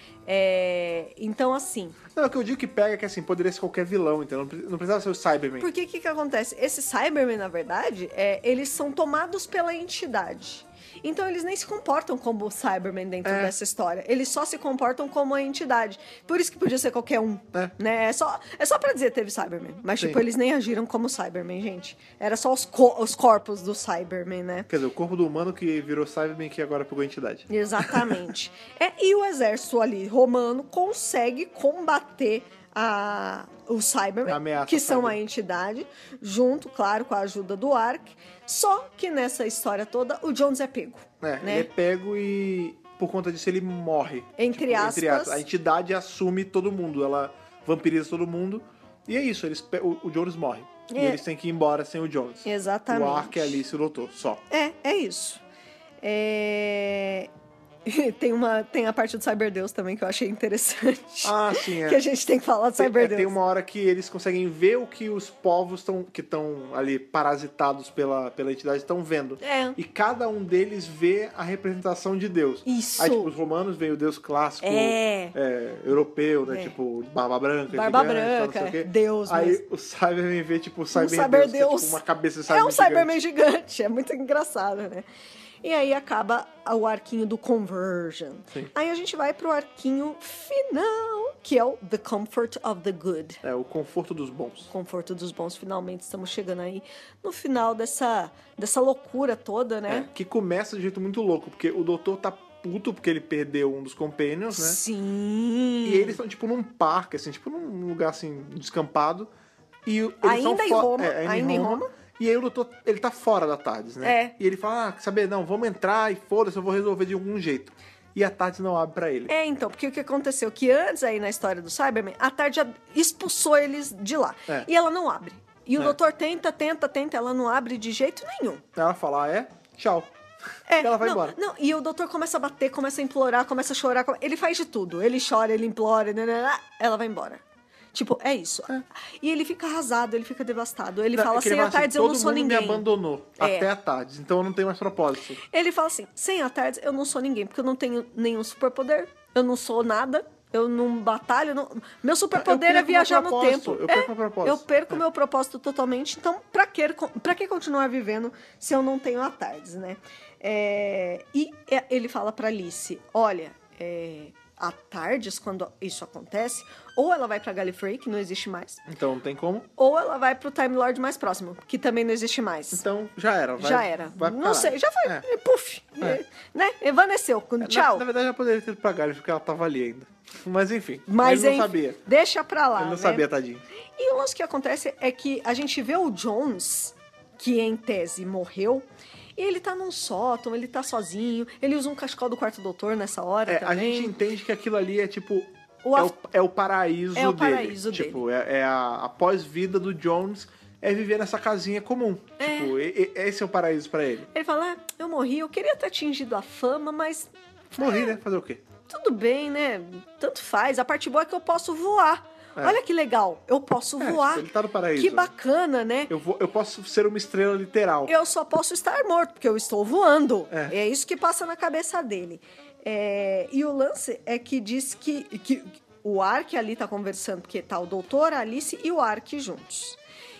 É, então, assim,
Não, o que eu digo que pega é que assim, poderia ser qualquer vilão, então não pre- não precisava ser o Cyberman.
Porque o que, que acontece? Esses Cybermen, na verdade, é, eles são tomados pela entidade. Então eles nem se comportam como Cybermen dentro
É.
dessa história. Eles só se comportam como a entidade. Por isso que podia ser qualquer um.
É.
Né? É, só, é só pra dizer teve Cybermen. Mas,
Sim.
tipo, eles nem agiram como Cybermen, gente. Era só os, co- os corpos do Cybermen, né?
Quer dizer, o corpo do humano que virou Cyberman que agora pegou a entidade.
Exatamente. é, e o exército ali romano consegue combater a, o Cybermen,
A ameaça
que são a
Cybermen.
entidade, junto, claro, com a ajuda do Ark. Só que nessa história toda, o Jones é pego.
É,
né?
ele é pego e por conta disso ele morre. Tipo,
Entre aspas.
A entidade assume todo mundo, ela vampiriza todo mundo. E é isso, eles, pe- o, o Jones morre. E
É.
eles têm que ir embora sem o Jones.
Exatamente.
O Ark, a Alice e o Doutor, só.
É, é isso. É... tem, uma, tem a parte do Cyberdeus também que eu achei interessante.
Ah, sim, é.
Que a gente tem que falar do
Tem- é,
Cyberdeus.
Tem uma hora que eles conseguem ver o que os povos tão, que estão ali parasitados pela, pela entidade estão vendo.
É.
E cada um deles vê a representação de Deus.
Isso.
Aí, tipo, os romanos veem o Deus clássico
É.
é, europeu, né?
É.
tipo, barba branca,
Barba
gigante, tal, não sei
branca,
o quê.
Deus
Aí
mesmo.
o Cyberman vê, tipo, o Cyberdeus, que é,
Cyberdeus.
tipo, uma cabeça de
É
Cyberman
um Cyberman gigante, é muito engraçado, né? E aí acaba o arquinho do Conversion.
Sim.
Aí a gente vai pro arquinho final, que é o The Comfort of the Good.
É, o conforto dos bons.
Conforto dos bons, finalmente estamos chegando aí no final dessa, dessa loucura toda, né?
É, que começa de jeito muito louco, porque o doutor tá puto porque ele perdeu um dos companions, né?
Sim!
E eles estão, tipo, num parque, assim, tipo, num lugar, assim, descampado. E eles tão
Ainda em
fo-
Roma,
é,
ainda em
E aí o doutor, ele tá fora da Tardes, né?
É.
E ele fala, ah, quer saber, não, vamos entrar e foda-se, eu vou resolver de algum jeito. E a Tardes não abre pra ele.
É, então, porque o que aconteceu? Que antes aí na história do Cyberman, a Tarde ab- expulsou eles de lá.
É.
E ela não abre. E o
É.
doutor tenta, tenta, tenta, ela não abre de jeito nenhum.
Ela fala, ah, é? Tchau.
É,
e ela vai
não,
embora.
Não, e o doutor começa a bater, começa a implorar, começa a chorar. come- Ele faz de tudo. Ele chora, ele implora, nanana, ela vai embora. Tipo, é isso. E ele fica arrasado, ele fica devastado. Ele
Não,
fala
é que ele
sem a
fala
tarde eu
todo
não sou
mundo
ninguém.
me abandonou.
É.
Até a Tardes, então eu não tenho mais propósito.
Ele fala assim: sem a tarde eu não sou ninguém, porque eu não tenho nenhum superpoder, eu não sou nada, eu não batalho. eu Não... Meu superpoder
perco
é
meu
viajar no
propósito,
tempo.
eu
É,
perco meu propósito. é.
Eu perco meu propósito totalmente, então pra que, pra que continuar vivendo se eu não tenho a tarde, né? É, E é- ele fala pra Alice: olha, é... à tardes, quando isso acontece, ou ela vai pra Gallifrey, que não existe mais,
Então não tem como.
ou ela vai pro Time Lord mais próximo, que também não existe mais.
Então já era. vai-
Já era.
vai pro
não
caralho.
sei, já foi.
É.
Puf.
É.
Né? Evaneceu.
Na-
Tchau.
Na, verdade, já poderia ter ido pra Galho, porque ela tava ali ainda. Mas enfim,
Mas
ele
enfim,
não sabia.
Deixa pra lá.
ele não
né?
sabia, tadinho.
E o lance que acontece é que a gente vê o Jones, que em tese morreu, E ele tá num sótão, ele tá sozinho, ele usa um cachecol do quarto doutor nessa hora
É, a
também.
gente entende que aquilo ali é tipo.
O
é,
af-
o, é o paraíso
É o
dele.
paraíso dele.
Tipo, é, é a, a pós-vida do Jones é viver nessa casinha comum.
É.
Tipo, e- e- esse é o paraíso pra ele.
Ele fala, ah, eu morri, eu queria ter atingido a fama, mas É.
Morri, né? Fazer o quê?
tudo bem, né? Tanto faz. A parte boa é que eu posso voar.
É.
Olha que legal, eu posso
É,
voar.
tipo, ele tá no paraíso.
que bacana, né?
Eu, vou- eu posso ser uma estrela literal.
Eu só posso estar morto, porque eu estou voando.
É.
É, isso que passa na cabeça dele. É, e o lance é que diz que, que o Ark ali tá conversando, porque tá o doutor, a Alice e o Ark juntos.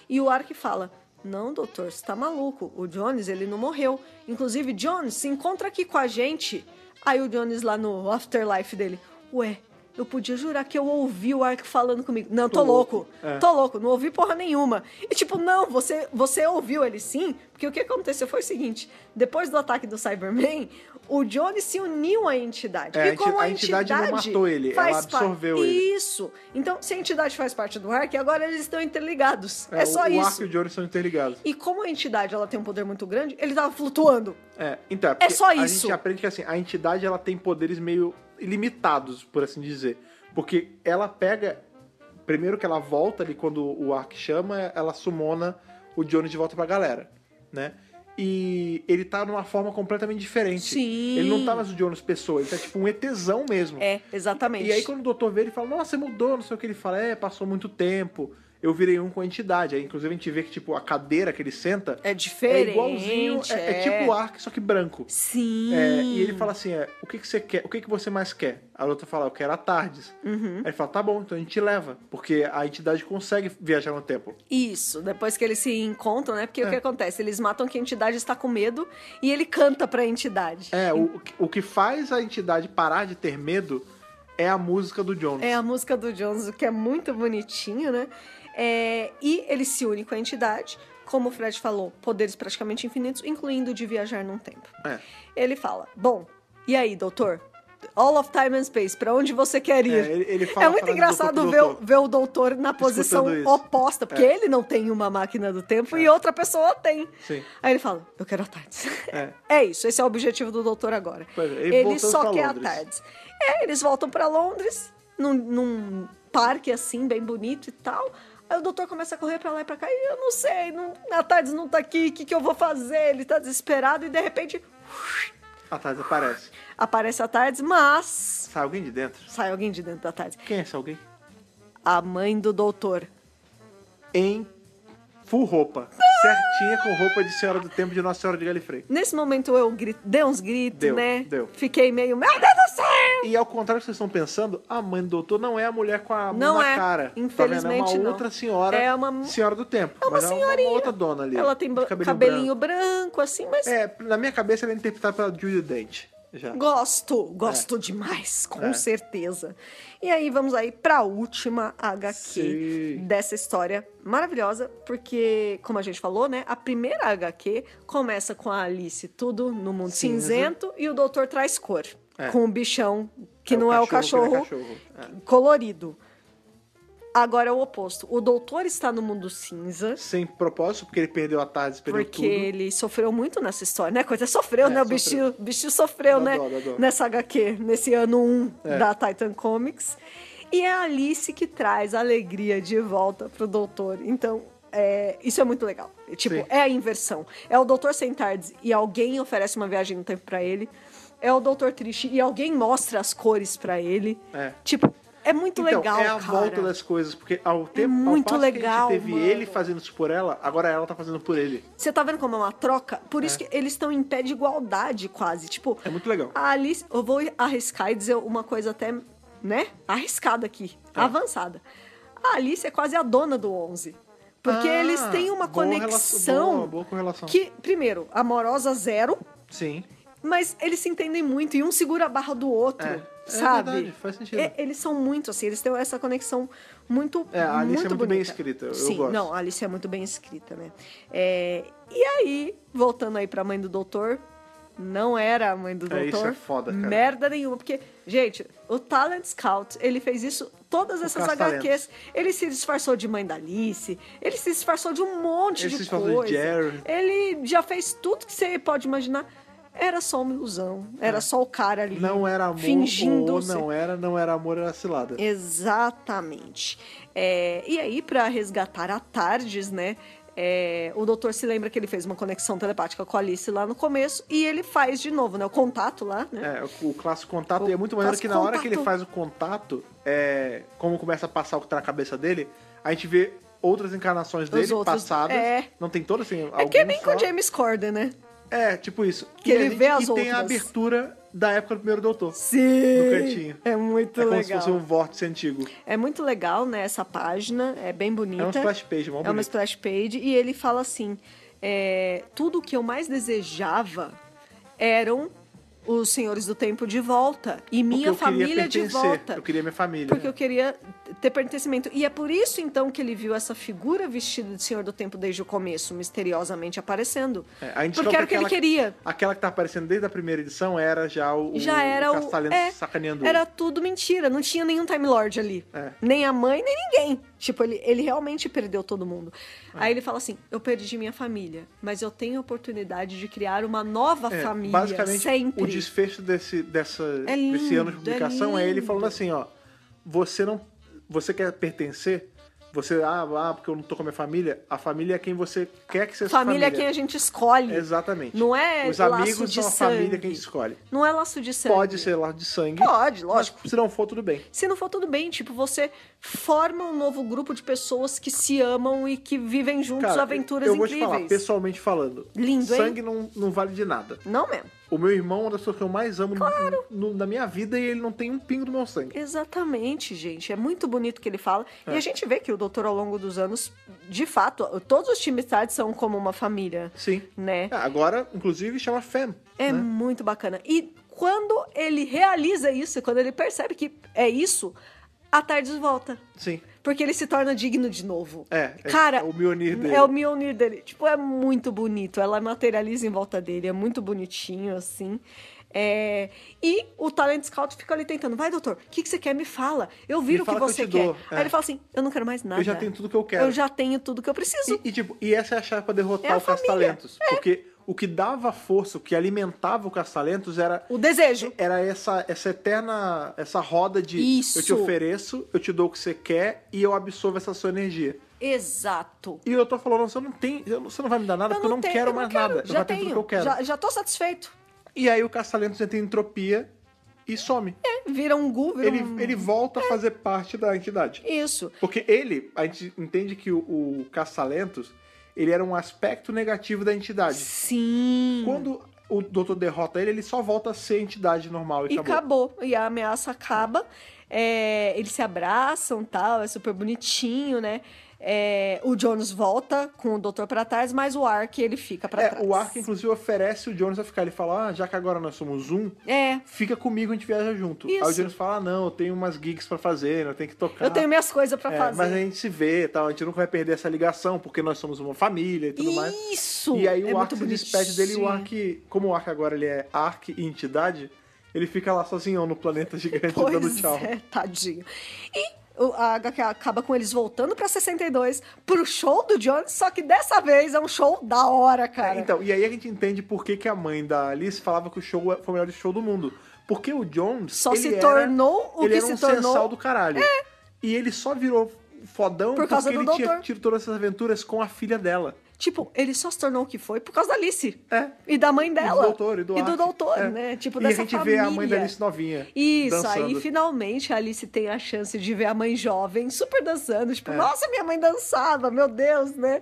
E o Ark fala: Não, doutor, você tá maluco. O Jones, ele não morreu. Inclusive, Jones, se encontra aqui com a gente. Aí o Jones lá no afterlife dele: Ué. Eu podia jurar que eu ouvi o Ark falando comigo. Não, tô,
Tô louco.
louco.
É.
Tô louco, não ouvi porra nenhuma. E tipo, não, você, você ouviu ele sim, porque o que aconteceu foi o seguinte: depois do ataque do Cyberman, o Johnny se uniu à entidade.
É, a
e como
enti-
a,
a entidade não matou ele,
faz
ela absorveu
parte,
ele.
Isso. Então, se a entidade faz parte do Ark, agora eles estão interligados. É,
o-
só
O
isso.
arco e o Jones são interligados.
E como a entidade ela tem um poder muito grande, ele tava flutuando.
É, então, é, porque
só
A
isso.
gente aprende que assim, a entidade ela tem poderes meio ilimitados, por assim dizer. Porque ela pega. Primeiro que ela volta ali, quando o Ark chama, ela sumona o Johnny de volta pra galera, né? E ele tá numa forma completamente diferente.
Sim.
Ele não tá mais o Jonas pessoa, ele tá tipo um ETzão mesmo.
É, exatamente.
E aí quando o doutor vê, ele fala, nossa, você mudou, não sei o que. Ele fala, é, passou muito tempo, eu virei um com a entidade. Aí inclusive a gente vê que, tipo, a cadeira que ele senta
é diferente.
é igualzinho, é, é tipo o Ark, só que branco.
Sim.
É, e ele fala assim, é, o que, que você quer? O que, que você mais quer? A outra fala, eu quero a Tardes. Aí ele fala, tá bom, então a gente leva. Porque a entidade consegue viajar no tempo.
Isso, depois que eles se encontram, né? Porque
É.
o que acontece? Eles matam que a entidade está com medo e ele canta pra entidade.
É, o, o que- o que faz a entidade parar de ter medo é a música do Jones.
É a música do Jones, o que é muito bonitinho, né? É, e ele se une com a entidade, como o Fred falou, poderes praticamente infinitos, incluindo o de viajar num tempo.
É.
Ele fala: Bom, e aí, doutor? All of time and space, pra onde você quer ir?
É, ele- ele fala
É
a
muito
frase do
engraçado
doutor pro
ver, o-
doutor.
ver o doutor na posição
isso. É.
oposta, porque ele não tem uma máquina do tempo e outra pessoa tem.
Sim.
Aí ele fala: Eu quero a Tardes.
É.
É isso, esse é o objetivo do doutor agora.
Pois é, e
ele
voltando pra
só quer
Londres.
a Tardes. É, eles voltam pra Londres, num, num parque assim, bem bonito e tal. Aí o doutor começa a correr pra lá e pra cá, e eu não sei, não, a Tardes não tá aqui, o que, que eu vou fazer? Ele tá desesperado e de repente
A Tardes aparece.
aparece a Tardes, mas
Sai alguém de dentro?
sai alguém de dentro da Tardes.
Quem é esse alguém?
A mãe do doutor.
Em full roupa. Certinha com roupa de Senhora do Tempo de Nossa Senhora de Galifrey.
Nesse momento eu gri- dei uns gritos,
Deu,
né?
deu.
Fiquei meio, meu Deus do céu!
E ao contrário do que vocês estão pensando, a mãe do doutor não é a mulher com a mão
Não
na
é.
cara. Tá vendo? é
Infelizmente,
uma
não.
outra senhora.
É uma-
senhora do tempo.
É uma
mas É
senhorinha.
uma, outra dona ali.
Ela tem
de
ba- cabelinho, branco, assim, mas
branco. É, na minha cabeça ela é interpretada pela Judy Dent. Já.
gosto, gosto demais, com
É.
certeza. E aí vamos aí pra última HQ
Sim.
dessa história maravilhosa, porque, como a gente falou, né, a primeira HQ começa com a Alice tudo no mundo
Cinza.
cinzento e o doutor traz cor,
É.
com o bichão que
É o
não é o
cachorro,
cachorro,
que não é cachorro.
colorido. Agora é o oposto. O doutor está no mundo cinza.
Sem propósito, porque ele perdeu a tarde, perdeu
Porque
tudo.
ele sofreu muito nessa história, né? Coisa sofreu,
É,
né? O
sofreu.
bichinho, o bichinho sofreu,
Dá
né?
dó, dá dó.
Nessa HQ, nesse ano 1
É.
da Titan Comics. E é a Alice que traz a alegria de volta pro doutor. Então, é, isso é muito legal. Tipo,
Sim.
é a inversão. É o doutor sem tardes e alguém oferece uma viagem no tempo pra ele. É o doutor triste e alguém mostra as cores pra ele.
É.
Tipo, é muito
então,
legal,
é a
cara. É
volta das coisas, porque ao tempo
muito
ao passo
legal,
que a gente teve
mano.
ele fazendo isso por ela, agora ela tá fazendo por ele.
Você tá vendo como é uma troca? Por isso que eles estão em pé de igualdade, quase. Tipo,
É muito legal.
a Alice, eu vou arriscar e dizer uma coisa até, né? Arriscada aqui,
É.
avançada. A Alice é quase a dona do 11. Porque
Ah,
eles têm uma
boa rela-
conexão
boa- boa correlação.
que, primeiro, amorosa zero,
Sim.
mas eles se entendem muito e um segura a barra do outro,
É. É
sabe?
verdade, faz sentido.
E- eles são muito assim, eles têm essa conexão muito
É, a Alice é
muito
muito bem
bonita.
escrita, eu
Sim,
gosto.
não, a Alice é muito bem escrita, né? É, e aí, voltando aí pra mãe do doutor, não era a mãe do
É,
doutor.
isso é foda, cara.
Merda nenhuma, porque, gente, o Talent Scout, ele fez isso todas essas
caça-talentos.
HQs. Ele se disfarçou de mãe da Alice, ele se disfarçou de um monte
Ele
de
se disfarçou de
coisa.
Jerry.
Ele já fez tudo que você pode imaginar. Era só uma ilusão, era só o cara ali
É. Não era amor,
fingindo
ou
ser-
não era, não era amor, era cilada.
Exatamente. É, e aí, para resgatar a Tardes, né? é, o doutor se lembra que ele fez uma conexão telepática com a Alice lá no começo e ele faz de novo, né? O contato lá, né?
É, o- o clássico contato,
O
e é muito maneiro
clássico
que na hora que
contato.
ele faz o contato, é, como começa a passar o que tá na cabeça dele, a gente vê outras encarnações dele,
outros-
passadas,
é.
não tem todas, assim,
É, que é
alguns
bem com o
só.
James Corden, né?
É, tipo isso.
Que
e
ele
a gente-
vê as
e tem a
outras.
abertura da época do primeiro doutor.
Sim!
No cantinho.
É muito
é como
legal.
se fosse um vórtice antigo.
É muito legal, né? Essa página é bem bonita.
É um splash page, mó
É uma
bonito.
splash page e ele fala assim: é, tudo o que eu mais desejava eram os senhores do tempo de volta
Porque
e minha
eu queria
família de
pertencer,
volta.
Eu queria minha família.
Porque eu queria ter pertencimento. E é por isso, então, que ele viu essa figura vestida de Senhor do Tempo desde o começo, misteriosamente aparecendo.
É, a gente
Porque
descobre
era o que ele
aquela-
queria.
Aquela que tá aparecendo desde a primeira edição era já o,
Já era
o
o.
Castalhento
é,
sacaneando
era
ele.
tudo mentira. Não tinha nenhum Time Lord ali.
É.
Nem a mãe, nem ninguém. Tipo, ele, ele realmente perdeu todo mundo.
É.
Aí ele fala assim: eu perdi minha família, mas eu tenho a oportunidade de criar uma nova
É,
família.
basicamente,
sempre.
o desfecho desse, dessa,
É lindo,
desse ano de
é
publicação é, ele
lindo.
falando assim, ó, você não, você quer pertencer, você, ah, ah, porque eu não tô com a minha família, a família é quem você quer que seja sua
família é quem a
família.
gente escolhe.
Exatamente.
Não é
Os
laço
amigos
de
são a família
sangue.
que a gente escolhe.
Não é laço de sangue.
Pode ser lá de sangue.
Pode, lógico.
Se não for, tudo bem.
Se não for tudo bem, tipo, você forma um novo grupo de pessoas que se amam e que vivem juntos
Cara,
aventuras
eu vou
incríveis.
te falar, pessoalmente falando,
Lindo, hein?
sangue não, não vale de nada.
Não mesmo.
O meu irmão é uma das pessoas que eu mais amo no- no- na minha vida e ele não tem um pingo do meu sangue.
Exatamente, gente. É muito bonito o que ele fala.
É.
E a gente vê que o doutor, ao longo dos anos, de fato, todos os times tarde são como uma família,
Sim.
né?
Ah, Agora, inclusive, chama Fem. né?
É muito bacana. E quando ele realiza isso, quando ele percebe que é isso, a tarde volta.
Sim.
Porque ele se torna digno de novo.
É, é
Cara,
o Mjolnir dele.
É o Mjolnir dele. Tipo, é muito bonito. Ela materializa em volta dele. É muito bonitinho, assim. É, E o Talent Scout fica ali tentando. Vai, doutor, o que, que você quer? Me fala. Eu viro
Me
o que
fala que eu
você
te
quer.
dou.
Aí
É.
ele fala assim, eu não quero mais nada.
Eu já tenho tudo que eu quero.
Eu já tenho tudo que eu preciso.
E, e, tipo, e essa é a chave pra derrotar
É a
o Castalentos. Porque o que dava força, o que alimentava o Castalentos era.
O desejo.
Era essa, essa eterna. Essa roda de
Isso.
eu te ofereço, eu te dou o que você quer e eu absorvo essa sua energia.
Exato.
E eu tô falando, você não tem. eu não- Você não vai me dar nada É porque eu não
tenho-
quero
eu não
mais nada. Eu
Já
já tenho tudo que eu
tenho.
quero.
Já, já tô satisfeito.
E aí o Castalentos entra em entropia e some.
É, Vira um gu, vira
Ele,
um...
ele volta a fazer parte da entidade.
Isso.
Porque ele, a gente entende que o, o Castalentos, ele era um aspecto negativo da entidade.
Sim.
Quando o doutor derrota ele, ele só volta a ser entidade normal e,
E acabou. E a ameaça acaba. É, eles se abraçam tal, é super bonitinho, né? É, o Jones volta com o Doutor pra trás, mas o Ark ele fica pra
É,
trás.
o Ark, inclusive, oferece o Jones a ficar. Ele fala, ah, já que agora nós somos um,
É.
fica comigo, a gente viaja junto. Aí o
Isso.
Jones fala, ah, não, eu tenho umas gigs pra fazer, né, eu tenho que tocar.
Eu tenho minhas coisas pra
É,
fazer.
Mas a gente se vê e tal, a gente nunca vai perder essa ligação, porque nós somos uma família e tudo mais.
Isso!
E aí o
é
Ark
muito
se despede dele e o
bonitinho.
Ark, como o Ark agora ele é Ark e entidade, ele fica lá sozinho no planeta gigante dando
Pois
tchau.
é, tadinho. E o- a HQ acaba com eles voltando pra 62 pro show do Jones, só que dessa vez é um show da hora, cara.
Então, e aí a gente entende por que, que a mãe da Alice falava que o show é, foi o melhor show do mundo. Porque o Jones.
Só
ele
se
era-
tornou o
ele
que
era
se
um
tornou- É.
Sensal do caralho. E ele só virou fodão
Por causa
porque
do
ele tinha
doutor.
tido todas essas aventuras com a filha dela.
Tipo, ele só se tornou o que foi por causa da Alice.
É.
E da mãe dela.
E do doutor, e do Ark.
doutor,
É.
né? Tipo,
E a
dessa
gente
família.
vê a mãe da Alice novinha.
Isso, aí
dançando.
finalmente a Alice tem a chance de ver a mãe jovem super dançando.
É.
Tipo, nossa, minha mãe dançava, meu Deus, né?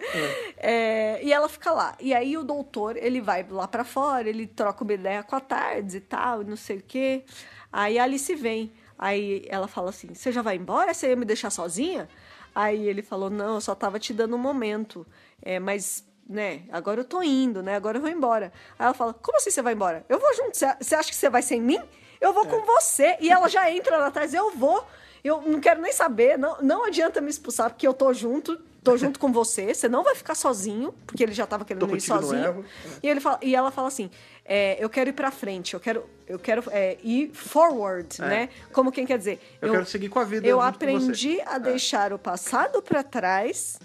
É, e ela fica lá. E aí o doutor, ele vai lá pra fora, ele troca uma ideia com a Tardes e tal, e não sei o quê. Aí a Alice vem. Aí ela fala assim: Você já vai embora? Você ia me deixar sozinha? Aí ele falou: Não, eu só tava te dando um momento. É, mas, né, agora eu tô indo, né? Agora eu vou embora. Aí ela fala: Como assim você vai embora? Eu vou junto. Você você acha que você vai sem mim? Eu
É.
vou com você. E ela já entra lá atrás: Eu vou. Eu não quero nem saber. Não, não adianta me expulsar porque eu tô junto. tô junto com você, você não vai ficar sozinho, porque ele já tava
Tô
querendo ir
contigo no
sozinho.
erro.
E, ele fala- e ela fala assim: é, eu quero ir pra frente, eu quero, eu quero é, ir forward,
É.
né? Como quem quer dizer.
Eu, quero seguir com a vida.
eu
junto com você. É.
aprendi a deixar o passado pra trás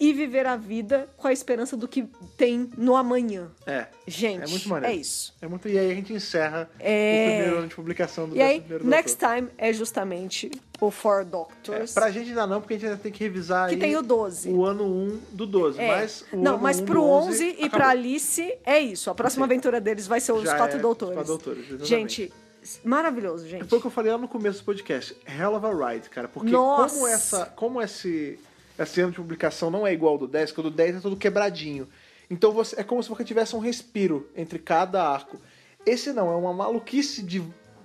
e viver a vida com a esperança do que tem no amanhã.
É.
Gente,
É muito maneiro.
é isso.
É muito... E aí a gente encerra
É.
o primeiro ano de publicação do
E aí,
primeiro
next time é justamente o Four Doctors.
É, pra gente ainda não, porque a gente ainda tem que revisar
Que
aí
tem o 12.
o ano 1 do 12.
É.
Mas o
Não,
ano
mas
1
pro
do
11 e pra
acabou.
Alice é isso. A próxima aventura deles vai ser os
Já
quatro
é
doutores.
os quatro doutores, exatamente. É
gente, maravilhoso, gente.
Foi o que eu falei lá no começo do podcast. Hell of a ride, cara. Porque
Nossa!
como, essa, como esse, esse ano de publicação não é igual ao do 10, porque o do 10 é todo quebradinho. Então você, é como se você tivesse um respiro entre cada arco. Esse não, é uma maluquice de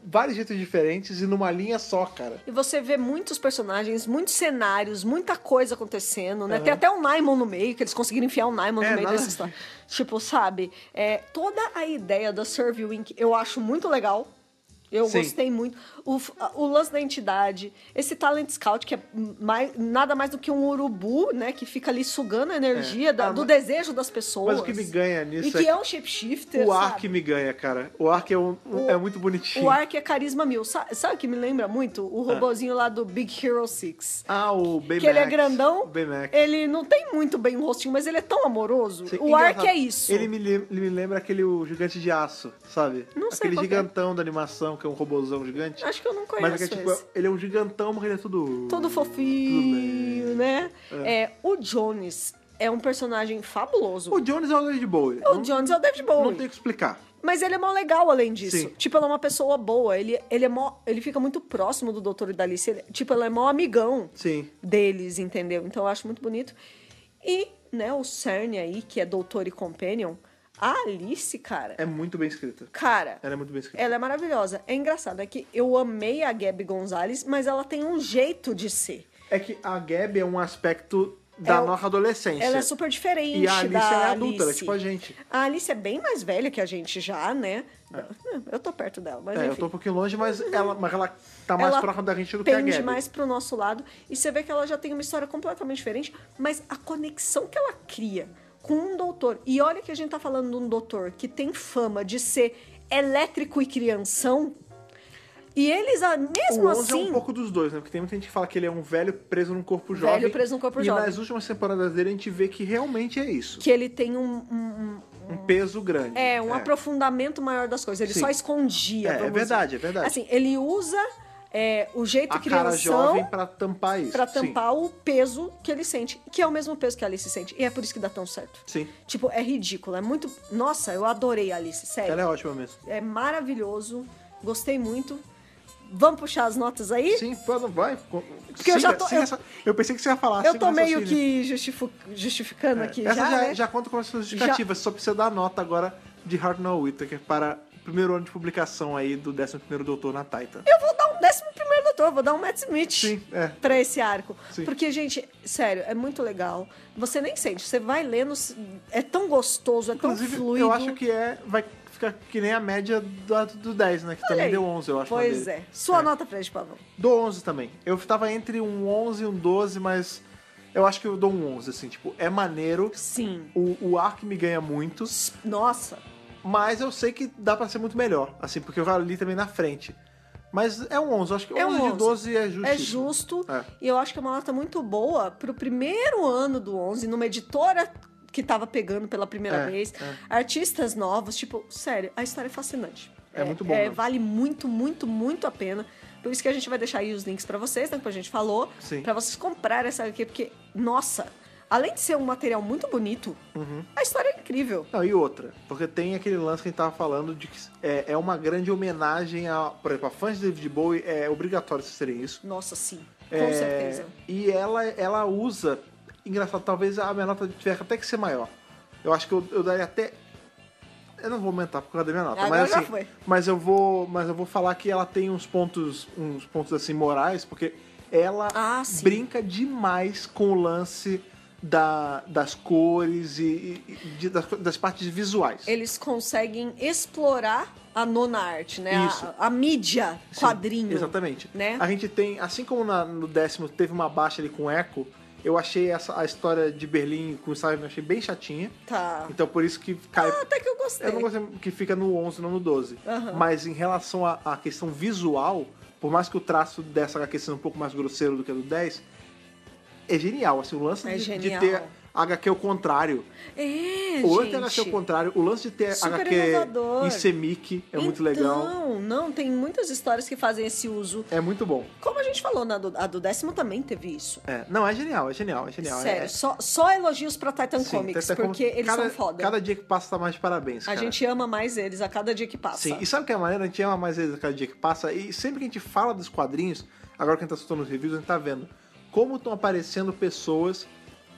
vários jeitos diferentes e numa linha só, cara.
E você vê muitos personagens, muitos cenários, muita coisa acontecendo, né? Tem até um Naimon no meio, que eles conseguiram enfiar um Naimon
É,
no meio
nada-
dessa história. Tipo, sabe? É, toda a ideia da Serviwink eu acho muito legal. Eu
Sim.
gostei muito. O, f- a- o lance da entidade, esse Talent Scout, que é mais- nada mais do que um urubu, né? Que fica ali sugando a energia da-
Ah,
do
mas-
desejo das pessoas.
Mas o que me ganha nisso
E
é
que é um shapeshifter,
O
sabe?
Ark me ganha, cara. O Ark é, um-
O-
é muito bonitinho.
O Ark é carisma mil. Sa- Sabe o que me lembra muito? O robozinho lá do Big Hero 6.
Ah, o Baymax.
Que ele é grandão,
O Baymax.
ele não tem muito bem o rostinho, mas ele é tão amoroso.
Sim,
o
engraçado.
Ark é isso.
Ele me, lem- ele me lembra aquele o gigante de aço, sabe?
Não sei
Aquele
qual que é.
gigantão da animação, que é um robozão gigante.
Acho que eu não conheço
Mas é que, tipo,
esse.
ele é um gigantão, mas ele é tudo...
Todo fofinho, né? É. o Jones é um personagem fabuloso.
O Jones é o David Bowie.
O,
não,
Jones é o David Bowie.
não tem o que explicar.
Mas ele é mó legal além disso.
Sim.
Tipo, ela é uma pessoa boa. Ele, ele, é mó, ele fica muito próximo do doutor e da Alice. Ele- tipo, ela é mó amigão.
Sim.
deles, entendeu? Então eu acho muito bonito. E, né, o Cern aí, que é doutor e companion, a Alice, cara,
É muito bem escrita.
cara,
Ela é muito bem escrita.
ela é maravilhosa. É engraçado, é que eu amei a Gabi Gonzalez, mas ela tem um jeito de ser.
É que a Gabi é um aspecto da
É o-
nossa adolescência.
Ela é super diferente
E a Alice
da
ela é adulta, ela é
Alice.
tipo a gente.
A Alice é bem mais velha que a gente já, né? Eu tô perto dela, mas
É,
enfim. Uhum.
eu tô um pouquinho longe, mas ela, mas ela tá mais
ela
próxima da gente do que a
pende
Gabi.
mais pro nosso lado. E você vê que ela já tem uma história completamente diferente, mas a conexão que ela cria com um doutor. E olha que a gente tá falando de um doutor que tem fama de ser elétrico e crianção. E eles, ah,
O
mesmo
11 é
assim.
um pouco dos dois, né? Porque tem muita gente que fala que ele é um velho preso num corpo jovem.
preso num corpo
e
jovem.
E nas últimas temporadas dele a gente vê que realmente é isso.
Que ele tem um, um- um-
Um peso grande.
é, um aprofundamento maior das coisas. Ele
Sim.
só escondia.
É, é
vamos
verdade,
dizer.
é verdade.
Assim, ele usa é, o jeito
A
crianção.
cara jovem pra tampar isso.
Pra
Sim.
tampar o peso que ele sente, que é o mesmo peso que a Alice sente. E é por isso que dá tão certo.
Sim.
Tipo, é ridículo, é muito. Nossa, eu adorei a Alice, sério.
Ela é ótima mesmo.
É maravilhoso, gostei muito. Vamos puxar as notas aí?
Sim, pô, não vai.
Porque eu já tô- eu-
eu... Essa... eu pensei que você ia falar.
eu
siga
tô
o
meio
raciocínio. É,
que justifu- justificando aqui
Essa
já.
já,
né?
já conta com as suas justificativas. Só precisa dar a nota agora de Hartnell Whittaker para o primeiro ano de publicação aí do 11º Doutor na Titan.
Eu vou dar um décimo primeiro doutor, vou dar um Matt Smith.
Sim, é.
Pra esse arco.
Sim.
Porque, gente, sério, é muito legal. Você nem sente, você vai lendo, é tão gostoso, é tão
Inclusive,
fluido.
eu acho que é. Vai ficar que nem a média do, do 10, né? Que
Olha
também
aí.
deu 11, eu acho. na
Pois
dele.
é. Sua nota pra gente, Pavão.
Dou 11 também. Eu tava entre um 11 e um 12, mas eu acho que eu dou um 11, assim. Tipo, é maneiro.
Sim.
O, o Ark me ganha muito,
Nossa.
mas eu sei que dá pra ser muito melhor, assim, porque eu já li também na frente. Mas é um 11, eu acho que
É um
11
11.
de 12 é justo.
É justo.
É.
E eu acho que é uma nota muito boa pro primeiro ano do 11, numa editora que tava pegando pela primeira
É,
vez.
é.
Artistas novos, tipo, sério, a história é fascinante.
É muito bom mesmo.
vale muito, muito, muito a pena. Por isso que a gente vai deixar aí os links pra vocês, né? Que a gente falou.
Sim.
Pra vocês comprarem essa aqui, porque, nossa, além de ser um material muito bonito,
Uhum.
a história é incrível.
Não, e outra, porque tem aquele lance que a gente tava falando de que é, é uma grande homenagem a. Por exemplo, a fãs de David Bowie é obrigatório vocês terem isso.
Nossa, sim. Com
É,
certeza.
E ela, ela usa. Engraçado, talvez a minha nota tivesse até que ser maior. Eu acho que eu, eu daria até. Eu não vou aumentar por causa da minha nota,
Agora
mas
já
assim.
foi.
Mas eu vou. Mas eu vou falar que ela tem uns pontos. Uns pontos assim, morais, porque ela
Ah, sim.
brinca demais com o lance. Da, das cores e, e- e de- das, das partes visuais.
eles conseguem explorar a nona arte, né?
Isso.
A, a mídia
Sim,
quadrinho.
Exatamente.
né?
A gente tem, assim como na- no décimo teve uma baixa ali com eco, Eu achei essa, a história de Berlim com o Simon, achei bem chatinha.
Tá.
Então por isso que cai.
Ah, até que eu gostei.
Eu não gostei que fica no 11, não no 12.
Aham.
Mas em relação à à questão visual, por mais que o traço dessa HQ seja um pouco mais grosseiro do que a do 10, é genial. Assim, o lance de,
É
de
genial.
ter a HQ ao contrário.
É,
Ou
gente.
até HQ ao contrário. O lance de ter
Super
HQ
inovador.
em semic é muito
Então,
legal.
não, tem muitas histórias que fazem esse uso.
É muito bom.
Como a gente falou, na do, a do décimo também teve isso.
É, Não, é genial, é genial, é genial.
Sério,
é,
só, só elogios pra Titan
Sim,
Comics,
Titan Comics,
porque eles
cada,
são foda.
Cada dia que passa tá mais de parabéns,
a
cara.
gente ama mais eles a cada dia que passa.
Sim, e sabe o que é maneiro? A gente ama mais eles a cada dia que passa. E sempre que a gente fala dos quadrinhos, agora que a gente tá soltando os reviews, a gente tá vendo como estão aparecendo pessoas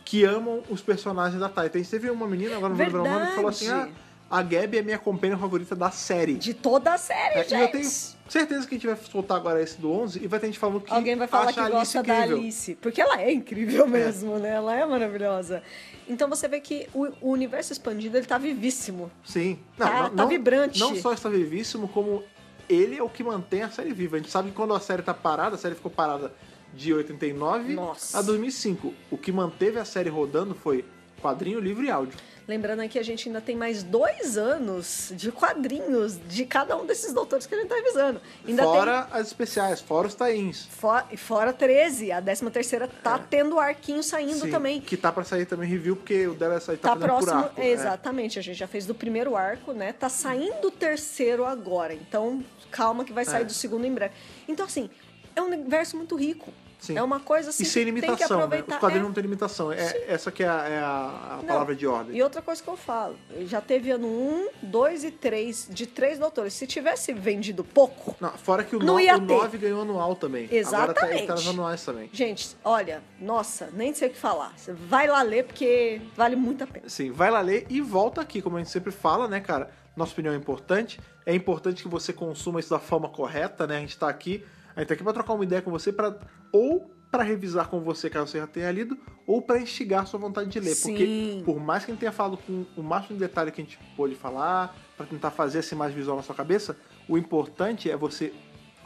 que amam os personagens da Titan. A gente teve uma menina, agora não vou lembrar o nome, que falou assim: ah,
Verdade.
a Gabi é minha companhia favorita da série.
De toda a série,
É,
gente.
e eu tenho certeza que a gente vai soltar agora esse do 11 e vai ter gente falando que
Alguém vai falar
acha
que
a Alice
gosta da
incrível.
Alice, porque ela é incrível mesmo, né? Ela é maravilhosa. Então você vê que o, o universo expandido ele tá vivíssimo.
Sim. Não,
Tá-
não,
tá
não-
vibrante.
Não só está vivíssimo, como ele é o que mantém a série viva. A gente sabe que quando a série tá parada, a série ficou parada de 89
Nossa.
a 2005. O que manteve a série rodando foi quadrinho, livro e áudio.
Lembrando aqui, a gente ainda tem mais dois anos de quadrinhos de cada um desses doutores que a gente tá revisando. Ainda
fora as especiais, fora os tains.
tem. fo- e fora 13, a 13 terceira tá tendo arquinho saindo
É. Sim,
também.
Que tá pra sair também review, porque o dela sai tá,
Tá
fazendo
próximo,
por arco. né?
exatamente. A gente já fez do primeiro arco, né? Tá saindo o terceiro agora. Então, calma que vai sair
É.
do segundo em breve. Então, assim, é um universo muito rico.
Sim.
É uma coisa assim
E sem
que tem que
limitação, né?
aproveitar.
Os quadrinhos
É.
não tem limitação. É, essa que é a, é a- a
Não.
palavra de ordem.
E outra coisa que eu falo, já teve ano 1, 2 e 3 de três doutores. Se tivesse vendido pouco,
Não, fora que o,
Não
no,
ia
o
ter.
9 ganhou anual também. Agora tá, ele tá nos
Exatamente.
anuais também.
gente, olha, nossa, nem sei o que falar. Você vai lá ler porque vale muito a pena.
Sim, vai lá ler e volta aqui, como a gente sempre fala, né, cara? Nossa opinião é importante. É importante que você consuma isso da forma correta, né? A gente tá aqui, a gente tá aqui pra trocar uma ideia com você, pra, ou pra revisar com você, caso você já tenha lido, ou pra instigar a sua vontade de ler.
Sim.
Porque por mais que a gente tenha falado com o máximo de detalhe que a gente pôde falar, pra tentar fazer essa imagem visual na sua cabeça, o importante é você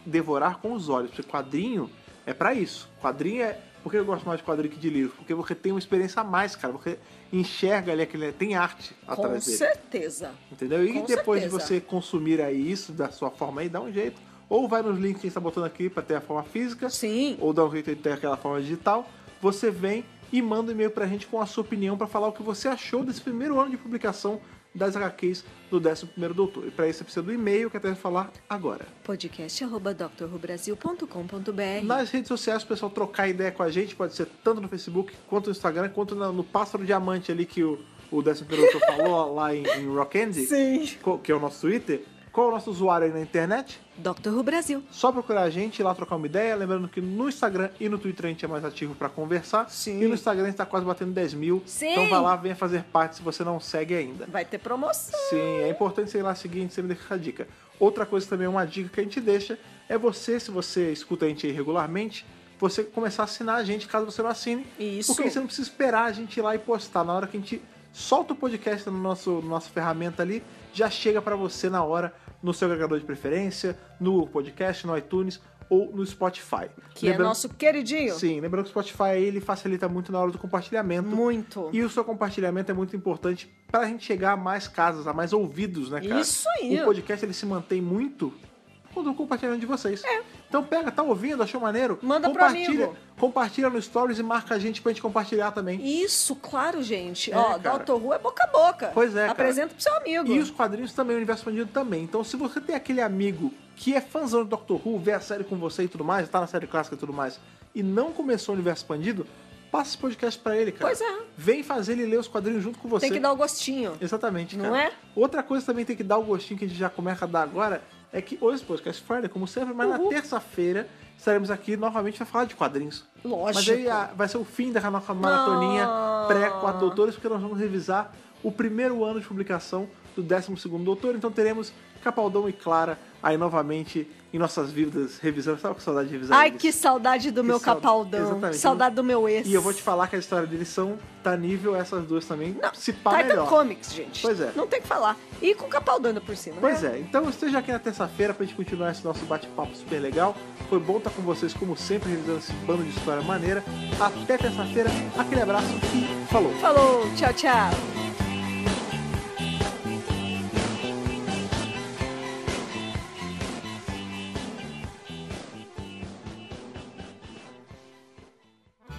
devorar com os olhos. Porque quadrinho é pra isso. Quadrinho é. Por que eu gosto mais de quadrinho que de livro? Porque você tem uma experiência a mais, cara. Você enxerga ali aquele. Tem arte
Com
atrás dele.
certeza.
Entendeu? E
com
depois
certeza.
de você consumir aí isso da sua forma aí, dá um jeito. Ou vai nos links que a gente tá botando aqui pra ter a forma física,
Sim.
ou dá um jeito de ter aquela forma digital. Você vem e manda um e-mail pra gente com a sua opinião pra falar o que você achou desse primeiro ano de publicação das HQs do 11 Doutor. E pra isso você precisa do e-mail que até vai falar agora.
podcast.drrubrasil.com.br
Nas redes sociais, o pessoal trocar ideia com a gente, pode ser tanto no Facebook, quanto no Instagram, quanto na- no Pássaro Diamante ali que o, o décimo piloto falou lá em, em Rock Andy,
Sim.
co- que é o nosso Twitter. Qual é o nosso usuário aí na internet?
Dr. Who Brasil.
Só procurar a gente ir lá trocar uma ideia. Lembrando que no Instagram e no Twitter a gente é mais ativo pra conversar.
Sim.
E no Instagram a gente tá quase batendo 10 mil.
Sim.
Então vai lá, venha fazer parte se você não segue ainda.
Vai ter promoção.
Sim, é importante sei lá seguir, a gente sempre deixa a dica. Outra coisa também, uma dica que a gente deixa é você, se você escuta a gente aí regularmente, você começar a assinar a gente caso você não assine.
Isso.
Porque aí você não precisa esperar a gente ir lá e postar. Na hora que a gente solta o podcast no nosso, no nosso ferramenta ali, já chega pra você na hora no seu agregador de preferência, no podcast, no iTunes ou no Spotify.
Que é
Lembrando-
nosso queridinho.
Sim, lembrando que o Spotify aí, ele facilita muito na hora do compartilhamento.
Muito.
E o seu compartilhamento é muito importante para a gente chegar a mais casas, a mais ouvidos, né, cara?
Isso aí.
O podcast ele se mantém muito quando o compartilhamento de vocês. É. Então pega, tá ouvindo, achou maneiro?
Manda pro
compartilha,
amigo.
Compartilha no Stories e marca a gente pra gente compartilhar também.
Isso, claro, gente.
É,
Ó,
cara.
Dr. Who é boca a boca.
Pois é, cara.
Apresenta pro seu amigo.
E os quadrinhos também, o universo expandido também. Então, se você tem aquele amigo que é fãzão do Doctor Who, vê a série com você e tudo mais, tá na série clássica e tudo mais, e não começou o universo expandido, passa esse podcast pra ele, cara.
Pois é.
Vem fazer ele ler os quadrinhos junto com você.
Tem que dar o gostinho.
Exatamente,
Não
cara.
é?
Outra coisa também tem que dar o gostinho que a gente já começa a dar agora é que hoje o podcast Friday, como sempre, mas na
Uhul.
terça-feira estaremos aqui novamente para falar de quadrinhos. Mas
Lógico.
aí ah, vai ser o fim da nossa maratoninha
Não.
pré-4 doutores, porque nós vamos revisar o primeiro ano de publicação do 12 doutor. Então teremos Capaldão e Clara aí novamente em nossas vidas revisando. Sabe que saudade de revisar
Ai,
eles?
que saudade do
Que
meu
saudade-
capaldão.
é Exatamente.
Saudade do meu ex.
E eu vou te falar que a história deles são, tá nível essas duas também, se pá
Titan
melhor.
Comics, gente.
Pois é.
Não tem o que falar. E com o capaldão ainda por cima.
Pois
né?
é, então esteja aqui na terça-feira pra gente continuar esse nosso bate-papo super legal. Foi bom estar com vocês, como sempre, revisando esse bando de história maneira. Até terça-feira, aquele abraço e falou!
Falou, tchau, tchau.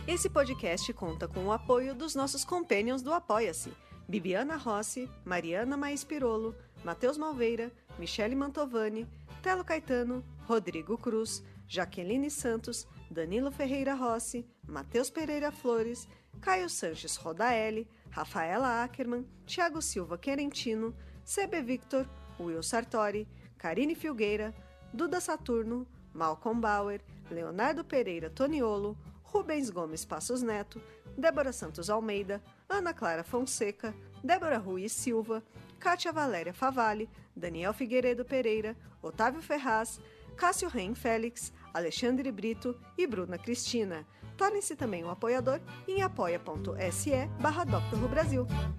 Esse podcast conta com o apoio dos nossos companions do Apoia-se: Bibiana Rossi, Mariana Maes Pirolo, Matheus Malveira, Michele Mantovani, Telo Caetano, Rodrigo Cruz, Jaqueline Santos, Danilo Ferreira Rossi, Matheus Pereira Flores, Caio Sanches Rodaelli, Rafaela Ackerman, Thiago Silva Querentino, CB Victor, Will Sartori, Karine Filgueira, Duda Saturno, Malcolm Bauer, Leonardo Pereira Toniolo, Rubens Gomes Passos Neto, Débora Santos Almeida, Ana Clara Fonseca, Débora Rui Silva, Kátia Valéria Favalli, Daniel Figueiredo Pereira, Otávio Ferraz, Cássio Ren Félix, Alexandre Brito e Bruna Cristina. Torne-se também um apoiador em apoia.se barra Dr. Who Brasil.